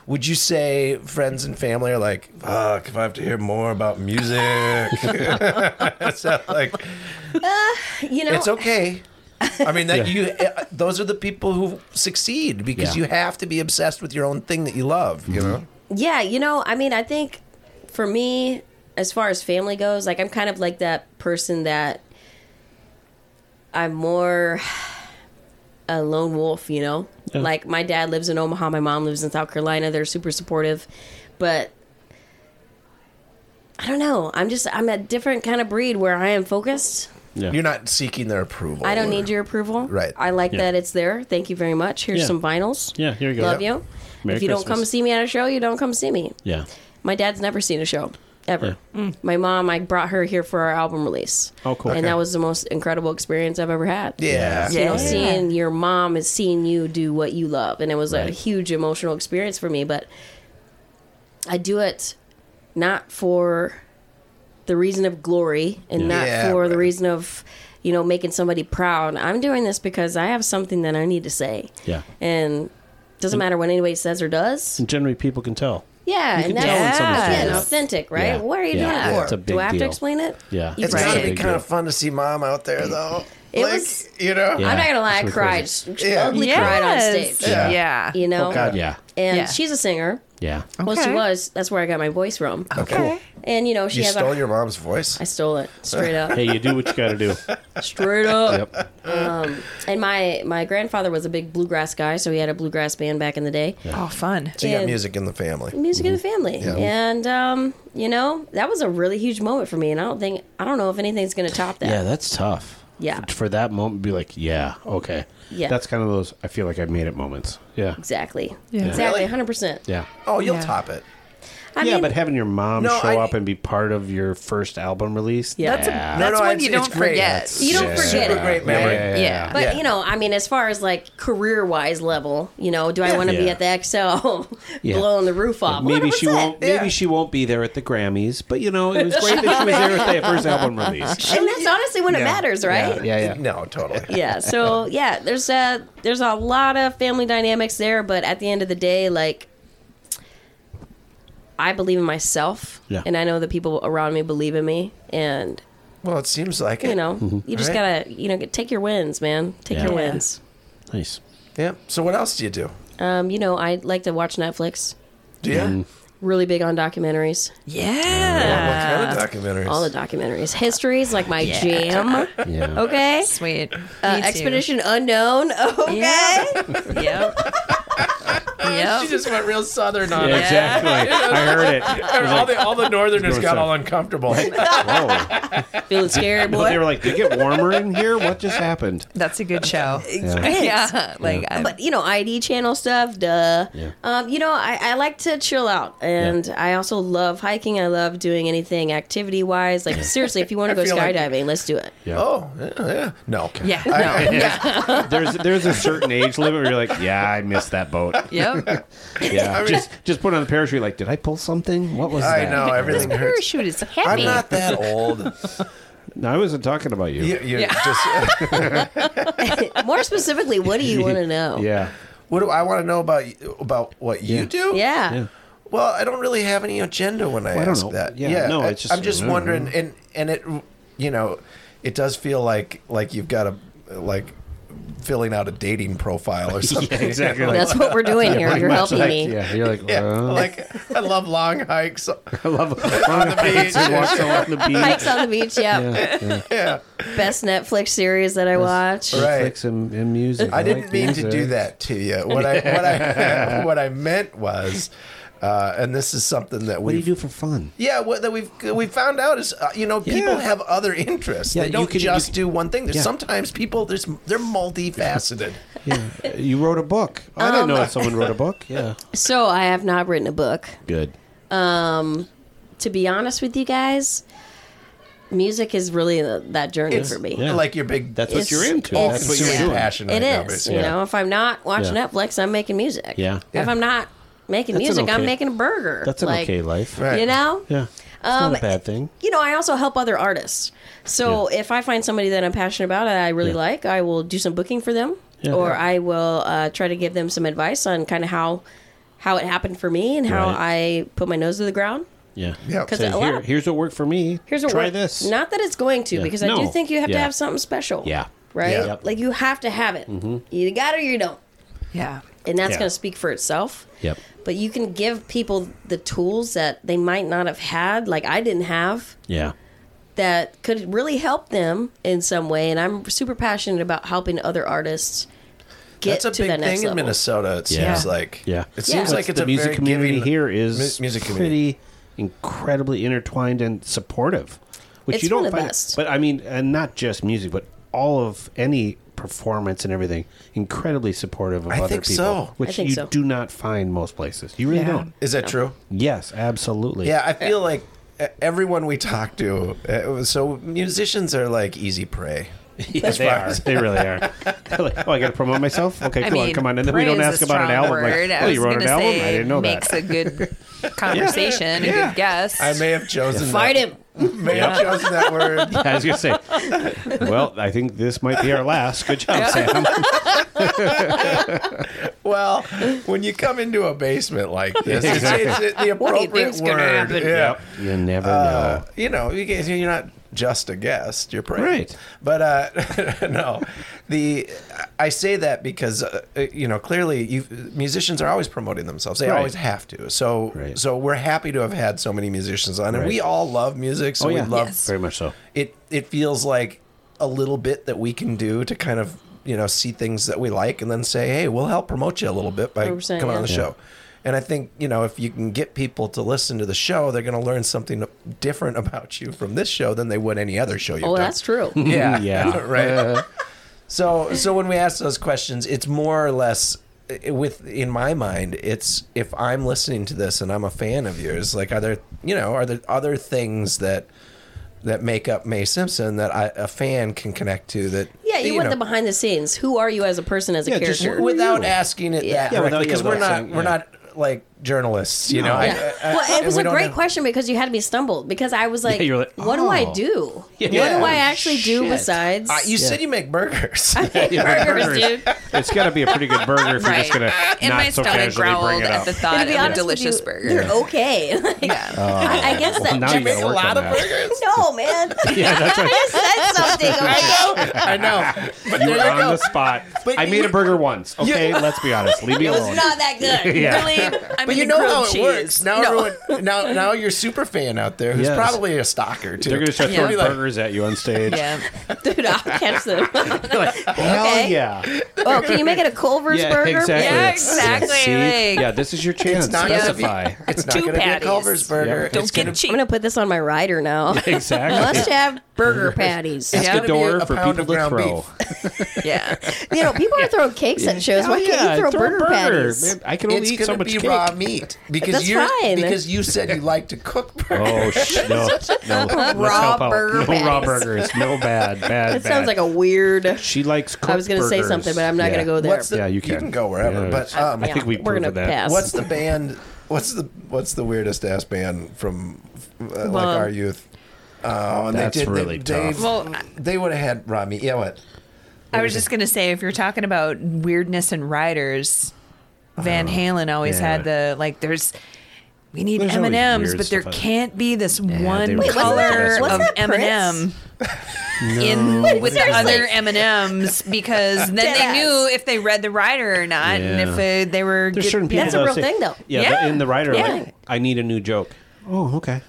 [SPEAKER 1] would you say friends and family are like, fuck, if I have to hear more about music? so, like,
[SPEAKER 4] You know,
[SPEAKER 1] it's okay. I mean, that you, eh, those are the people who succeed because
[SPEAKER 2] Yeah. Mm-hmm.
[SPEAKER 1] you have to be obsessed with your own thing that you love, you know?
[SPEAKER 4] Yeah, you know, I mean, I think for me, as far as family goes, like I'm kind of like that person that I'm more a lone wolf, you know? Like my dad lives in Omaha, my mom lives in South Carolina. They're super supportive, but I don't know. I'm just I'm a different kind of breed where I am focused.
[SPEAKER 2] Yeah.
[SPEAKER 1] You're not seeking their approval.
[SPEAKER 4] I don't
[SPEAKER 1] or-
[SPEAKER 4] need your approval.
[SPEAKER 1] Right.
[SPEAKER 4] I like
[SPEAKER 2] Yeah.
[SPEAKER 4] that it's there. Thank you very much. Here's
[SPEAKER 2] Yeah.
[SPEAKER 4] some vinyls.
[SPEAKER 2] Yeah, here you go.
[SPEAKER 4] Love
[SPEAKER 2] Yeah.
[SPEAKER 4] you.
[SPEAKER 2] Merry
[SPEAKER 4] if you don't
[SPEAKER 2] Christmas.
[SPEAKER 4] come see me at a show, you don't come see me.
[SPEAKER 2] Yeah.
[SPEAKER 4] My dad's never seen a show ever.
[SPEAKER 1] Mm.
[SPEAKER 4] My mom, I brought her here for our album release.
[SPEAKER 2] Oh, cool.
[SPEAKER 4] And
[SPEAKER 2] Okay.
[SPEAKER 4] that was the most incredible experience I've ever had.
[SPEAKER 1] Yeah.
[SPEAKER 4] You know,
[SPEAKER 3] Yeah.
[SPEAKER 4] seeing your mom is seeing you do what you love. And it was a
[SPEAKER 2] Right.
[SPEAKER 4] huge emotional experience for me. But I do it not for the reason of glory and
[SPEAKER 2] Yeah.
[SPEAKER 4] not
[SPEAKER 1] Yeah,
[SPEAKER 4] for the
[SPEAKER 1] right.
[SPEAKER 4] reason of, you know, making somebody proud. I'm doing this because I have something that I need to say.
[SPEAKER 2] Yeah.
[SPEAKER 4] And doesn't matter what anybody says or does.
[SPEAKER 2] And generally, people can tell.
[SPEAKER 4] Yeah,
[SPEAKER 2] can
[SPEAKER 4] and
[SPEAKER 2] tell when
[SPEAKER 4] that's
[SPEAKER 2] someone's doing
[SPEAKER 4] again,
[SPEAKER 2] it.
[SPEAKER 4] authentic, right?
[SPEAKER 2] Yeah.
[SPEAKER 4] What are you
[SPEAKER 2] Yeah.
[SPEAKER 4] doing it
[SPEAKER 2] Yeah.
[SPEAKER 4] for?
[SPEAKER 2] It's a big
[SPEAKER 4] Do I have
[SPEAKER 2] deal.
[SPEAKER 4] to explain it?
[SPEAKER 2] Yeah.
[SPEAKER 4] You
[SPEAKER 1] It's
[SPEAKER 4] Right.
[SPEAKER 1] got to be
[SPEAKER 4] Big
[SPEAKER 1] kind
[SPEAKER 2] deal.
[SPEAKER 1] of fun to see mom out there, though.
[SPEAKER 4] It
[SPEAKER 1] like,
[SPEAKER 4] was-
[SPEAKER 1] you know,
[SPEAKER 2] Yeah.
[SPEAKER 4] I'm not gonna lie, I
[SPEAKER 2] It's
[SPEAKER 4] cried,
[SPEAKER 1] Yeah.
[SPEAKER 4] ugly cried on stage.
[SPEAKER 1] Yeah.
[SPEAKER 3] Yeah.
[SPEAKER 4] You know,
[SPEAKER 1] God.
[SPEAKER 2] Oh, Yeah.
[SPEAKER 4] and
[SPEAKER 3] Yeah.
[SPEAKER 4] she's a singer.
[SPEAKER 2] Yeah.
[SPEAKER 4] Well, she
[SPEAKER 3] Okay.
[SPEAKER 4] was. That's where I got my voice from.
[SPEAKER 2] Oh.
[SPEAKER 1] Okay.
[SPEAKER 4] And you know, she
[SPEAKER 1] you
[SPEAKER 4] has
[SPEAKER 1] stole
[SPEAKER 4] a.
[SPEAKER 1] your mom's voice.
[SPEAKER 4] I stole it straight up,
[SPEAKER 2] Hey, you do what you got to do.
[SPEAKER 4] straight up.
[SPEAKER 2] Yep.
[SPEAKER 4] And my my grandfather was a big bluegrass guy, so he had a bluegrass band back in the day.
[SPEAKER 3] Oh, fun.
[SPEAKER 1] So you got
[SPEAKER 4] And-
[SPEAKER 1] music in the family.
[SPEAKER 4] music
[SPEAKER 2] Mm-hmm.
[SPEAKER 4] in the family and um, you know that was a really huge moment for me and i don't think i don't know if anything's gonna top that
[SPEAKER 2] Yeah, that's tough.
[SPEAKER 4] Yeah.
[SPEAKER 2] F- For that moment, be like, yeah, okay.
[SPEAKER 4] Yeah.
[SPEAKER 2] That's kind of those, I feel like I've made it moments. Yeah.
[SPEAKER 4] exactly
[SPEAKER 3] Yeah.
[SPEAKER 4] exactly
[SPEAKER 1] Really?
[SPEAKER 4] 100%
[SPEAKER 2] Yeah.
[SPEAKER 1] Oh, you'll
[SPEAKER 3] Yeah.
[SPEAKER 1] top it.
[SPEAKER 4] I
[SPEAKER 2] yeah,
[SPEAKER 4] mean,
[SPEAKER 2] but having your mom
[SPEAKER 1] No,
[SPEAKER 2] show
[SPEAKER 1] I-
[SPEAKER 2] up and be part of your first album release.
[SPEAKER 4] Yeah.
[SPEAKER 3] That's, a,
[SPEAKER 2] Yeah.
[SPEAKER 3] that's
[SPEAKER 1] No, no,
[SPEAKER 3] one
[SPEAKER 1] it's-
[SPEAKER 3] you
[SPEAKER 1] it's
[SPEAKER 3] don't
[SPEAKER 1] great.
[SPEAKER 3] forget.
[SPEAKER 4] You don't forget
[SPEAKER 1] Super
[SPEAKER 4] it.
[SPEAKER 1] great memory.
[SPEAKER 2] Yeah.
[SPEAKER 3] Yeah.
[SPEAKER 4] But
[SPEAKER 1] Yeah.
[SPEAKER 4] you know, I mean, as far as like career wise level, you know, do I want to be
[SPEAKER 2] Yeah.
[SPEAKER 4] at the XL
[SPEAKER 2] Yeah.
[SPEAKER 4] blowing the roof off?
[SPEAKER 2] Maybe she
[SPEAKER 4] 100%.
[SPEAKER 2] won't. Maybe
[SPEAKER 1] Yeah.
[SPEAKER 2] she won't be there at the Grammys, but you know it was great that she was there at the first album release.
[SPEAKER 4] And that's honestly when it matters, right?
[SPEAKER 2] Yeah, yeah, yeah.
[SPEAKER 1] No, totally.
[SPEAKER 4] yeah so yeah there's a there's a lot of family dynamics there but at the end of the day like I believe in myself,
[SPEAKER 2] Yeah.
[SPEAKER 4] and I know the people around me believe in me, and
[SPEAKER 1] Well, it seems like
[SPEAKER 4] you
[SPEAKER 1] it.
[SPEAKER 4] know, you just
[SPEAKER 1] Right.
[SPEAKER 4] gotta, you know, get, take your wins, man. Take
[SPEAKER 2] Mm-hmm. Yeah.
[SPEAKER 4] your
[SPEAKER 3] Yeah.
[SPEAKER 4] wins.
[SPEAKER 2] Nice.
[SPEAKER 1] Yeah. So what else do you do?
[SPEAKER 4] Um, you know, I like to watch Netflix.
[SPEAKER 1] Do you?
[SPEAKER 4] Really big on documentaries,
[SPEAKER 3] Yeah.
[SPEAKER 1] what kind of documentaries?
[SPEAKER 4] Uh, all the documentaries. Histories like my jam.
[SPEAKER 2] Yeah.
[SPEAKER 4] Okay.
[SPEAKER 3] Sweet.
[SPEAKER 4] Uh,
[SPEAKER 3] Me too.
[SPEAKER 4] Expedition Unknown. Oh, Okay.
[SPEAKER 3] Yep. yep.
[SPEAKER 1] She
[SPEAKER 3] yep.
[SPEAKER 1] just went real southern on
[SPEAKER 2] Yeah,
[SPEAKER 1] it.
[SPEAKER 2] exactly. I heard it. I was
[SPEAKER 1] all,
[SPEAKER 2] like,
[SPEAKER 1] the, all the northerners
[SPEAKER 2] North
[SPEAKER 1] got
[SPEAKER 2] side.
[SPEAKER 1] all uncomfortable.
[SPEAKER 2] whoa.
[SPEAKER 4] Feeling scared,
[SPEAKER 2] But they
[SPEAKER 4] boy.
[SPEAKER 2] were like, did it get warmer in here? What just happened?
[SPEAKER 3] That's a good show. Yeah. Like, I,
[SPEAKER 4] But you know, ID channel stuff, duh.
[SPEAKER 2] Yeah.
[SPEAKER 4] Um, you know, I, I like to chill out, and I also love hiking. I love doing anything activity wise. Like seriously, if you want to go
[SPEAKER 1] feel like-
[SPEAKER 4] skydiving, let's do it.
[SPEAKER 2] Yeah.
[SPEAKER 1] Oh, yeah, yeah. No.
[SPEAKER 3] yeah. No.
[SPEAKER 2] There's there's a certain age limit where you're like, yeah, I missed that boat.
[SPEAKER 3] Yep.
[SPEAKER 2] Yeah. just just put on the parachute. Like, did I pull something? What was
[SPEAKER 1] I
[SPEAKER 2] that?
[SPEAKER 1] know everything hurts.
[SPEAKER 3] Parachute is
[SPEAKER 1] I'm
[SPEAKER 3] heavy.
[SPEAKER 1] not that old.
[SPEAKER 2] No, I wasn't talking about you.
[SPEAKER 1] You, you just
[SPEAKER 4] More specifically, what do you want to know?
[SPEAKER 2] Yeah.
[SPEAKER 1] what do I want to know about you- about what you
[SPEAKER 2] Yeah.
[SPEAKER 1] do?
[SPEAKER 4] Yeah.
[SPEAKER 2] Yeah.
[SPEAKER 1] Well, I don't really have any agenda when I,
[SPEAKER 2] Well, I don't
[SPEAKER 1] ask
[SPEAKER 2] know.
[SPEAKER 1] that.
[SPEAKER 2] Yeah,
[SPEAKER 1] Yeah,
[SPEAKER 2] no,
[SPEAKER 1] I,
[SPEAKER 2] it's just-
[SPEAKER 1] I'm just
[SPEAKER 2] I don't know.
[SPEAKER 1] wondering, and and it, you know, it does feel like like you've got a like filling out a dating profile or something.
[SPEAKER 2] exactly.
[SPEAKER 4] That's what we're doing here.
[SPEAKER 2] Pretty
[SPEAKER 4] You're
[SPEAKER 2] much
[SPEAKER 4] helping
[SPEAKER 2] like-
[SPEAKER 4] me.
[SPEAKER 2] Yeah. You're like,
[SPEAKER 1] Yeah,
[SPEAKER 2] well,
[SPEAKER 1] like I love long hikes.
[SPEAKER 2] I love on the
[SPEAKER 1] beach.
[SPEAKER 2] walks along the beach.
[SPEAKER 4] Hikes on the beach. Yeah.
[SPEAKER 2] Yeah, yeah.
[SPEAKER 1] Yeah,
[SPEAKER 4] Best Netflix series that I watch.
[SPEAKER 1] Right.
[SPEAKER 2] Netflix and, and music.
[SPEAKER 1] I didn't
[SPEAKER 2] like
[SPEAKER 1] mean to
[SPEAKER 2] music.
[SPEAKER 1] do that to you. What I what I what I meant was, uh, and this is something that
[SPEAKER 2] What do
[SPEAKER 1] we
[SPEAKER 2] you do for fun?
[SPEAKER 1] Yeah, what that we've we found out is uh, you know people
[SPEAKER 2] Yeah.
[SPEAKER 1] have other interests.
[SPEAKER 2] Yeah,
[SPEAKER 1] they
[SPEAKER 2] you
[SPEAKER 1] don't
[SPEAKER 2] can- you
[SPEAKER 1] just
[SPEAKER 2] can-
[SPEAKER 1] do one thing. There's
[SPEAKER 2] Yeah.
[SPEAKER 1] sometimes people there's they're multifaceted.
[SPEAKER 2] Yeah. You wrote a book. I
[SPEAKER 1] Um,
[SPEAKER 2] didn't know someone wrote a book. Yeah.
[SPEAKER 4] So I have not written a book.
[SPEAKER 2] Good.
[SPEAKER 4] To be honest with you guys, music is really the, that journey for me.
[SPEAKER 2] yeah.
[SPEAKER 1] Like your big
[SPEAKER 2] That's what
[SPEAKER 4] It's-
[SPEAKER 2] you're into.
[SPEAKER 4] it's-
[SPEAKER 2] That's what you're
[SPEAKER 1] consuming
[SPEAKER 4] yeah.
[SPEAKER 2] doing.
[SPEAKER 1] passion.
[SPEAKER 4] It
[SPEAKER 1] right now,
[SPEAKER 4] is.
[SPEAKER 1] basically.
[SPEAKER 4] you
[SPEAKER 2] Yeah.
[SPEAKER 4] know, if I'm not watching
[SPEAKER 2] Yeah.
[SPEAKER 4] Netflix, I'm making music.
[SPEAKER 2] Yeah.
[SPEAKER 4] If I'm not making
[SPEAKER 2] That's an
[SPEAKER 4] music, I'm
[SPEAKER 2] okay-
[SPEAKER 4] making a burger.
[SPEAKER 2] That's an
[SPEAKER 4] Like, Um,
[SPEAKER 2] okay life.
[SPEAKER 1] Right.
[SPEAKER 4] You know?
[SPEAKER 2] Yeah. It's not a bad thing.
[SPEAKER 4] You know, I also help other artists. So if I find somebody that I'm passionate about and I really
[SPEAKER 2] Yeah.
[SPEAKER 4] like, I will do some booking for them,
[SPEAKER 2] Yeah.
[SPEAKER 4] or
[SPEAKER 2] Yeah.
[SPEAKER 4] I will uh, try to give them some advice on kind of how how it happened for me and how
[SPEAKER 2] Right.
[SPEAKER 4] I put my nose to the ground.
[SPEAKER 2] Yeah.
[SPEAKER 1] Yeah.
[SPEAKER 4] Because
[SPEAKER 2] Say,
[SPEAKER 4] a lot
[SPEAKER 2] here,
[SPEAKER 4] of-
[SPEAKER 2] here's what worked for me.
[SPEAKER 4] Here's a
[SPEAKER 2] Try
[SPEAKER 4] word-
[SPEAKER 2] this.
[SPEAKER 4] Not that it's going to,
[SPEAKER 2] Yeah.
[SPEAKER 4] because I
[SPEAKER 2] No.
[SPEAKER 4] do think you have to
[SPEAKER 2] Yeah.
[SPEAKER 4] have something special.
[SPEAKER 2] Yeah.
[SPEAKER 4] Right.
[SPEAKER 1] Yeah.
[SPEAKER 2] Yep. Mm-hmm.
[SPEAKER 4] Like you have to have it. You got it or you don't,
[SPEAKER 3] Yeah.
[SPEAKER 4] and that's
[SPEAKER 2] Yeah.
[SPEAKER 4] going to speak for itself.
[SPEAKER 2] Yep.
[SPEAKER 4] But you can give people the tools that they might not have had, like I didn't have,
[SPEAKER 2] Yeah.
[SPEAKER 4] that could really help them in some way. And I'm super passionate about helping other artists get
[SPEAKER 1] That's a
[SPEAKER 4] to
[SPEAKER 1] big
[SPEAKER 4] that
[SPEAKER 1] thing
[SPEAKER 4] next
[SPEAKER 1] in
[SPEAKER 4] level.
[SPEAKER 1] Minnesota. It
[SPEAKER 2] Yeah.
[SPEAKER 1] seems like
[SPEAKER 2] Yeah.
[SPEAKER 1] it
[SPEAKER 4] Yeah.
[SPEAKER 1] seems
[SPEAKER 4] That's
[SPEAKER 1] like it's
[SPEAKER 2] the
[SPEAKER 1] a
[SPEAKER 2] music
[SPEAKER 1] very
[SPEAKER 2] community
[SPEAKER 1] giving
[SPEAKER 2] here is
[SPEAKER 1] mu- music community.
[SPEAKER 2] pretty incredibly intertwined and supportive, which
[SPEAKER 4] It's
[SPEAKER 2] you don't
[SPEAKER 4] one of the
[SPEAKER 2] find.
[SPEAKER 4] best.
[SPEAKER 2] But I mean, and not just music, but all of any performance and everything, incredibly supportive of
[SPEAKER 1] I
[SPEAKER 2] other
[SPEAKER 1] think
[SPEAKER 2] people,
[SPEAKER 1] so.
[SPEAKER 2] which
[SPEAKER 4] I think
[SPEAKER 2] you
[SPEAKER 4] so.
[SPEAKER 2] do not find most places. You really
[SPEAKER 3] Yeah.
[SPEAKER 2] don't.
[SPEAKER 1] Is that true?
[SPEAKER 2] Yes, absolutely.
[SPEAKER 1] Yeah, I feel like e- everyone we talk to. Uh, so musicians are like easy prey.
[SPEAKER 2] Yeah, they are. They really are. They're like, oh, I got to promote myself. Okay,
[SPEAKER 3] I
[SPEAKER 2] come on,
[SPEAKER 3] mean,
[SPEAKER 2] come on. And then we
[SPEAKER 3] praise
[SPEAKER 2] don't
[SPEAKER 3] is
[SPEAKER 2] ask
[SPEAKER 3] a
[SPEAKER 2] about an
[SPEAKER 3] strong
[SPEAKER 2] album. Like,
[SPEAKER 3] word. I
[SPEAKER 2] oh,
[SPEAKER 3] was
[SPEAKER 2] you wrote an
[SPEAKER 3] gonna
[SPEAKER 2] album?
[SPEAKER 3] say
[SPEAKER 2] I didn't know
[SPEAKER 3] makes
[SPEAKER 2] that.
[SPEAKER 3] a good conversation, a
[SPEAKER 2] Yeah.
[SPEAKER 3] good guess.
[SPEAKER 1] I may have chosen.
[SPEAKER 4] Fight
[SPEAKER 1] that,
[SPEAKER 4] him.
[SPEAKER 1] May have chosen that word.
[SPEAKER 2] I was gonna say. Well, I think this might be our last. Good job, Sam.
[SPEAKER 1] Well, when you come into a basement like this, it's, it's, it's the appropriate
[SPEAKER 4] do you think's
[SPEAKER 1] word.
[SPEAKER 4] gonna happen?
[SPEAKER 1] Yeah.
[SPEAKER 2] You never
[SPEAKER 1] Uh, you know, you guys, you're not just a guest. You're praying.
[SPEAKER 2] Right.
[SPEAKER 1] But uh, no, the I say that because uh, you know clearly you musicians are always promoting themselves. They
[SPEAKER 2] Right.
[SPEAKER 1] always have to. So
[SPEAKER 2] Right.
[SPEAKER 1] so we're happy to have had so many musicians on, and
[SPEAKER 2] Right.
[SPEAKER 1] we all love music. So
[SPEAKER 2] Oh, yeah.
[SPEAKER 1] we love
[SPEAKER 3] Yes.
[SPEAKER 2] Very much so.
[SPEAKER 1] it. It feels like a little bit that we can do to kind of you know see things that we like, and then say, hey, we'll help promote you a little bit by
[SPEAKER 4] 100%,
[SPEAKER 1] coming on the
[SPEAKER 4] yeah.
[SPEAKER 1] show. And I think you know if you can get people to listen to the show, they're going to learn something different about you from this show than they would any other show you've
[SPEAKER 4] Oh,
[SPEAKER 1] done.
[SPEAKER 4] that's true.
[SPEAKER 1] yeah,
[SPEAKER 2] Yeah. Uh,
[SPEAKER 1] right. so, so when we ask those questions, it's more or less uh, with in my mind, it's if I'm listening to this and I'm a fan of yours, like are there you know are there other things that that make up May Simpson that I, a fan can connect to that
[SPEAKER 4] Yeah, you, want
[SPEAKER 1] know,
[SPEAKER 4] the behind the scenes. Who are you as a person, as a
[SPEAKER 2] Yeah, just
[SPEAKER 4] character?
[SPEAKER 2] who
[SPEAKER 1] without
[SPEAKER 2] you?
[SPEAKER 1] asking it
[SPEAKER 4] Yeah.
[SPEAKER 1] that
[SPEAKER 2] Yeah, without-
[SPEAKER 1] because
[SPEAKER 2] yeah,
[SPEAKER 1] we're
[SPEAKER 2] without
[SPEAKER 1] not
[SPEAKER 2] saying-
[SPEAKER 1] we're
[SPEAKER 2] yeah.
[SPEAKER 1] not like journalists. You know, I-
[SPEAKER 4] Yeah.
[SPEAKER 1] I- I-
[SPEAKER 4] well,
[SPEAKER 1] and
[SPEAKER 4] it was
[SPEAKER 1] Uh, we
[SPEAKER 4] a
[SPEAKER 1] don't
[SPEAKER 4] great
[SPEAKER 1] have-
[SPEAKER 4] question because you had me stumbled because I was like,
[SPEAKER 2] Yeah, you were like,
[SPEAKER 4] what do I
[SPEAKER 2] oh.
[SPEAKER 4] do? What
[SPEAKER 1] Yeah.
[SPEAKER 4] do I actually do
[SPEAKER 2] Shit.
[SPEAKER 4] besides
[SPEAKER 1] Uh, you said you make burgers.
[SPEAKER 4] burgers,
[SPEAKER 2] burgers.
[SPEAKER 4] dude?
[SPEAKER 2] It's got to be a pretty good burger if you're just going to
[SPEAKER 3] and my
[SPEAKER 2] not so
[SPEAKER 3] stomach
[SPEAKER 2] casually bring it
[SPEAKER 3] growled at
[SPEAKER 2] up.
[SPEAKER 3] the thought of
[SPEAKER 4] be
[SPEAKER 3] a
[SPEAKER 4] honest with
[SPEAKER 3] Uh, delicious
[SPEAKER 4] you,
[SPEAKER 3] burger.
[SPEAKER 4] They're okay. Like,
[SPEAKER 2] Uh,
[SPEAKER 4] I, I guess that.
[SPEAKER 2] now you
[SPEAKER 4] just-
[SPEAKER 2] gotta work on that.
[SPEAKER 4] no, man. I said something. Okay.
[SPEAKER 1] I know. But
[SPEAKER 2] You were
[SPEAKER 1] there you
[SPEAKER 2] on
[SPEAKER 1] go.
[SPEAKER 2] the spot.
[SPEAKER 1] But
[SPEAKER 2] I made
[SPEAKER 1] you-
[SPEAKER 2] a burger once. Okay, let's be honest. Leave me
[SPEAKER 4] It
[SPEAKER 2] alone.
[SPEAKER 4] was not that good.
[SPEAKER 2] Yeah.
[SPEAKER 3] Really? I
[SPEAKER 1] But
[SPEAKER 3] mean,
[SPEAKER 1] you
[SPEAKER 3] the
[SPEAKER 1] know
[SPEAKER 3] grilled
[SPEAKER 1] how it
[SPEAKER 3] cheese.
[SPEAKER 1] works. Now
[SPEAKER 3] No.
[SPEAKER 1] everyone, now now your super fan out there who's
[SPEAKER 2] Yes.
[SPEAKER 1] probably a stalker too.
[SPEAKER 2] They're going to start throwing
[SPEAKER 3] Yeah.
[SPEAKER 2] burgers at you on stage.
[SPEAKER 3] Yeah.
[SPEAKER 4] Dude, I'll catch them.
[SPEAKER 2] Hell
[SPEAKER 4] Okay.
[SPEAKER 2] yeah.
[SPEAKER 4] oh, can you make it a Culver's
[SPEAKER 2] yeah,
[SPEAKER 4] burger?
[SPEAKER 2] Exactly.
[SPEAKER 3] Yeah, exactly,
[SPEAKER 2] See?
[SPEAKER 3] like-
[SPEAKER 2] yeah, this is your chance.
[SPEAKER 1] not gonna be-
[SPEAKER 2] Specify.
[SPEAKER 1] It's not
[SPEAKER 3] Two
[SPEAKER 1] going to be a
[SPEAKER 3] patties.
[SPEAKER 1] Culver's burger.
[SPEAKER 2] Yeah.
[SPEAKER 1] It's
[SPEAKER 3] Don't
[SPEAKER 1] gonna
[SPEAKER 3] get it cheap.
[SPEAKER 4] I'm gonna put this on my rider now.
[SPEAKER 2] Exactly.
[SPEAKER 4] Must have burger patties.
[SPEAKER 1] It's gotta be
[SPEAKER 2] Escador
[SPEAKER 1] a
[SPEAKER 2] for
[SPEAKER 1] pound
[SPEAKER 2] people
[SPEAKER 1] of
[SPEAKER 2] to
[SPEAKER 1] ground
[SPEAKER 2] throw.
[SPEAKER 3] Yeah.
[SPEAKER 4] You know, people are throwing cakes at shows. Why
[SPEAKER 2] Hell
[SPEAKER 4] can't
[SPEAKER 2] yeah,
[SPEAKER 4] you throw,
[SPEAKER 2] a
[SPEAKER 4] burger, patties?
[SPEAKER 2] Man, I can only
[SPEAKER 1] It's
[SPEAKER 2] eat so
[SPEAKER 1] going to
[SPEAKER 2] much
[SPEAKER 1] be
[SPEAKER 2] cake.
[SPEAKER 1] raw meat because
[SPEAKER 4] That's
[SPEAKER 1] you're
[SPEAKER 4] fine.
[SPEAKER 1] because you said you like to cook burgers.
[SPEAKER 2] Oh sh- no, no. Let's
[SPEAKER 4] Raw
[SPEAKER 2] help out.
[SPEAKER 4] burger
[SPEAKER 2] No raw
[SPEAKER 4] patties.
[SPEAKER 2] burgers. No bad, bad.
[SPEAKER 4] That sounds like a weird. I
[SPEAKER 2] She likes. Cooked
[SPEAKER 4] was gonna say
[SPEAKER 2] burgers.
[SPEAKER 4] something, but I'm not
[SPEAKER 2] Yeah.
[SPEAKER 4] gonna go there.
[SPEAKER 1] What's the,
[SPEAKER 2] Yeah, you
[SPEAKER 1] You
[SPEAKER 2] can.
[SPEAKER 1] can go wherever.
[SPEAKER 2] Yeah,
[SPEAKER 1] But um,
[SPEAKER 2] I think we
[SPEAKER 4] we're gonna
[SPEAKER 2] proved that.
[SPEAKER 4] pass.
[SPEAKER 1] what's the band? What's the what's the weirdest ass band from uh, like
[SPEAKER 3] Well-
[SPEAKER 1] our youth? Oh, and
[SPEAKER 2] That's
[SPEAKER 1] they did,
[SPEAKER 2] really
[SPEAKER 1] they,
[SPEAKER 2] tough.
[SPEAKER 1] They,
[SPEAKER 3] Well, I-
[SPEAKER 1] they would have had raw meat. Yeah, what?
[SPEAKER 3] I was just going to say, if you're talking about weirdness and riders, Van Halen always
[SPEAKER 2] yeah.
[SPEAKER 3] had the, like, there's, we need
[SPEAKER 2] There's always
[SPEAKER 3] M&Ms,
[SPEAKER 2] weird
[SPEAKER 3] but there
[SPEAKER 2] stuff.
[SPEAKER 3] can't be this
[SPEAKER 2] they
[SPEAKER 3] one
[SPEAKER 2] were
[SPEAKER 3] color
[SPEAKER 2] Wait, wasn't
[SPEAKER 3] of
[SPEAKER 2] that-
[SPEAKER 3] M&M.
[SPEAKER 4] wasn't that
[SPEAKER 3] In with the
[SPEAKER 4] seriously?
[SPEAKER 3] other M and M's because then they
[SPEAKER 4] Deadass.
[SPEAKER 3] knew if they read the writer or not, and
[SPEAKER 2] Yeah.
[SPEAKER 3] if they, they were
[SPEAKER 2] There's
[SPEAKER 3] get-
[SPEAKER 2] certain people
[SPEAKER 4] That's a
[SPEAKER 2] that'll
[SPEAKER 4] real
[SPEAKER 2] say-
[SPEAKER 4] thing, though.
[SPEAKER 2] Yeah,
[SPEAKER 3] Yeah.
[SPEAKER 2] the- in the writer,
[SPEAKER 3] Yeah.
[SPEAKER 2] like, I need a new joke. Oh, okay.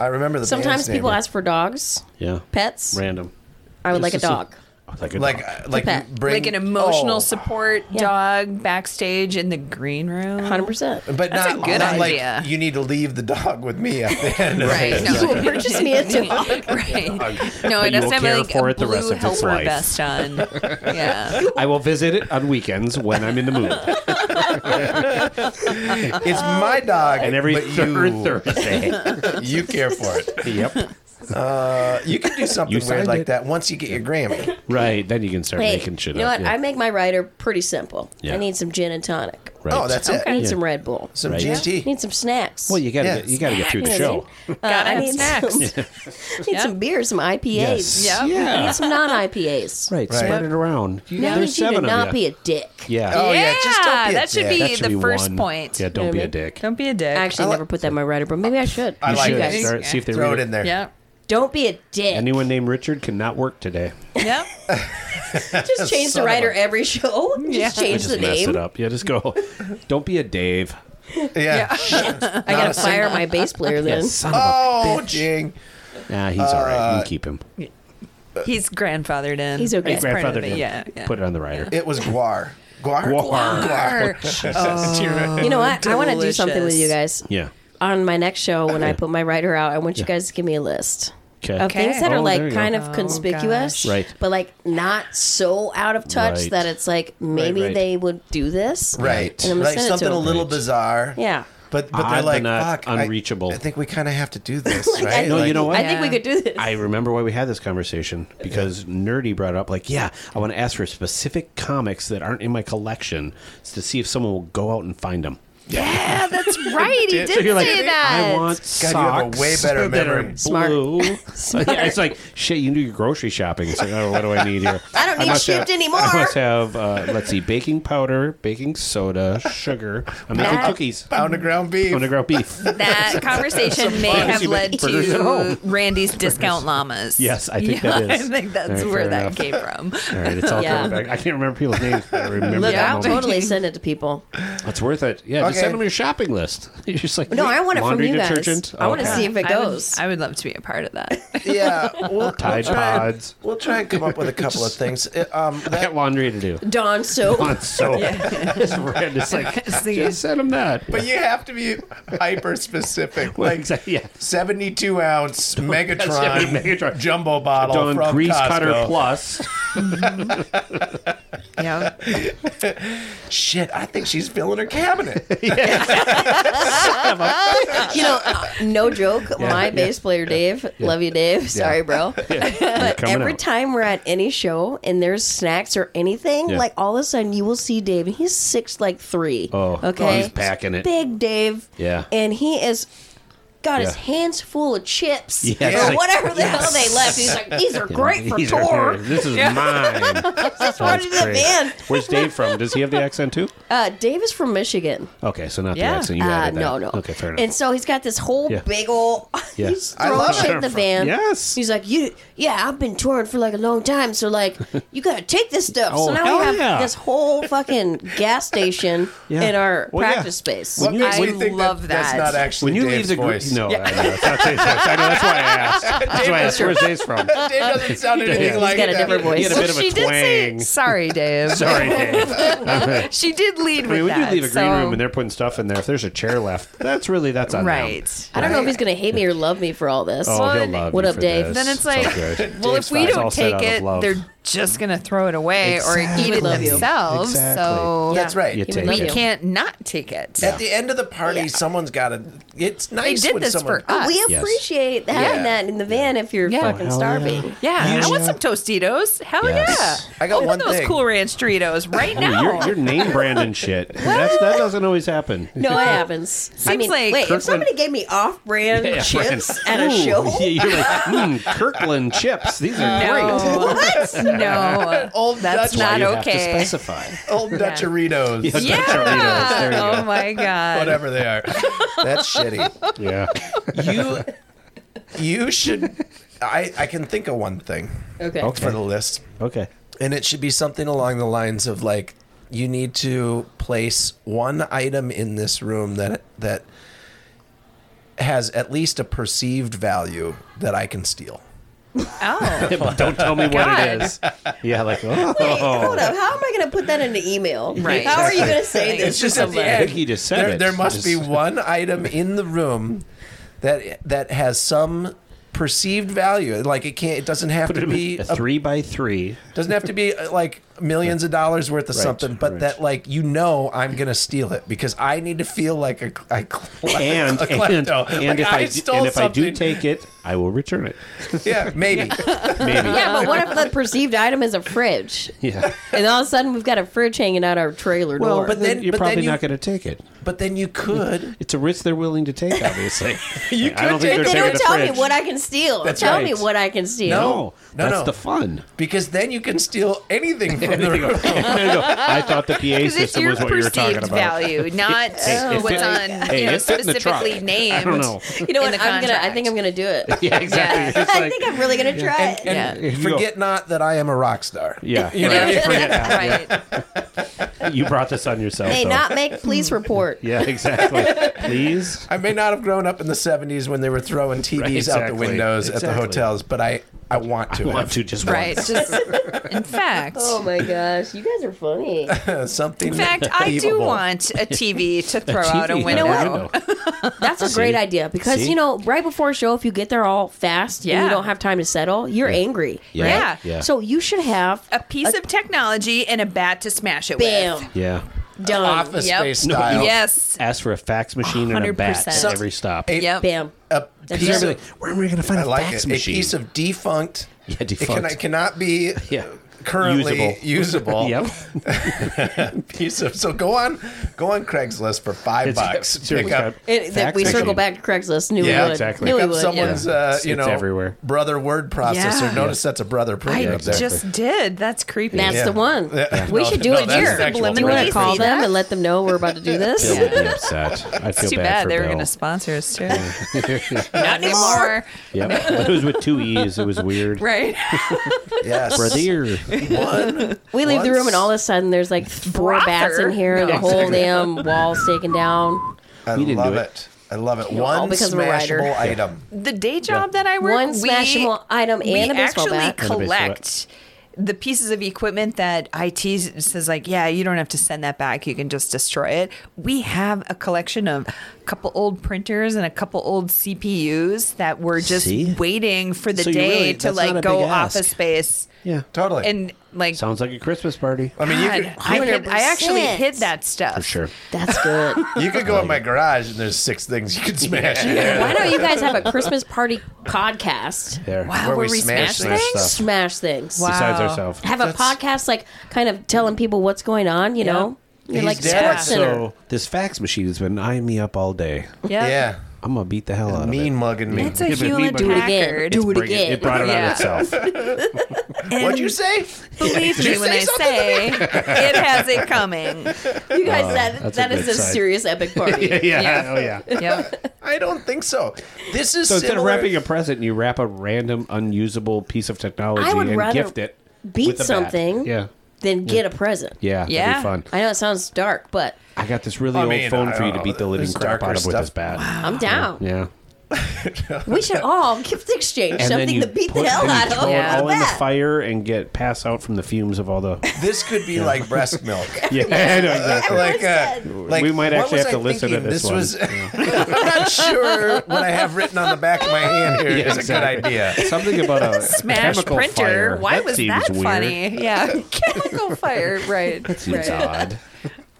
[SPEAKER 1] I remember the.
[SPEAKER 4] Sometimes
[SPEAKER 1] band's name.
[SPEAKER 4] people ask for dogs,
[SPEAKER 2] Yeah.
[SPEAKER 4] pets.
[SPEAKER 2] Random. Oh,
[SPEAKER 4] I
[SPEAKER 2] Just
[SPEAKER 4] would like a
[SPEAKER 2] to see-
[SPEAKER 4] dog.
[SPEAKER 2] I would Like a
[SPEAKER 1] like
[SPEAKER 2] dog.
[SPEAKER 1] uh, like
[SPEAKER 4] pet.
[SPEAKER 1] bring
[SPEAKER 3] like an emotional
[SPEAKER 1] oh,
[SPEAKER 3] support
[SPEAKER 4] Yeah.
[SPEAKER 3] dog backstage in the green room.
[SPEAKER 4] Hundred percent.
[SPEAKER 1] But
[SPEAKER 3] That's
[SPEAKER 1] not
[SPEAKER 3] a good
[SPEAKER 1] not
[SPEAKER 3] idea.
[SPEAKER 1] Like, you need to leave the dog with me at the end. of
[SPEAKER 3] Right.
[SPEAKER 1] it.
[SPEAKER 3] No.
[SPEAKER 4] You will purchase me a dog.
[SPEAKER 3] Right. No,
[SPEAKER 2] But
[SPEAKER 3] it
[SPEAKER 2] you will
[SPEAKER 3] doesn't have
[SPEAKER 2] care
[SPEAKER 3] like
[SPEAKER 2] for
[SPEAKER 3] a
[SPEAKER 2] it the
[SPEAKER 3] blue
[SPEAKER 2] rest of its
[SPEAKER 3] helper
[SPEAKER 2] life.
[SPEAKER 3] vest on. Yeah.
[SPEAKER 2] I will visit it on weekends when I'm in the mood,
[SPEAKER 1] It's
[SPEAKER 4] Oh.
[SPEAKER 1] my dog,
[SPEAKER 2] and every
[SPEAKER 1] but
[SPEAKER 2] third
[SPEAKER 1] you,
[SPEAKER 2] Thursday.
[SPEAKER 1] you care for it.
[SPEAKER 2] yep.
[SPEAKER 1] Uh, you can do something
[SPEAKER 2] You
[SPEAKER 1] weird
[SPEAKER 2] signed
[SPEAKER 1] like
[SPEAKER 2] it.
[SPEAKER 1] that once you get your Grammy.
[SPEAKER 2] Right. Then you can start
[SPEAKER 4] Hey,
[SPEAKER 2] making
[SPEAKER 4] you
[SPEAKER 2] shit
[SPEAKER 4] know
[SPEAKER 2] up.
[SPEAKER 4] what? I make my rider pretty simple.
[SPEAKER 2] Yeah.
[SPEAKER 4] I need some gin and tonic.
[SPEAKER 2] right.
[SPEAKER 1] Oh, that's
[SPEAKER 4] I
[SPEAKER 1] it.
[SPEAKER 4] need some Red Bull.
[SPEAKER 1] Some
[SPEAKER 2] Right.
[SPEAKER 1] GT.
[SPEAKER 4] I need some snacks.
[SPEAKER 2] Well, you gotta
[SPEAKER 1] Yeah.
[SPEAKER 2] get, you gotta get through the
[SPEAKER 4] You know
[SPEAKER 2] show.
[SPEAKER 4] what I mean? Uh,
[SPEAKER 3] Gotta
[SPEAKER 4] I
[SPEAKER 3] have
[SPEAKER 4] need
[SPEAKER 3] snacks.
[SPEAKER 4] Some, need some beer, some IPAs.
[SPEAKER 3] Yep.
[SPEAKER 2] Yeah.
[SPEAKER 4] I need some non IPAs.
[SPEAKER 2] Right.
[SPEAKER 1] Right.
[SPEAKER 2] Spread it around. You-
[SPEAKER 4] Now I need
[SPEAKER 2] There's
[SPEAKER 4] you to
[SPEAKER 2] seven
[SPEAKER 4] not
[SPEAKER 2] of
[SPEAKER 4] be
[SPEAKER 2] you.
[SPEAKER 4] a dick.
[SPEAKER 2] yeah.
[SPEAKER 1] Oh, yeah, just don't be a
[SPEAKER 3] that should
[SPEAKER 1] dick.
[SPEAKER 3] be
[SPEAKER 1] That
[SPEAKER 2] That should
[SPEAKER 3] the
[SPEAKER 2] be
[SPEAKER 3] first
[SPEAKER 2] one.
[SPEAKER 3] point.
[SPEAKER 2] Yeah. Don't
[SPEAKER 4] You know
[SPEAKER 2] be
[SPEAKER 4] what
[SPEAKER 2] a
[SPEAKER 4] I mean?
[SPEAKER 2] dick.
[SPEAKER 3] Don't be a dick.
[SPEAKER 4] I actually never put that in my rider, but maybe I should.
[SPEAKER 1] I
[SPEAKER 2] You
[SPEAKER 1] like
[SPEAKER 2] should
[SPEAKER 1] it.
[SPEAKER 2] start see if they
[SPEAKER 1] Throw
[SPEAKER 2] read
[SPEAKER 1] it in there.
[SPEAKER 3] Yep.
[SPEAKER 4] Don't be a dick.
[SPEAKER 2] Anyone named Richard cannot work today.
[SPEAKER 3] Yep.
[SPEAKER 4] just change
[SPEAKER 1] Son
[SPEAKER 4] the
[SPEAKER 1] of
[SPEAKER 4] rider
[SPEAKER 1] a-
[SPEAKER 4] every show.
[SPEAKER 3] Yeah.
[SPEAKER 4] Just change
[SPEAKER 2] just
[SPEAKER 4] the
[SPEAKER 2] mess it
[SPEAKER 4] name.
[SPEAKER 2] up. Yeah, just go. Don't be a Dave.
[SPEAKER 1] Yeah.
[SPEAKER 4] I gotta fire my bass player then.
[SPEAKER 2] son
[SPEAKER 1] Oh, jing.
[SPEAKER 2] Nah, he's all right. You can keep him.
[SPEAKER 3] He's grandfathered in.
[SPEAKER 4] He's okay.
[SPEAKER 3] It's part of
[SPEAKER 2] Grandfathered
[SPEAKER 3] it.
[SPEAKER 2] in.
[SPEAKER 3] Yeah. yeah.
[SPEAKER 2] Put it on the rider.
[SPEAKER 1] It was guar. Guar.
[SPEAKER 2] Guar.
[SPEAKER 4] You know what? I want to do something with you
[SPEAKER 3] Delicious.
[SPEAKER 4] guys.
[SPEAKER 2] Yeah.
[SPEAKER 4] On my next show, when I put my rider out, I want you guys to give me a list.
[SPEAKER 2] Okay.
[SPEAKER 4] of things that
[SPEAKER 2] Oh,
[SPEAKER 4] are
[SPEAKER 2] there you
[SPEAKER 4] like
[SPEAKER 2] go.
[SPEAKER 4] kind of conspicuous,
[SPEAKER 2] gosh. Right.
[SPEAKER 4] But like not so out of touch
[SPEAKER 2] Right.
[SPEAKER 4] that it's like maybe
[SPEAKER 2] right.
[SPEAKER 4] they would do this,
[SPEAKER 1] Right.
[SPEAKER 4] And I'm gonna
[SPEAKER 1] Like
[SPEAKER 4] send it to
[SPEAKER 1] something a
[SPEAKER 4] them.
[SPEAKER 1] little bizarre.
[SPEAKER 4] Yeah.
[SPEAKER 1] But but
[SPEAKER 2] Odd,
[SPEAKER 1] they're
[SPEAKER 2] but
[SPEAKER 1] like
[SPEAKER 2] not
[SPEAKER 1] Fuck, I-
[SPEAKER 2] unreachable."
[SPEAKER 1] I, think we kind of have to
[SPEAKER 4] Oh
[SPEAKER 1] do this,
[SPEAKER 4] Like,
[SPEAKER 1] right?
[SPEAKER 4] I-
[SPEAKER 2] No, you
[SPEAKER 1] Like,
[SPEAKER 2] know what?
[SPEAKER 4] I think we
[SPEAKER 3] Yeah.
[SPEAKER 4] could do this.
[SPEAKER 2] I remember why we had this conversation because Nerdy brought up like, yeah, I want to ask for specific comics that aren't in my collection to see if someone will go out and find them.
[SPEAKER 3] Yeah, that's right. He did
[SPEAKER 2] So you're like,
[SPEAKER 3] say that.
[SPEAKER 2] I want
[SPEAKER 1] God,
[SPEAKER 2] socks
[SPEAKER 1] you have a way better
[SPEAKER 2] that are
[SPEAKER 1] memory.
[SPEAKER 2] blue.
[SPEAKER 4] Smart.
[SPEAKER 2] Yeah, it's like shit. You do your grocery shopping. It's like, oh, what do I need here?
[SPEAKER 4] I don't need
[SPEAKER 2] must
[SPEAKER 4] shipped
[SPEAKER 2] have-
[SPEAKER 4] anymore.
[SPEAKER 2] I must have. Uh, let's see, baking powder, baking soda, sugar. I'm making
[SPEAKER 4] That-
[SPEAKER 2] cookies.
[SPEAKER 1] pound of ground beef.
[SPEAKER 2] Underground beef.
[SPEAKER 3] that conversation may have
[SPEAKER 2] You make
[SPEAKER 3] led
[SPEAKER 2] burgers at
[SPEAKER 3] to
[SPEAKER 2] home.
[SPEAKER 3] Randy's discount llamas.
[SPEAKER 2] Yes, I think that is.
[SPEAKER 3] I think that's
[SPEAKER 2] All right,
[SPEAKER 3] where
[SPEAKER 2] fair
[SPEAKER 3] that
[SPEAKER 2] enough.
[SPEAKER 3] came from.
[SPEAKER 2] All right, it's all
[SPEAKER 4] Yeah.
[SPEAKER 2] coming back. I can't remember people's names, but I remember
[SPEAKER 4] Look,
[SPEAKER 2] that
[SPEAKER 4] I'll
[SPEAKER 2] moment.
[SPEAKER 4] totally send it to people.
[SPEAKER 2] That's worth it. Yeah, just
[SPEAKER 1] Okay.
[SPEAKER 2] send them your shopping list. You're just like
[SPEAKER 4] No, I want it from
[SPEAKER 2] laundry
[SPEAKER 4] you guys.
[SPEAKER 2] detergent.
[SPEAKER 4] I want to
[SPEAKER 2] Okay.
[SPEAKER 4] see if it
[SPEAKER 3] I would-
[SPEAKER 4] goes.
[SPEAKER 3] I would, love to be a part of that.
[SPEAKER 1] yeah, we'll,
[SPEAKER 2] Tide
[SPEAKER 1] we'll try,
[SPEAKER 2] Pods.
[SPEAKER 1] We'll try and come up with a couple of things. Uh, Um,
[SPEAKER 2] I got
[SPEAKER 1] that,
[SPEAKER 2] laundry to do.
[SPEAKER 4] Dawn soap.
[SPEAKER 2] On soap. It's red. It's like
[SPEAKER 3] It's the-
[SPEAKER 2] just send them that.
[SPEAKER 1] but you have to be hyper specific,
[SPEAKER 2] Well,
[SPEAKER 1] like
[SPEAKER 2] exactly, yeah.
[SPEAKER 1] seventy-two ounce
[SPEAKER 2] gotta
[SPEAKER 1] Megatron,
[SPEAKER 2] be Megatron.
[SPEAKER 1] jumbo bottle
[SPEAKER 2] Dawn
[SPEAKER 1] from
[SPEAKER 2] grease
[SPEAKER 1] Costco.
[SPEAKER 2] cutter plus.
[SPEAKER 3] yeah.
[SPEAKER 1] Shit, I think she's filling her cabinet.
[SPEAKER 4] you know, uh, no joke. my bass player, Dave, love you, Dave. Sorry, bro. but
[SPEAKER 2] coming
[SPEAKER 4] every
[SPEAKER 2] out.
[SPEAKER 4] time we're at any show and there's snacks or anything,
[SPEAKER 2] Yeah.
[SPEAKER 4] like all of a sudden you will see Dave, and he's six, like three.
[SPEAKER 2] Oh,
[SPEAKER 4] okay,
[SPEAKER 2] he's packing it.
[SPEAKER 4] Big Dave.
[SPEAKER 2] Yeah.
[SPEAKER 4] and he is. Got his
[SPEAKER 2] Yeah.
[SPEAKER 4] hands full of chips
[SPEAKER 2] Yeah, it's
[SPEAKER 4] or
[SPEAKER 2] like-
[SPEAKER 4] whatever the hell they left. He's like, "These are great for
[SPEAKER 2] These are
[SPEAKER 4] tour."
[SPEAKER 2] hers. This is mine.
[SPEAKER 4] Just
[SPEAKER 2] That's
[SPEAKER 4] wanted the
[SPEAKER 2] great.
[SPEAKER 4] band.
[SPEAKER 2] Where's Dave from? Does he have the accent too?
[SPEAKER 4] Uh, Dave is from Michigan.
[SPEAKER 2] Okay, so not
[SPEAKER 3] Yeah.
[SPEAKER 2] the accent. You
[SPEAKER 4] Uh,
[SPEAKER 2] added that.
[SPEAKER 4] no, no.
[SPEAKER 2] Okay, fair enough.
[SPEAKER 4] And so he's got this whole
[SPEAKER 2] Yeah.
[SPEAKER 4] big old.
[SPEAKER 2] Yeah.
[SPEAKER 4] He's
[SPEAKER 1] I
[SPEAKER 4] throwing
[SPEAKER 1] love
[SPEAKER 4] shit
[SPEAKER 1] it.
[SPEAKER 4] in the van.
[SPEAKER 2] Yes.
[SPEAKER 4] He's like, you. Yeah, I've been touring for like a long time, so like, you gotta take this stuff.
[SPEAKER 2] Oh,
[SPEAKER 4] so now
[SPEAKER 2] hell
[SPEAKER 4] we have
[SPEAKER 2] yeah.
[SPEAKER 4] this whole fucking gas station
[SPEAKER 2] Yeah.
[SPEAKER 4] in our
[SPEAKER 2] Well, yeah.
[SPEAKER 4] practice space.
[SPEAKER 1] What makes
[SPEAKER 3] I
[SPEAKER 1] you think
[SPEAKER 3] love
[SPEAKER 1] that,
[SPEAKER 3] that.
[SPEAKER 1] That's not actually
[SPEAKER 2] when you
[SPEAKER 1] Dave's
[SPEAKER 2] leave the group,
[SPEAKER 1] voice.
[SPEAKER 2] no, I know, it's not Dave's voice. I know that's why I asked. That's why I asked. Where's Dave's
[SPEAKER 1] Dave
[SPEAKER 2] from?
[SPEAKER 1] doesn't sound anything
[SPEAKER 2] He's
[SPEAKER 1] like
[SPEAKER 4] got a
[SPEAKER 1] that.
[SPEAKER 4] different voice.
[SPEAKER 2] He had a bit of a
[SPEAKER 3] she
[SPEAKER 2] twang.
[SPEAKER 3] did say, "Sorry, Dave."
[SPEAKER 2] Sorry, Dave.
[SPEAKER 3] She did lead
[SPEAKER 2] I mean,
[SPEAKER 3] with
[SPEAKER 2] when
[SPEAKER 3] that.
[SPEAKER 2] you leave a green
[SPEAKER 3] so-
[SPEAKER 2] room and they're putting stuff in there, if there's a chair left, that's really that's on them.
[SPEAKER 3] right.
[SPEAKER 4] I don't know if he's gonna hate me or love me for all this.
[SPEAKER 2] Oh, he'll
[SPEAKER 3] Well,
[SPEAKER 2] love
[SPEAKER 4] what
[SPEAKER 2] you
[SPEAKER 4] up,
[SPEAKER 2] for this.
[SPEAKER 4] Dave?
[SPEAKER 3] Then it's
[SPEAKER 2] all
[SPEAKER 3] like,
[SPEAKER 2] good.
[SPEAKER 3] well,
[SPEAKER 2] Dave's
[SPEAKER 3] if we
[SPEAKER 2] fine. It's all
[SPEAKER 3] don't
[SPEAKER 2] set
[SPEAKER 3] take
[SPEAKER 2] out of
[SPEAKER 3] it,
[SPEAKER 2] love.
[SPEAKER 3] they're just gonna throw it away or eat it
[SPEAKER 4] Love you.
[SPEAKER 3] themselves.
[SPEAKER 2] Exactly.
[SPEAKER 3] So
[SPEAKER 1] That's right.
[SPEAKER 2] You
[SPEAKER 4] He would
[SPEAKER 2] take
[SPEAKER 4] love
[SPEAKER 2] it.
[SPEAKER 4] you.
[SPEAKER 3] we can't not take it.
[SPEAKER 1] At the end of the party, someone's got to. It's nice
[SPEAKER 3] did
[SPEAKER 1] when
[SPEAKER 3] this
[SPEAKER 1] someone.
[SPEAKER 3] for us.
[SPEAKER 4] We
[SPEAKER 2] Yes.
[SPEAKER 4] appreciate having
[SPEAKER 1] Yeah.
[SPEAKER 4] that in the van if you're
[SPEAKER 3] Yeah. Oh,
[SPEAKER 4] fucking
[SPEAKER 2] hell
[SPEAKER 4] starving.
[SPEAKER 2] yeah.
[SPEAKER 3] Yeah,
[SPEAKER 2] You
[SPEAKER 3] I want
[SPEAKER 2] know-
[SPEAKER 3] some Tostitos. Hell
[SPEAKER 2] Yes.
[SPEAKER 3] yeah!
[SPEAKER 1] I got
[SPEAKER 3] Open
[SPEAKER 1] one
[SPEAKER 3] those
[SPEAKER 1] thing.
[SPEAKER 3] Cool Ranch Doritos right
[SPEAKER 2] Ooh,
[SPEAKER 3] now.
[SPEAKER 2] you're, you're name branding shit. That's, that doesn't always happen.
[SPEAKER 4] No, it happens. I mean,
[SPEAKER 3] like-
[SPEAKER 4] wait,
[SPEAKER 2] Kirkland-
[SPEAKER 4] if somebody gave me off-brand
[SPEAKER 2] Yeah,
[SPEAKER 4] chips
[SPEAKER 2] friend.
[SPEAKER 4] at a
[SPEAKER 2] Ooh,
[SPEAKER 4] show,
[SPEAKER 2] yeah, you're like, mm, Kirkland chips. These are great.
[SPEAKER 3] no, no,
[SPEAKER 1] Old
[SPEAKER 3] that's
[SPEAKER 1] Dutch-
[SPEAKER 2] Why
[SPEAKER 3] not
[SPEAKER 2] you Have
[SPEAKER 3] okay.
[SPEAKER 2] to specify.
[SPEAKER 1] Old Dutcheritos.
[SPEAKER 3] Yeah.
[SPEAKER 2] Doritos, there you go.
[SPEAKER 3] Oh my god.
[SPEAKER 1] Whatever they are. That's shitty.
[SPEAKER 2] Yeah.
[SPEAKER 1] You you should I I can think of one thing
[SPEAKER 4] okay.
[SPEAKER 1] for the list.
[SPEAKER 2] Okay.
[SPEAKER 1] And it should be something along the lines of like you need to place one item in this room that that has at least a perceived value that I can steal.
[SPEAKER 3] Oh,
[SPEAKER 2] But don't tell me what
[SPEAKER 3] God.
[SPEAKER 2] it is. Yeah, like
[SPEAKER 4] Wait,
[SPEAKER 2] oh.
[SPEAKER 4] hold up. How am I going to put that into email?
[SPEAKER 3] Right.
[SPEAKER 4] How are you going to say
[SPEAKER 3] Like,
[SPEAKER 4] this?
[SPEAKER 1] It's just
[SPEAKER 4] to
[SPEAKER 1] at the
[SPEAKER 4] somebody?
[SPEAKER 1] end.
[SPEAKER 2] I think he just said
[SPEAKER 1] there,
[SPEAKER 2] it.
[SPEAKER 1] there must be
[SPEAKER 2] Just-
[SPEAKER 1] one item in the room that that has some perceived value. Like it can't. It doesn't have to be
[SPEAKER 2] a
[SPEAKER 1] a
[SPEAKER 2] three by three.
[SPEAKER 1] Doesn't have to be uh, like millions of dollars worth of
[SPEAKER 2] Right,
[SPEAKER 1] something, but
[SPEAKER 2] right.
[SPEAKER 1] that like you know I'm gonna steal it because I need to feel like a, a, cle-
[SPEAKER 2] And
[SPEAKER 1] a
[SPEAKER 2] and, and
[SPEAKER 1] klepto. Like,
[SPEAKER 2] if I, d-
[SPEAKER 1] stole
[SPEAKER 2] and if I do
[SPEAKER 1] something.
[SPEAKER 2] take it, I will return it.
[SPEAKER 1] yeah maybe
[SPEAKER 2] Maybe.
[SPEAKER 4] Yeah, but what if the perceived item is a fridge?
[SPEAKER 2] Yeah.
[SPEAKER 4] And all of a sudden we've got a fridge hanging out our trailer
[SPEAKER 2] Well,
[SPEAKER 4] door.
[SPEAKER 2] but
[SPEAKER 1] then-
[SPEAKER 2] then you're
[SPEAKER 1] but
[SPEAKER 2] probably
[SPEAKER 1] then you-
[SPEAKER 2] not going to take it.
[SPEAKER 1] but then you could
[SPEAKER 2] It's a risk they're willing to take, obviously. you I don't
[SPEAKER 1] could
[SPEAKER 2] think
[SPEAKER 1] take
[SPEAKER 4] they
[SPEAKER 2] they're taking
[SPEAKER 4] don't
[SPEAKER 2] the
[SPEAKER 4] tell
[SPEAKER 2] fridge.
[SPEAKER 4] me what I can steal.
[SPEAKER 2] That's
[SPEAKER 4] tell
[SPEAKER 2] right.
[SPEAKER 4] me what I can steal.
[SPEAKER 1] No.
[SPEAKER 2] No, that's
[SPEAKER 1] no.
[SPEAKER 2] the fun.
[SPEAKER 1] because then you can steal anything from the room.
[SPEAKER 2] There you go. I thought the PA
[SPEAKER 3] because it's
[SPEAKER 2] system
[SPEAKER 3] your
[SPEAKER 2] was what you were talking
[SPEAKER 3] perceived
[SPEAKER 2] about.
[SPEAKER 3] value, not uh,
[SPEAKER 2] Hey, it
[SPEAKER 3] what's
[SPEAKER 2] fit-
[SPEAKER 3] on
[SPEAKER 2] hey,
[SPEAKER 3] you know,
[SPEAKER 2] it fit in the truck.
[SPEAKER 3] specifically named.
[SPEAKER 2] I don't know.
[SPEAKER 4] You know
[SPEAKER 3] In
[SPEAKER 4] what?
[SPEAKER 3] the
[SPEAKER 4] I'm gonna. I
[SPEAKER 3] contract.
[SPEAKER 4] think I'm gonna do it.
[SPEAKER 2] Yeah, exactly.
[SPEAKER 3] Yeah.
[SPEAKER 2] It's
[SPEAKER 4] I
[SPEAKER 2] like-
[SPEAKER 4] think I'm really gonna try it.
[SPEAKER 1] And
[SPEAKER 3] Yeah.
[SPEAKER 2] If you go-
[SPEAKER 1] forget not that I am a rock star.
[SPEAKER 2] yeah,
[SPEAKER 1] You know what I mean?
[SPEAKER 2] right.
[SPEAKER 3] right.
[SPEAKER 2] You brought this on yourself.
[SPEAKER 4] May
[SPEAKER 2] though.
[SPEAKER 4] not make police report.
[SPEAKER 2] Yeah, exactly. Please.
[SPEAKER 1] I may not have grown up in the '70s when they were throwing TVs out the
[SPEAKER 2] exactly.
[SPEAKER 1] windows at the
[SPEAKER 2] Exactly.
[SPEAKER 1] hotels, but I I want to.
[SPEAKER 2] I want to just
[SPEAKER 3] Right.
[SPEAKER 2] once.
[SPEAKER 3] Just in fact.
[SPEAKER 4] Oh my gosh, you guys are funny.
[SPEAKER 1] something.
[SPEAKER 3] in fact, I do
[SPEAKER 1] believable.
[SPEAKER 3] want a TV to throw out a
[SPEAKER 2] TV,
[SPEAKER 3] window.
[SPEAKER 2] yeah, window.
[SPEAKER 4] That's a great idea because
[SPEAKER 2] See?
[SPEAKER 4] you know, right before a show, if you get there all fast and
[SPEAKER 3] Yeah.
[SPEAKER 4] you don't have time to settle, you're angry.
[SPEAKER 3] Yeah.
[SPEAKER 2] Yeah.
[SPEAKER 4] So you should have
[SPEAKER 3] A piece of technology and a bat to smash it
[SPEAKER 4] bam
[SPEAKER 3] with.
[SPEAKER 2] Yeah.
[SPEAKER 4] done.
[SPEAKER 1] Office
[SPEAKER 3] Yep.
[SPEAKER 1] Space
[SPEAKER 2] No,
[SPEAKER 1] style.
[SPEAKER 3] Yes.
[SPEAKER 2] Ask for a fax machine and a bat
[SPEAKER 4] 100%.
[SPEAKER 2] at
[SPEAKER 4] So-
[SPEAKER 2] every stop.
[SPEAKER 1] A-
[SPEAKER 3] Yep.
[SPEAKER 4] Bam.
[SPEAKER 1] A
[SPEAKER 4] Yeah.
[SPEAKER 1] piece of,
[SPEAKER 4] Everything.
[SPEAKER 2] Where am I going to find
[SPEAKER 1] I
[SPEAKER 2] a
[SPEAKER 1] like
[SPEAKER 2] fax
[SPEAKER 1] it.
[SPEAKER 2] machine?
[SPEAKER 1] A piece of defunct.
[SPEAKER 2] Yeah,
[SPEAKER 1] It, can,
[SPEAKER 2] defunct.
[SPEAKER 1] it cannot be
[SPEAKER 2] Yeah.
[SPEAKER 1] currently usable.
[SPEAKER 2] Yep.
[SPEAKER 1] piece of. So go on, go on Craigslist for five bucks. Pick up,
[SPEAKER 4] It, that we circle back to Craigslist. Knew
[SPEAKER 1] Yeah,
[SPEAKER 4] we would.
[SPEAKER 2] exactly.
[SPEAKER 4] Knew
[SPEAKER 1] pick
[SPEAKER 4] we
[SPEAKER 1] up
[SPEAKER 4] would.
[SPEAKER 1] someone's, uh, you
[SPEAKER 2] It's
[SPEAKER 1] know,
[SPEAKER 2] everywhere.
[SPEAKER 1] brother word processor.
[SPEAKER 3] Yeah.
[SPEAKER 1] Notice that's a brother
[SPEAKER 3] I
[SPEAKER 1] printer up there.
[SPEAKER 3] just did. That's creepy.
[SPEAKER 4] That's
[SPEAKER 1] Yeah.
[SPEAKER 4] the one. We
[SPEAKER 1] No,
[SPEAKER 4] should do
[SPEAKER 1] no,
[SPEAKER 4] it
[SPEAKER 1] that's
[SPEAKER 4] here.
[SPEAKER 1] the actual
[SPEAKER 4] Do you
[SPEAKER 1] thing.
[SPEAKER 4] want to call
[SPEAKER 3] Yeah.
[SPEAKER 4] them and let them know we're about to do this?
[SPEAKER 2] Bill would be upset. I feel
[SPEAKER 3] It's too
[SPEAKER 2] bad,
[SPEAKER 3] bad
[SPEAKER 2] for
[SPEAKER 3] they were
[SPEAKER 2] Bill.
[SPEAKER 3] going to sponsor us too. Not anymore.
[SPEAKER 2] Yeah, but it was with two e's. It was weird.
[SPEAKER 3] Right.
[SPEAKER 1] yes.
[SPEAKER 2] Brother.
[SPEAKER 1] One.
[SPEAKER 4] We leave the room and
[SPEAKER 1] Once-
[SPEAKER 4] all of a sudden there's like four
[SPEAKER 3] Brother.
[SPEAKER 4] bats in here.
[SPEAKER 3] No.
[SPEAKER 4] The whole damn wall's taken down.
[SPEAKER 1] I
[SPEAKER 2] We didn't
[SPEAKER 1] love
[SPEAKER 2] do
[SPEAKER 1] it.
[SPEAKER 2] it.
[SPEAKER 1] I love it.
[SPEAKER 4] know, all
[SPEAKER 1] One
[SPEAKER 4] because I'm a writer.
[SPEAKER 1] smashable item.
[SPEAKER 3] The day job that I work,
[SPEAKER 4] One
[SPEAKER 3] we-
[SPEAKER 4] smashable item
[SPEAKER 3] we
[SPEAKER 4] and a baseball
[SPEAKER 3] actually
[SPEAKER 4] bat.
[SPEAKER 2] And a baseball
[SPEAKER 3] collect the pieces of equipment that IT says like, yeah, you don't have to send that back. You can just destroy it. We have a collection of a couple old printers and a couple old CPUs that were just
[SPEAKER 2] See?
[SPEAKER 3] waiting for the
[SPEAKER 2] So you
[SPEAKER 3] day
[SPEAKER 2] really-
[SPEAKER 3] to
[SPEAKER 2] that's not
[SPEAKER 3] like
[SPEAKER 2] a
[SPEAKER 3] go
[SPEAKER 2] big
[SPEAKER 3] office
[SPEAKER 2] ask.
[SPEAKER 3] space.
[SPEAKER 2] Yeah.
[SPEAKER 1] Totally.
[SPEAKER 3] And Like,
[SPEAKER 2] Sounds like a Christmas party.
[SPEAKER 1] I mean, you
[SPEAKER 3] God,
[SPEAKER 1] could,
[SPEAKER 3] I, hid, I actually
[SPEAKER 4] 100%.
[SPEAKER 3] hid that stuff.
[SPEAKER 2] For sure.
[SPEAKER 4] That's good.
[SPEAKER 1] you could go in my garage and there's six things you could smash. in there.
[SPEAKER 4] Why don't you guys have a Christmas party podcast?
[SPEAKER 2] There.
[SPEAKER 3] Wow,
[SPEAKER 1] Where
[SPEAKER 3] were
[SPEAKER 1] we
[SPEAKER 3] we,
[SPEAKER 1] smash
[SPEAKER 3] smash,
[SPEAKER 1] things?
[SPEAKER 3] things?
[SPEAKER 2] Stuff.
[SPEAKER 4] Smash things.
[SPEAKER 3] Wow.
[SPEAKER 2] Besides ourselves.
[SPEAKER 4] Have a podcast like kind of telling people what's going on, you know? You're
[SPEAKER 1] He's
[SPEAKER 4] like
[SPEAKER 1] dead.
[SPEAKER 4] sports center.
[SPEAKER 2] So this fax machine has been eyeing me up all day.
[SPEAKER 3] Yep.
[SPEAKER 1] Yeah.
[SPEAKER 2] I'm gonna beat the hell out
[SPEAKER 1] Mean
[SPEAKER 2] of
[SPEAKER 1] mugging me.
[SPEAKER 3] It's a
[SPEAKER 2] Give it me,
[SPEAKER 3] Hewlett
[SPEAKER 2] but do it
[SPEAKER 4] again.
[SPEAKER 3] Packard.
[SPEAKER 4] Do
[SPEAKER 2] it.
[SPEAKER 4] it
[SPEAKER 2] Bring It,
[SPEAKER 4] again.
[SPEAKER 2] it brought it
[SPEAKER 3] Yeah.
[SPEAKER 2] on itself.
[SPEAKER 1] What'd you say?
[SPEAKER 3] Believe me
[SPEAKER 1] you
[SPEAKER 3] when
[SPEAKER 1] say
[SPEAKER 3] I say it has it coming.
[SPEAKER 4] You guys,
[SPEAKER 1] uh,
[SPEAKER 4] that,
[SPEAKER 2] that's
[SPEAKER 4] that
[SPEAKER 2] a
[SPEAKER 4] is
[SPEAKER 2] good
[SPEAKER 4] a
[SPEAKER 2] side.
[SPEAKER 4] serious epic party.
[SPEAKER 2] yeah. Oh yeah.
[SPEAKER 3] Yep.
[SPEAKER 1] I don't think so. This is
[SPEAKER 2] So instead of
[SPEAKER 1] similar-
[SPEAKER 2] wrapping a present, you wrap a random unusable piece of technology
[SPEAKER 4] I would
[SPEAKER 2] and
[SPEAKER 4] rather
[SPEAKER 2] gift it.
[SPEAKER 4] beat
[SPEAKER 2] with a bat.
[SPEAKER 4] something.
[SPEAKER 2] Yeah.
[SPEAKER 4] Then get a present.
[SPEAKER 2] Yeah. that'd be
[SPEAKER 3] Yeah.
[SPEAKER 2] fun.
[SPEAKER 4] I know it sounds dark, but
[SPEAKER 2] I got this really
[SPEAKER 1] I
[SPEAKER 2] old
[SPEAKER 1] mean,
[SPEAKER 2] phone
[SPEAKER 1] I
[SPEAKER 2] for
[SPEAKER 1] don't
[SPEAKER 2] you to
[SPEAKER 1] know,
[SPEAKER 2] beat the living
[SPEAKER 1] there's
[SPEAKER 2] crap out
[SPEAKER 1] darker
[SPEAKER 2] of with
[SPEAKER 1] stuff.
[SPEAKER 2] this bat.
[SPEAKER 4] I'm down.
[SPEAKER 2] Yeah.
[SPEAKER 4] We should all gift exchange something to beat the hell
[SPEAKER 2] then
[SPEAKER 4] out
[SPEAKER 2] you throw
[SPEAKER 4] of.
[SPEAKER 2] it
[SPEAKER 3] Yeah.
[SPEAKER 2] all in the
[SPEAKER 4] That.
[SPEAKER 2] fire and get pass out from the fumes of all the.
[SPEAKER 1] This could be like breast milk.
[SPEAKER 2] Yeah, I know exactly.
[SPEAKER 1] like, uh, like
[SPEAKER 2] we might
[SPEAKER 1] what
[SPEAKER 2] actually
[SPEAKER 1] was
[SPEAKER 2] have
[SPEAKER 1] I
[SPEAKER 2] to listen to
[SPEAKER 1] thinking?
[SPEAKER 2] this, one.
[SPEAKER 1] was I'm not sure what I have written on the back of my hand here is
[SPEAKER 2] Yeah,
[SPEAKER 1] a good
[SPEAKER 2] exactly.
[SPEAKER 1] idea.
[SPEAKER 2] Something about a
[SPEAKER 3] Smash
[SPEAKER 2] chemical
[SPEAKER 3] printer.
[SPEAKER 2] fire.
[SPEAKER 3] Why
[SPEAKER 2] that
[SPEAKER 3] was
[SPEAKER 2] seems
[SPEAKER 3] that
[SPEAKER 2] weird.
[SPEAKER 3] funny? Yeah. Chemical fire. Right.
[SPEAKER 2] Seems
[SPEAKER 3] right.
[SPEAKER 2] odd.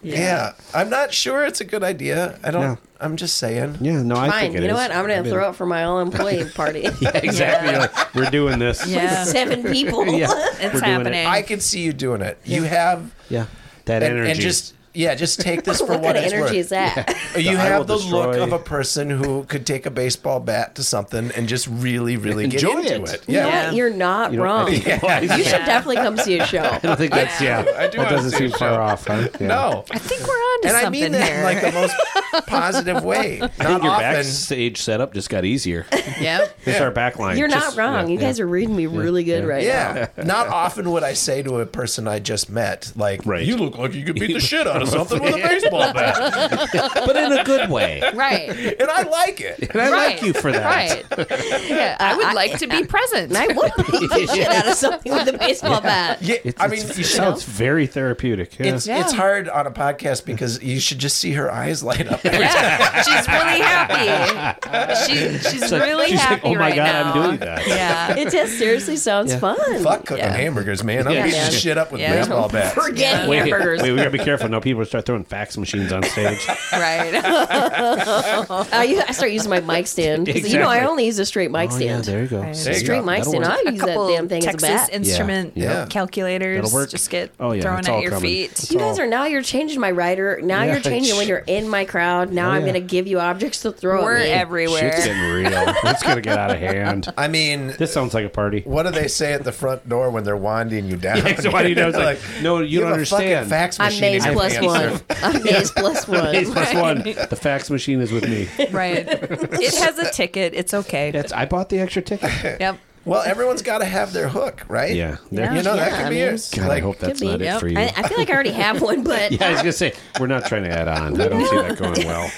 [SPEAKER 1] Yeah. I'm not sure it's a good idea. I don't.
[SPEAKER 2] Yeah.
[SPEAKER 1] I'm just saying.
[SPEAKER 2] Yeah, no, I
[SPEAKER 4] Fine.
[SPEAKER 2] think it
[SPEAKER 4] You know
[SPEAKER 2] is.
[SPEAKER 4] what? I'm going to throw it for my all employee party.
[SPEAKER 2] exactly.
[SPEAKER 3] Yeah.
[SPEAKER 2] like, we're doing this.
[SPEAKER 3] Yeah.
[SPEAKER 4] Seven people.
[SPEAKER 3] It's
[SPEAKER 2] We're doing it.
[SPEAKER 3] happening.
[SPEAKER 1] I can see you doing it. You have
[SPEAKER 2] Yeah. That
[SPEAKER 1] and,
[SPEAKER 2] energy.
[SPEAKER 1] and just yeah, just take this for
[SPEAKER 4] what
[SPEAKER 1] what,
[SPEAKER 4] kind of
[SPEAKER 1] it's
[SPEAKER 4] energy
[SPEAKER 1] worth.
[SPEAKER 4] is that?
[SPEAKER 1] You
[SPEAKER 2] The I will
[SPEAKER 1] have the look
[SPEAKER 2] destroy-
[SPEAKER 1] of a person who could take a baseball bat to something and just really, really
[SPEAKER 2] Enjoy
[SPEAKER 1] get into it.
[SPEAKER 2] it.
[SPEAKER 4] You know
[SPEAKER 1] Yeah.
[SPEAKER 4] what? You're not
[SPEAKER 2] You know, I
[SPEAKER 4] wrong.
[SPEAKER 2] think-
[SPEAKER 4] You
[SPEAKER 2] I
[SPEAKER 4] should definitely come see a show.
[SPEAKER 2] don't think that's yeah.
[SPEAKER 1] I do
[SPEAKER 2] that
[SPEAKER 1] wanna
[SPEAKER 2] doesn't
[SPEAKER 1] see
[SPEAKER 2] seem
[SPEAKER 1] a
[SPEAKER 2] far
[SPEAKER 1] show.
[SPEAKER 2] off. Huh? Yeah.
[SPEAKER 1] No.
[SPEAKER 3] I think we're on to
[SPEAKER 1] And I
[SPEAKER 3] something
[SPEAKER 1] mean that in
[SPEAKER 3] here.
[SPEAKER 1] like the most positive way. Not
[SPEAKER 2] I think your
[SPEAKER 1] often.
[SPEAKER 2] backstage setup just got easier.
[SPEAKER 3] yep.
[SPEAKER 2] It's our back line.
[SPEAKER 4] You're
[SPEAKER 2] Just-
[SPEAKER 4] not wrong.
[SPEAKER 2] yeah,
[SPEAKER 4] You guys
[SPEAKER 2] yeah.
[SPEAKER 4] are reading me really good right
[SPEAKER 1] Yeah. Not often would I say to a person I just met, like,
[SPEAKER 2] Right.
[SPEAKER 1] you look like you could beat the shit out of something with a baseball bat.
[SPEAKER 2] but in a good way.
[SPEAKER 3] Right.
[SPEAKER 1] And I like it.
[SPEAKER 2] And I
[SPEAKER 3] Right.
[SPEAKER 2] like you for that.
[SPEAKER 3] Right. Yeah. I would like to be present.
[SPEAKER 4] now. Uh, I would beat the shit out of something with a baseball bat.
[SPEAKER 1] Yeah,
[SPEAKER 2] It's,
[SPEAKER 1] I mean,
[SPEAKER 2] it's-
[SPEAKER 1] you
[SPEAKER 2] it
[SPEAKER 1] should.
[SPEAKER 2] sounds very therapeutic. Yeah.
[SPEAKER 1] It's, it's hard on a podcast because you should just see her eyes light up. every time.
[SPEAKER 3] Yeah. She's really happy. She, she's
[SPEAKER 2] like-
[SPEAKER 3] really
[SPEAKER 2] she's like,
[SPEAKER 3] happy
[SPEAKER 2] "Oh my
[SPEAKER 3] right
[SPEAKER 2] God,
[SPEAKER 3] now.
[SPEAKER 2] I'm doing that.
[SPEAKER 3] Yeah.
[SPEAKER 4] It just seriously sounds fun.
[SPEAKER 1] Fuck cooking
[SPEAKER 4] Yeah.
[SPEAKER 1] hamburgers, man. I'm
[SPEAKER 2] Yeah,
[SPEAKER 1] beating
[SPEAKER 4] man.
[SPEAKER 1] the shit up with
[SPEAKER 3] Yeah.
[SPEAKER 1] baseball bats.
[SPEAKER 4] Forget
[SPEAKER 2] wait,
[SPEAKER 4] hamburgers.
[SPEAKER 2] wait, we gotta be careful. Now people start throwing fax machines on stage.
[SPEAKER 3] Right.
[SPEAKER 4] I, u- I start using my mic stand. 'cause, You know, I
[SPEAKER 2] Exactly.
[SPEAKER 4] only use a straight mic
[SPEAKER 2] oh yeah,
[SPEAKER 4] stand.
[SPEAKER 2] there you go.
[SPEAKER 1] There you
[SPEAKER 4] straight
[SPEAKER 1] go.
[SPEAKER 4] mic
[SPEAKER 2] That'll
[SPEAKER 4] stand.
[SPEAKER 2] work.
[SPEAKER 4] I use that
[SPEAKER 3] couple
[SPEAKER 4] damn thing
[SPEAKER 3] Texas
[SPEAKER 4] as a bat.
[SPEAKER 3] instrument
[SPEAKER 2] Yeah.
[SPEAKER 1] Yeah.
[SPEAKER 3] calculators
[SPEAKER 2] That'll work.
[SPEAKER 3] just get
[SPEAKER 2] Oh, yeah,
[SPEAKER 3] thrown
[SPEAKER 2] it's
[SPEAKER 3] at
[SPEAKER 2] all
[SPEAKER 3] your
[SPEAKER 2] coming.
[SPEAKER 3] feet.
[SPEAKER 4] You guys are now you're changing my rider. Now
[SPEAKER 2] Yeah. Oh,
[SPEAKER 4] you're changing when you're in my crowd. Now I'm
[SPEAKER 2] yeah.
[SPEAKER 4] gonna give you objects to throw
[SPEAKER 3] We're
[SPEAKER 4] at me.
[SPEAKER 3] everywhere.
[SPEAKER 2] Shit's getting real. it's gonna get out of hand.
[SPEAKER 1] I mean,
[SPEAKER 2] This sounds like a party.
[SPEAKER 1] what do they say at the front door when they're winding you down?
[SPEAKER 2] Yeah, somebody knows, like, no, you don't
[SPEAKER 1] have a fucking
[SPEAKER 2] understand.
[SPEAKER 1] fax
[SPEAKER 4] I'm
[SPEAKER 1] machine in
[SPEAKER 4] maze
[SPEAKER 1] your
[SPEAKER 4] plus
[SPEAKER 1] pants
[SPEAKER 4] one.
[SPEAKER 1] there.
[SPEAKER 4] I'm maze plus
[SPEAKER 2] Ace
[SPEAKER 4] one.
[SPEAKER 2] plus one. The fax machine is with me.
[SPEAKER 3] Right. It has a ticket. It's okay.
[SPEAKER 2] That's I bought the extra ticket.
[SPEAKER 3] Yep.
[SPEAKER 1] Well, everyone's got to have their hook, right?
[SPEAKER 2] Yeah.
[SPEAKER 1] You know, that
[SPEAKER 4] Yeah,
[SPEAKER 1] could
[SPEAKER 4] I
[SPEAKER 1] be
[SPEAKER 4] mean-
[SPEAKER 1] yours.
[SPEAKER 2] God, I
[SPEAKER 1] Like,
[SPEAKER 2] hope that's
[SPEAKER 4] Could be.
[SPEAKER 2] not it
[SPEAKER 3] Yep.
[SPEAKER 2] for you.
[SPEAKER 4] I, I feel like I already have one, but
[SPEAKER 2] yeah, I was gonna say we're not trying to add on. I don't see that going well.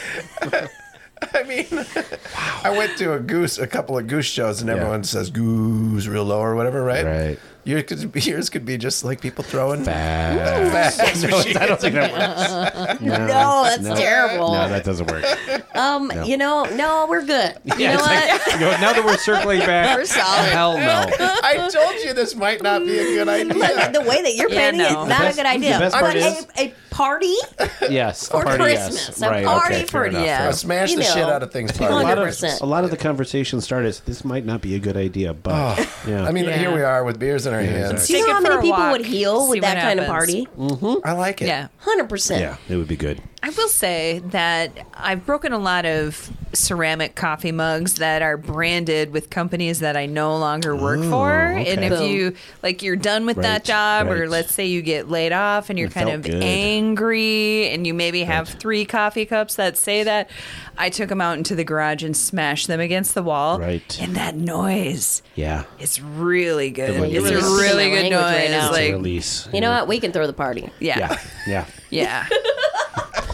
[SPEAKER 1] I mean, I went to a goose, a couple of goose shows, and everyone says goose real low or whatever, right?
[SPEAKER 2] Right.
[SPEAKER 1] Yours could be, yours could be just like people throwing
[SPEAKER 2] Fax.
[SPEAKER 1] fax
[SPEAKER 2] No, I don't think that works. No,
[SPEAKER 3] oh,
[SPEAKER 4] no, that's terrible.
[SPEAKER 2] No, that doesn't work.
[SPEAKER 4] um, you know, no, we're good. you know
[SPEAKER 2] it's
[SPEAKER 4] what?
[SPEAKER 2] like, you know, now that we're circling back,
[SPEAKER 4] We're solid.
[SPEAKER 2] Hell no.
[SPEAKER 1] I told you this might not be a good idea.
[SPEAKER 4] the way that you're
[SPEAKER 3] Yeah,
[SPEAKER 4] painting
[SPEAKER 3] no.
[SPEAKER 4] it,
[SPEAKER 3] The
[SPEAKER 4] not
[SPEAKER 2] best-
[SPEAKER 4] a good idea.
[SPEAKER 2] the best
[SPEAKER 4] but
[SPEAKER 2] part
[SPEAKER 4] a,
[SPEAKER 2] is-
[SPEAKER 4] a party
[SPEAKER 2] Yes,
[SPEAKER 4] for
[SPEAKER 2] party, yes.
[SPEAKER 4] Christmas. A
[SPEAKER 2] Right,
[SPEAKER 4] party
[SPEAKER 2] okay,
[SPEAKER 4] for
[SPEAKER 2] fair enough,
[SPEAKER 4] yeah.
[SPEAKER 2] fair
[SPEAKER 1] A smash
[SPEAKER 4] You
[SPEAKER 1] the
[SPEAKER 4] know,
[SPEAKER 1] shit out of things
[SPEAKER 2] A
[SPEAKER 1] party.
[SPEAKER 2] lot,
[SPEAKER 4] Hundred
[SPEAKER 2] of,
[SPEAKER 4] percent.
[SPEAKER 2] a lot of the conversation started. as, This might not be a good idea, but yeah,
[SPEAKER 1] I mean,
[SPEAKER 3] Yeah.
[SPEAKER 1] here we are with beers in our hands.
[SPEAKER 4] Do you
[SPEAKER 3] Take
[SPEAKER 4] know
[SPEAKER 3] it
[SPEAKER 4] how
[SPEAKER 3] for
[SPEAKER 4] many
[SPEAKER 3] a
[SPEAKER 4] people
[SPEAKER 3] walk,
[SPEAKER 4] would heal
[SPEAKER 3] see
[SPEAKER 4] with that
[SPEAKER 3] what
[SPEAKER 4] kind of
[SPEAKER 3] happens.
[SPEAKER 4] party?
[SPEAKER 1] I like it.
[SPEAKER 3] Yeah.
[SPEAKER 4] Hundred percent.
[SPEAKER 2] yeah, it would be good.
[SPEAKER 3] I will say that I've broken a lot of ceramic coffee mugs that are branded with companies that I no longer work for. And if
[SPEAKER 4] Boom.
[SPEAKER 3] you like you're done with
[SPEAKER 2] Right,
[SPEAKER 3] that job or
[SPEAKER 2] right.
[SPEAKER 3] let's say you get laid off and you're
[SPEAKER 2] It
[SPEAKER 3] kind
[SPEAKER 2] felt
[SPEAKER 3] of
[SPEAKER 2] good.
[SPEAKER 3] angry and you maybe have 3 coffee cups that say that, I took them out into the garage and smashed them against the wall.
[SPEAKER 2] Right.
[SPEAKER 3] And that noise
[SPEAKER 2] Yeah,
[SPEAKER 3] is really good.
[SPEAKER 2] one
[SPEAKER 3] It's
[SPEAKER 2] you're
[SPEAKER 3] a
[SPEAKER 2] really
[SPEAKER 3] really
[SPEAKER 4] speaking
[SPEAKER 3] good
[SPEAKER 4] my language
[SPEAKER 3] noise.
[SPEAKER 4] right now.
[SPEAKER 2] To
[SPEAKER 3] like
[SPEAKER 2] release.
[SPEAKER 4] You know what? We can throw the party.
[SPEAKER 3] yeah.
[SPEAKER 2] Yeah, yeah.
[SPEAKER 3] Yeah.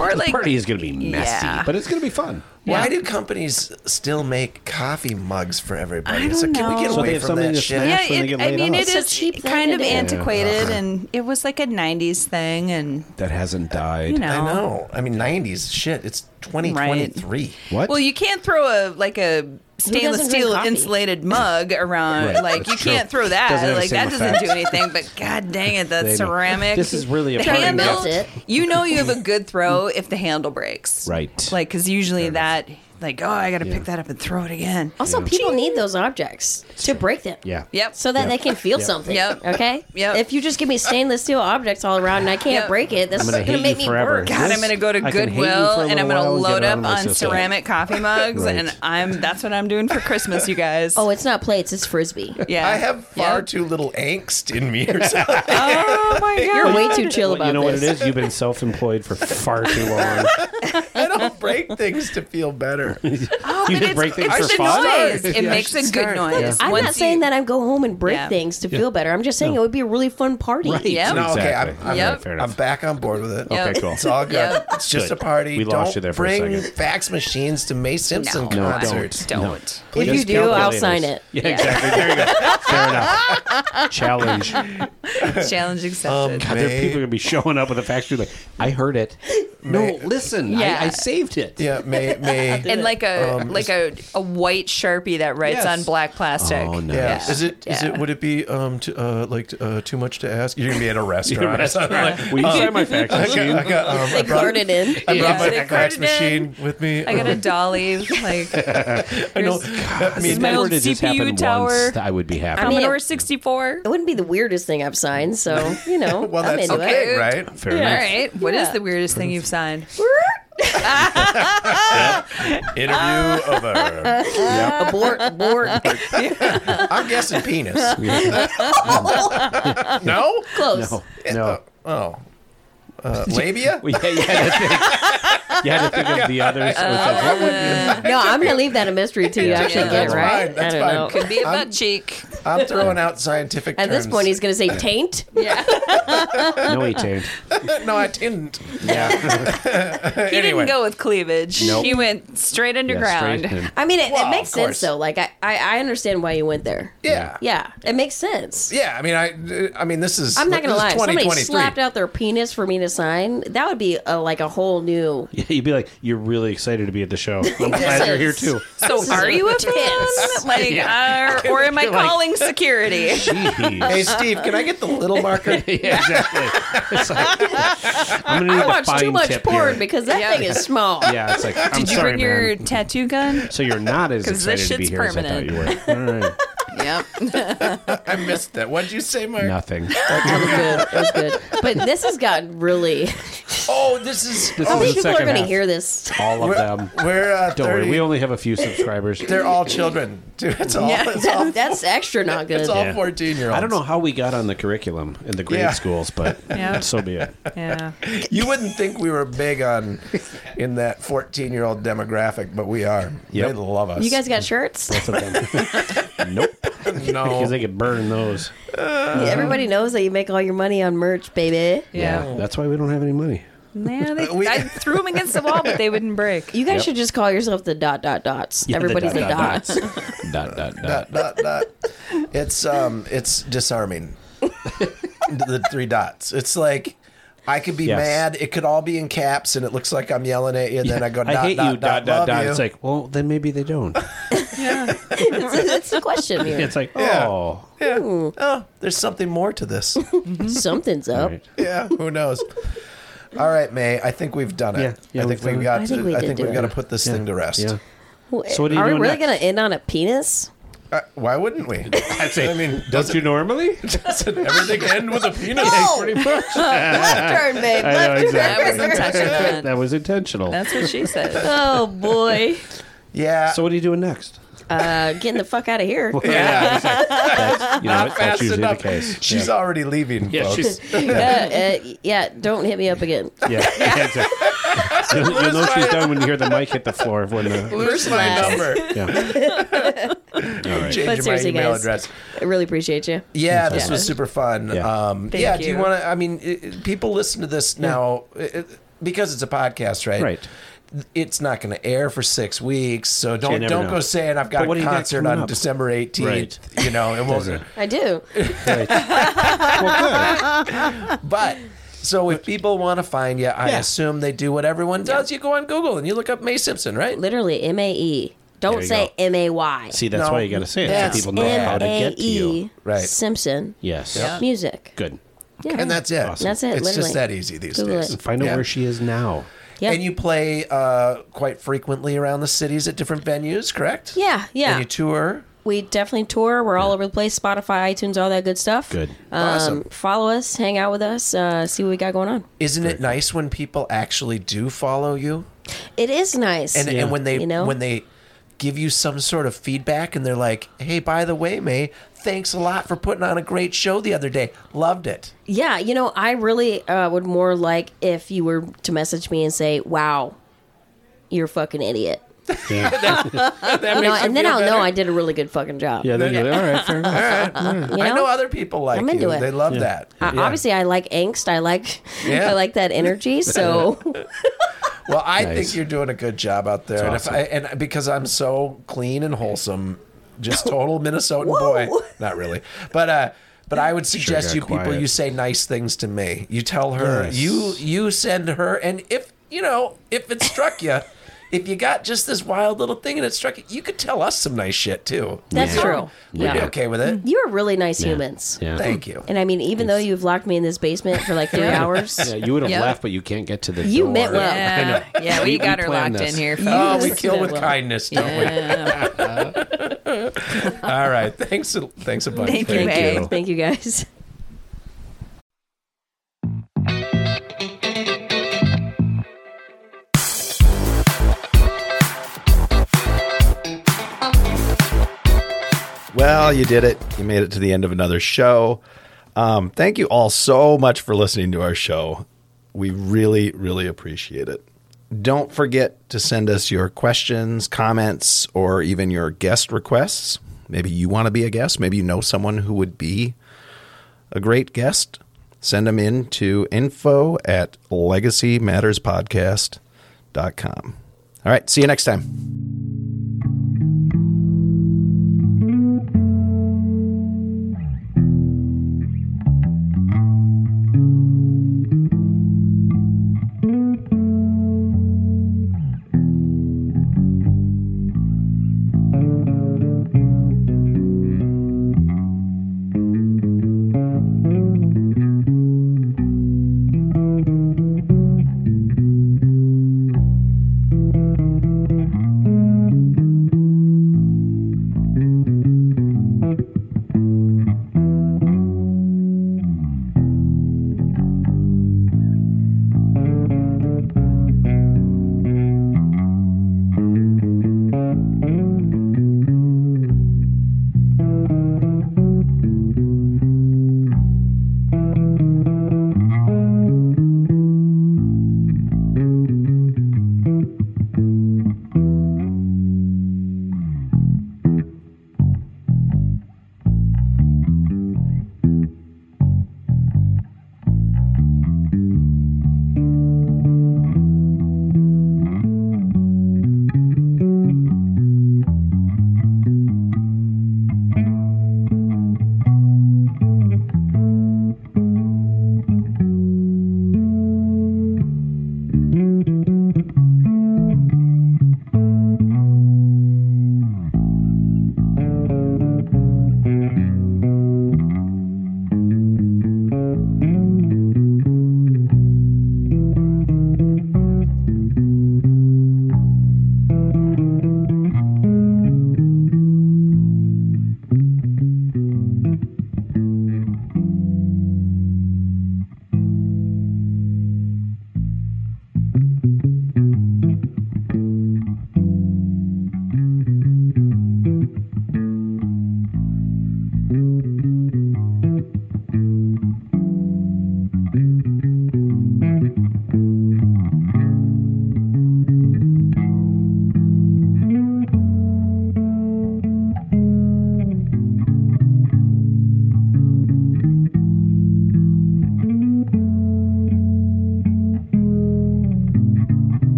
[SPEAKER 3] or like
[SPEAKER 2] Party is gonna be messy,
[SPEAKER 3] Yeah.
[SPEAKER 2] but it's gonna be fun.
[SPEAKER 1] Why do companies still make coffee mugs for everybody?
[SPEAKER 3] I
[SPEAKER 1] It's
[SPEAKER 3] don't
[SPEAKER 1] like, Can we
[SPEAKER 3] know.
[SPEAKER 1] get
[SPEAKER 3] So
[SPEAKER 2] they
[SPEAKER 1] away
[SPEAKER 2] have
[SPEAKER 1] from
[SPEAKER 2] something
[SPEAKER 1] that
[SPEAKER 2] to
[SPEAKER 1] shit?
[SPEAKER 2] smash?
[SPEAKER 3] yeah,
[SPEAKER 2] That's when they
[SPEAKER 3] it,
[SPEAKER 2] get
[SPEAKER 3] I
[SPEAKER 2] laid
[SPEAKER 3] mean,
[SPEAKER 2] off.
[SPEAKER 3] it
[SPEAKER 4] So
[SPEAKER 3] is
[SPEAKER 4] cheap thing
[SPEAKER 3] kind
[SPEAKER 4] to
[SPEAKER 3] of
[SPEAKER 4] do. Yeah.
[SPEAKER 3] antiquated, and it was like a '90s thing, and
[SPEAKER 2] That hasn't died.
[SPEAKER 3] you know,
[SPEAKER 1] I know. I mean, 90s shit. It's 2023.
[SPEAKER 2] What?
[SPEAKER 3] Well, you can't throw a like a stainless
[SPEAKER 4] doesn't drink
[SPEAKER 3] steel
[SPEAKER 4] coffee?
[SPEAKER 3] insulated mug around.
[SPEAKER 2] Right,
[SPEAKER 3] Like you
[SPEAKER 2] that's true.
[SPEAKER 3] can't throw that.
[SPEAKER 2] Doesn't have the
[SPEAKER 3] like that
[SPEAKER 2] same
[SPEAKER 3] doesn't do
[SPEAKER 2] effect.
[SPEAKER 3] anything. But god dang it,
[SPEAKER 2] They
[SPEAKER 3] that
[SPEAKER 2] know.
[SPEAKER 3] ceramic.
[SPEAKER 2] This is really a
[SPEAKER 3] the
[SPEAKER 2] part of
[SPEAKER 3] handle.
[SPEAKER 4] melt it.
[SPEAKER 3] You know you have a good throw if the handle breaks.
[SPEAKER 2] Right.
[SPEAKER 3] Like because usually that like oh I got to pick that up and throw it again.
[SPEAKER 4] Also, people need those objects to break them.
[SPEAKER 2] Yeah.
[SPEAKER 3] Yep.
[SPEAKER 4] So that
[SPEAKER 2] Yep.
[SPEAKER 4] they can feel something.
[SPEAKER 3] Yep.
[SPEAKER 4] Okay.
[SPEAKER 3] Yep.
[SPEAKER 4] If you just give me stainless steel objects all around and I can't
[SPEAKER 3] Yep.
[SPEAKER 4] break it, that's
[SPEAKER 2] I'm
[SPEAKER 4] going
[SPEAKER 2] gonna
[SPEAKER 4] to
[SPEAKER 2] hate
[SPEAKER 4] make
[SPEAKER 2] you
[SPEAKER 4] me
[SPEAKER 2] forever.
[SPEAKER 4] work.
[SPEAKER 3] God, I'm gonna go to
[SPEAKER 2] I can hate you for a
[SPEAKER 3] Goodwill and I'm
[SPEAKER 2] little
[SPEAKER 3] gonna
[SPEAKER 2] while and get
[SPEAKER 3] load
[SPEAKER 2] it out
[SPEAKER 3] up
[SPEAKER 2] of my
[SPEAKER 3] on
[SPEAKER 2] system.
[SPEAKER 3] ceramic coffee mugs,
[SPEAKER 2] Right.
[SPEAKER 3] and I'm that's what I'm doing for Christmas, you guys.
[SPEAKER 4] Oh, it's not plates. It's frisbee.
[SPEAKER 3] yeah.
[SPEAKER 1] I have far
[SPEAKER 3] Yeah.
[SPEAKER 1] too little angst in me or something.
[SPEAKER 3] Oh my god,
[SPEAKER 4] You're way too chill
[SPEAKER 2] Well,
[SPEAKER 4] about
[SPEAKER 2] you know
[SPEAKER 4] this.
[SPEAKER 2] what it is? You've been self-employed for far too long.
[SPEAKER 1] I don't break things to feel better.
[SPEAKER 2] you
[SPEAKER 3] But
[SPEAKER 2] just break things
[SPEAKER 3] it's
[SPEAKER 2] for
[SPEAKER 3] a
[SPEAKER 2] fun.
[SPEAKER 3] noise. It makes a good noise.
[SPEAKER 4] I'm
[SPEAKER 3] Once
[SPEAKER 4] not saying
[SPEAKER 3] you-
[SPEAKER 4] that I go home and break
[SPEAKER 3] Yeah.
[SPEAKER 4] things to feel better. I'm just saying it would be a really fun party.
[SPEAKER 2] Right.
[SPEAKER 3] Yep.
[SPEAKER 1] No, okay, I'm-
[SPEAKER 2] Exactly.
[SPEAKER 1] I'm-
[SPEAKER 3] Yep.
[SPEAKER 2] Okay, fair
[SPEAKER 1] I'm
[SPEAKER 2] enough.
[SPEAKER 1] back on board with it.
[SPEAKER 3] Yep.
[SPEAKER 2] Okay, cool.
[SPEAKER 1] It's all good.
[SPEAKER 3] Yep.
[SPEAKER 1] It's just
[SPEAKER 2] Good.
[SPEAKER 1] a party.
[SPEAKER 2] We lost
[SPEAKER 1] don't
[SPEAKER 2] you there for a
[SPEAKER 1] bring
[SPEAKER 2] second.
[SPEAKER 1] fax machines to May Simpson
[SPEAKER 3] No,
[SPEAKER 2] don't.
[SPEAKER 1] concerts.
[SPEAKER 3] Don't.
[SPEAKER 4] If you
[SPEAKER 2] Just
[SPEAKER 4] do, I'll
[SPEAKER 2] calculators.
[SPEAKER 4] sign it.
[SPEAKER 2] Yeah, exactly. There you go. Fair enough. Challenge. God,
[SPEAKER 3] Challenge
[SPEAKER 1] Um,
[SPEAKER 3] accepted.
[SPEAKER 2] there are people gonna be showing up with a factory like, I heard it. No, listen,
[SPEAKER 3] Yeah.
[SPEAKER 2] I, I saved it.
[SPEAKER 1] Yeah, May May.
[SPEAKER 3] and like a
[SPEAKER 1] Um,
[SPEAKER 3] like a, a white sharpie that writes
[SPEAKER 2] Yes.
[SPEAKER 3] on black plastic.
[SPEAKER 2] Oh, nice.
[SPEAKER 1] Yeah.
[SPEAKER 3] Yeah.
[SPEAKER 1] Is it? Is
[SPEAKER 3] Yeah.
[SPEAKER 1] it? Would it be um to, uh like uh, too much to ask? You're gonna be at a restaurant. or something. Like,
[SPEAKER 2] Will you sign my fax machine?
[SPEAKER 1] I got, um, I
[SPEAKER 4] They
[SPEAKER 1] brought,
[SPEAKER 4] card it in.
[SPEAKER 1] I brought
[SPEAKER 3] Yeah. They
[SPEAKER 1] my fax
[SPEAKER 3] carded
[SPEAKER 1] machine with me.
[SPEAKER 3] I got a dolly. Like
[SPEAKER 1] I know. I
[SPEAKER 3] This is
[SPEAKER 1] mean,
[SPEAKER 3] my
[SPEAKER 2] If that
[SPEAKER 3] old
[SPEAKER 2] were to just
[SPEAKER 3] CPU
[SPEAKER 2] happen
[SPEAKER 3] tower.
[SPEAKER 2] once, I would be happy.
[SPEAKER 4] mean,
[SPEAKER 3] Commodore
[SPEAKER 4] it-
[SPEAKER 3] 64.
[SPEAKER 4] It wouldn't be the weirdest thing I've signed, so you know,
[SPEAKER 1] well,
[SPEAKER 4] I'm
[SPEAKER 1] that's
[SPEAKER 4] into
[SPEAKER 1] okay,
[SPEAKER 4] it.
[SPEAKER 1] right?
[SPEAKER 2] fair
[SPEAKER 3] All
[SPEAKER 2] enough.
[SPEAKER 3] right. What is
[SPEAKER 4] Yeah.
[SPEAKER 3] the weirdest thing you've signed?
[SPEAKER 1] Interview over.
[SPEAKER 4] Uh, Abort, abort,
[SPEAKER 1] I'm guessing penis. no.
[SPEAKER 4] close.
[SPEAKER 2] No, no.
[SPEAKER 1] Oh. Uh, labia.
[SPEAKER 2] Well, yeah, you had to think. You had to think of the others. so it's like, what would-
[SPEAKER 4] No, I'm gonna leave that a mystery till you actually get it
[SPEAKER 1] that's
[SPEAKER 4] right.
[SPEAKER 1] fine. That's
[SPEAKER 4] I
[SPEAKER 1] fine.
[SPEAKER 4] don't know.
[SPEAKER 3] Could be a
[SPEAKER 1] I'm-
[SPEAKER 3] butt cheek.
[SPEAKER 1] I'm throwing out scientific.
[SPEAKER 4] At this
[SPEAKER 1] terms.
[SPEAKER 4] point, he's gonna say taint.
[SPEAKER 3] Yeah.
[SPEAKER 4] Uh.
[SPEAKER 2] no, he tamed.
[SPEAKER 1] no, I didn't.
[SPEAKER 3] He
[SPEAKER 1] Anyway.
[SPEAKER 3] didn't go with cleavage.
[SPEAKER 2] Nope.
[SPEAKER 3] He went straight underground.
[SPEAKER 4] I mean, it,
[SPEAKER 1] Well,
[SPEAKER 4] it makes
[SPEAKER 1] of
[SPEAKER 4] sense
[SPEAKER 1] course.
[SPEAKER 4] though. Like I, I, I understand why you went there.
[SPEAKER 1] Yeah.
[SPEAKER 4] Yeah, it makes sense.
[SPEAKER 1] Yeah, I mean, I, I mean, this is.
[SPEAKER 4] I'm not gonna
[SPEAKER 1] this
[SPEAKER 4] lie.
[SPEAKER 1] is
[SPEAKER 4] If Somebody
[SPEAKER 1] 2023.
[SPEAKER 4] slapped out their penis for me to sign. That would be a, like a whole new.
[SPEAKER 2] Yeah, you'd be like, you're really excited to be at the show. I'm glad you're here too.
[SPEAKER 4] Oh,
[SPEAKER 3] So are you a fan?
[SPEAKER 4] Yes.
[SPEAKER 3] Like, are- or am I calling security?
[SPEAKER 1] Hey, Steve, can I get the little marker?
[SPEAKER 2] yeah, exactly. It's like, I'm gonna need
[SPEAKER 4] I
[SPEAKER 2] a
[SPEAKER 4] watched too
[SPEAKER 2] fine
[SPEAKER 4] much
[SPEAKER 2] tip
[SPEAKER 4] porn
[SPEAKER 2] here.
[SPEAKER 4] because that
[SPEAKER 3] Yeah.
[SPEAKER 4] thing is small.
[SPEAKER 2] Yeah, it's like I'm
[SPEAKER 3] Did you
[SPEAKER 2] sorry,
[SPEAKER 3] bring your
[SPEAKER 2] man.
[SPEAKER 3] tattoo gun?
[SPEAKER 2] So you're not as
[SPEAKER 3] 'Cause this
[SPEAKER 2] excited to be
[SPEAKER 3] shit's
[SPEAKER 2] here as I thought you were. All right.
[SPEAKER 3] Yep.
[SPEAKER 1] I missed that. What'd you say, Mark?
[SPEAKER 2] Nothing.
[SPEAKER 4] That was good. That was good. But this has gotten really.
[SPEAKER 1] Oh, this is.
[SPEAKER 2] This
[SPEAKER 4] How
[SPEAKER 2] is
[SPEAKER 4] many
[SPEAKER 2] the
[SPEAKER 4] people are
[SPEAKER 2] second
[SPEAKER 4] going to
[SPEAKER 2] half.
[SPEAKER 4] hear this?
[SPEAKER 2] All of them.
[SPEAKER 1] We're uh, 30.
[SPEAKER 2] Don't worry, we only have a few subscribers.
[SPEAKER 1] They're all children. Dude, it's all.
[SPEAKER 3] Yeah.
[SPEAKER 1] It's all,
[SPEAKER 4] That's extra not good.
[SPEAKER 1] it's all
[SPEAKER 2] Yeah.
[SPEAKER 1] 14 year olds.
[SPEAKER 2] I don't know how we got on the curriculum in the grade
[SPEAKER 1] Yeah.
[SPEAKER 2] schools, but
[SPEAKER 3] Yeah.
[SPEAKER 2] so be it.
[SPEAKER 3] Yeah.
[SPEAKER 1] You wouldn't think we were big on in that 14 year old demographic, but we are.
[SPEAKER 2] Yep.
[SPEAKER 1] They love us.
[SPEAKER 4] You guys got shirts?
[SPEAKER 2] nope, because
[SPEAKER 1] no.
[SPEAKER 2] they could burn those. Uh,
[SPEAKER 4] Everybody knows that you make all your money on merch, baby.
[SPEAKER 3] Yeah.
[SPEAKER 2] that's why we don't have any money.
[SPEAKER 3] Man, they,
[SPEAKER 1] We-
[SPEAKER 3] I threw them against the wall, but they wouldn't break.
[SPEAKER 4] You guys
[SPEAKER 2] Yep.
[SPEAKER 4] should just call yourself the dot dot dots.
[SPEAKER 2] Yeah, the
[SPEAKER 4] Everybody's
[SPEAKER 2] dot,
[SPEAKER 4] a dot.
[SPEAKER 2] dot, dots. dot dot
[SPEAKER 1] Dot,
[SPEAKER 2] dot.
[SPEAKER 1] dot, dot. It's um, it's disarming. the three dots. It's like. I could be
[SPEAKER 2] Yes.
[SPEAKER 1] mad. It could all be in caps, and it looks like I'm yelling at you. And then I go, dot,
[SPEAKER 2] hate
[SPEAKER 1] dot,
[SPEAKER 2] you.
[SPEAKER 1] dot,
[SPEAKER 2] Dot dot
[SPEAKER 1] love
[SPEAKER 2] dot.
[SPEAKER 1] you.
[SPEAKER 2] It's like, well, then maybe they don't.
[SPEAKER 4] It's, it's the question here.
[SPEAKER 2] It's like,
[SPEAKER 1] Yeah.
[SPEAKER 2] oh,
[SPEAKER 1] Yeah. Oh, there's something more to this.
[SPEAKER 4] Something's up.
[SPEAKER 2] Right.
[SPEAKER 1] yeah. Who knows? All right, May. I think we've done it.
[SPEAKER 2] Yeah, yeah,
[SPEAKER 1] I think
[SPEAKER 2] we've
[SPEAKER 1] we've
[SPEAKER 2] done it.
[SPEAKER 1] got.
[SPEAKER 4] I
[SPEAKER 1] I
[SPEAKER 4] think
[SPEAKER 1] think,
[SPEAKER 4] we
[SPEAKER 1] I
[SPEAKER 4] did
[SPEAKER 1] think
[SPEAKER 4] do
[SPEAKER 1] we've
[SPEAKER 4] it.
[SPEAKER 1] got to put this thing to rest.
[SPEAKER 2] yeah.
[SPEAKER 4] Wh-
[SPEAKER 2] So what are you
[SPEAKER 4] we
[SPEAKER 2] doing
[SPEAKER 4] really
[SPEAKER 2] next?
[SPEAKER 4] going to end on a penis?
[SPEAKER 1] Uh, why wouldn't we?
[SPEAKER 2] I'd say,
[SPEAKER 1] I mean,
[SPEAKER 2] don't you normally?
[SPEAKER 1] Doesn't everything end with a penis?
[SPEAKER 4] Oh! Left turn, babe.
[SPEAKER 2] I know,
[SPEAKER 4] Left
[SPEAKER 2] exactly.
[SPEAKER 4] turn.
[SPEAKER 3] That's
[SPEAKER 2] That was intentional.
[SPEAKER 3] what she said.
[SPEAKER 4] Oh boy.
[SPEAKER 1] Yeah.
[SPEAKER 2] so what are you doing next?
[SPEAKER 4] Uh, getting the fuck out of here.
[SPEAKER 1] yeah.
[SPEAKER 2] That's, you know,
[SPEAKER 1] Not
[SPEAKER 2] that's
[SPEAKER 1] fast
[SPEAKER 2] usually
[SPEAKER 1] enough.
[SPEAKER 2] the case.
[SPEAKER 1] She's
[SPEAKER 2] yeah.
[SPEAKER 1] already leaving,
[SPEAKER 2] yeah,
[SPEAKER 1] folks.
[SPEAKER 2] she's yeah.
[SPEAKER 4] Yeah, uh, yeah, don't hit me up again.
[SPEAKER 2] yeah, exactly. You'll, you'll know she's done when you hear the mic hit the floor. When the
[SPEAKER 1] Where's my number?
[SPEAKER 2] yeah,
[SPEAKER 4] But
[SPEAKER 1] Change my
[SPEAKER 4] seriously,
[SPEAKER 1] email
[SPEAKER 4] guys.
[SPEAKER 1] address.
[SPEAKER 4] I really appreciate you.
[SPEAKER 1] Yeah, this
[SPEAKER 4] Yeah.
[SPEAKER 1] was super fun.
[SPEAKER 2] Yeah.
[SPEAKER 1] Um,
[SPEAKER 3] Thank
[SPEAKER 1] yeah, do you
[SPEAKER 3] you.
[SPEAKER 1] want to? I mean, it, it- people listen to this now it, it- because it's a podcast, right?
[SPEAKER 2] Right.
[SPEAKER 1] It's not going to air for six weeks, so don't
[SPEAKER 2] never
[SPEAKER 1] don't
[SPEAKER 2] know.
[SPEAKER 1] go saying I've
[SPEAKER 2] But
[SPEAKER 1] got
[SPEAKER 2] what
[SPEAKER 1] a
[SPEAKER 2] do you got
[SPEAKER 1] concert
[SPEAKER 2] coming
[SPEAKER 1] on
[SPEAKER 2] up?
[SPEAKER 1] December eighteenth.
[SPEAKER 2] Right.
[SPEAKER 1] You know, it won't.
[SPEAKER 4] I do.
[SPEAKER 2] right. Well, good.
[SPEAKER 1] But so if people want to find you, I assume they do what everyone does. You go on Google and you look up May Simpson, right?
[SPEAKER 4] Literally, M A E
[SPEAKER 2] There
[SPEAKER 4] Don't
[SPEAKER 2] you
[SPEAKER 4] say
[SPEAKER 2] go.
[SPEAKER 4] M A Y.
[SPEAKER 2] See, that's
[SPEAKER 1] No,
[SPEAKER 2] why you got to say it
[SPEAKER 1] that's
[SPEAKER 2] so people know how
[SPEAKER 4] M
[SPEAKER 2] to
[SPEAKER 4] A
[SPEAKER 2] get to you.
[SPEAKER 4] E
[SPEAKER 1] Right.
[SPEAKER 4] Simpson.
[SPEAKER 2] Yes.
[SPEAKER 4] Music.
[SPEAKER 2] Good.
[SPEAKER 4] Yeah.
[SPEAKER 1] and that's it.
[SPEAKER 2] Awesome.
[SPEAKER 4] That's it,
[SPEAKER 1] It's just
[SPEAKER 4] literally.
[SPEAKER 1] that easy these
[SPEAKER 4] Google
[SPEAKER 1] days.
[SPEAKER 4] it.
[SPEAKER 2] Find out
[SPEAKER 1] Yeah.
[SPEAKER 2] where she is now.
[SPEAKER 4] Yeah.
[SPEAKER 1] And you play uh, quite frequently around the cities at different venues, correct?
[SPEAKER 4] yeah, yeah.
[SPEAKER 1] And you tour.
[SPEAKER 4] we definitely tour. We're all over the place. Spotify, iTunes, all that good stuff.
[SPEAKER 2] Good.
[SPEAKER 4] Um,
[SPEAKER 1] Awesome.
[SPEAKER 4] Follow us, hang out with us, uh, see what we got going on.
[SPEAKER 1] Isn't it nice when people actually do follow you?
[SPEAKER 4] It is nice.
[SPEAKER 1] and and when they
[SPEAKER 4] You know?
[SPEAKER 1] when they give you some sort of feedback and they're like, "Hey, by the way, May, thanks a lot for putting on a great show the other day. Loved it."
[SPEAKER 4] yeah, you know, I really uh, would more like if you were to message me and say, wow, you're a fucking idiot. You know, and then I'll know I did a really good fucking job.
[SPEAKER 2] Yeah, there you go. All right, fair enough.
[SPEAKER 4] You
[SPEAKER 1] I know other people like
[SPEAKER 4] I'm into
[SPEAKER 1] you.
[SPEAKER 4] it.
[SPEAKER 1] They love that.
[SPEAKER 4] Uh, Obviously, I like angst. I like,
[SPEAKER 1] Yeah.
[SPEAKER 4] I like that energy. So
[SPEAKER 1] Well, I
[SPEAKER 2] Nice.
[SPEAKER 1] think you're doing a good job out there,
[SPEAKER 2] That's
[SPEAKER 1] and, if I, and because I'm so clean and wholesome, just total Minnesotan boy. Not really, but uh, but I would suggest
[SPEAKER 2] got
[SPEAKER 1] you people
[SPEAKER 2] quiet.
[SPEAKER 1] you say nice things to me. You tell her
[SPEAKER 2] Yes.
[SPEAKER 1] you you send her, and if you know if it struck you. If you got just this wild little thing and it struck you, you could tell us some nice shit too.
[SPEAKER 4] That's
[SPEAKER 1] We'd be-
[SPEAKER 4] true.
[SPEAKER 1] We'd be
[SPEAKER 2] Yeah.
[SPEAKER 1] okay with it.
[SPEAKER 4] you are really nice humans.
[SPEAKER 2] Yeah.
[SPEAKER 1] Thank you.
[SPEAKER 4] And I mean, even though you've locked me in this basement for like three hours,
[SPEAKER 2] Yeah, you would have
[SPEAKER 3] Yeah.
[SPEAKER 2] left, but you can't get to the
[SPEAKER 4] You
[SPEAKER 2] door.
[SPEAKER 4] meant well.
[SPEAKER 3] Yeah, yeah, we got her
[SPEAKER 2] planned
[SPEAKER 3] locked
[SPEAKER 2] this.
[SPEAKER 3] in here.
[SPEAKER 1] Oh, we
[SPEAKER 4] Yes.
[SPEAKER 1] kill with
[SPEAKER 4] Well.
[SPEAKER 1] kindness, don't
[SPEAKER 3] Yeah.
[SPEAKER 1] we? All right. Thanks. a- Thanks a bunch.
[SPEAKER 3] Thank you,
[SPEAKER 2] Thank
[SPEAKER 3] May.
[SPEAKER 2] you.
[SPEAKER 4] thank you guys.
[SPEAKER 7] Well, you did it. You made it to the end of another show. Um, thank you all so much for listening to our show. We really, really appreciate it. Don't forget to send us your questions, comments, or even your guest requests. Maybe you want to be a guest. Maybe you know someone who would be a great guest. Send them in to info at legacymatterspodcast.com. All right. See you next time.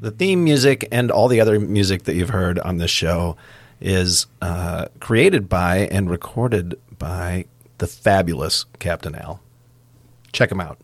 [SPEAKER 1] The theme music and all the other music that you've heard on this show is uh, created by and recorded by the fabulous Captain Al. Check him out.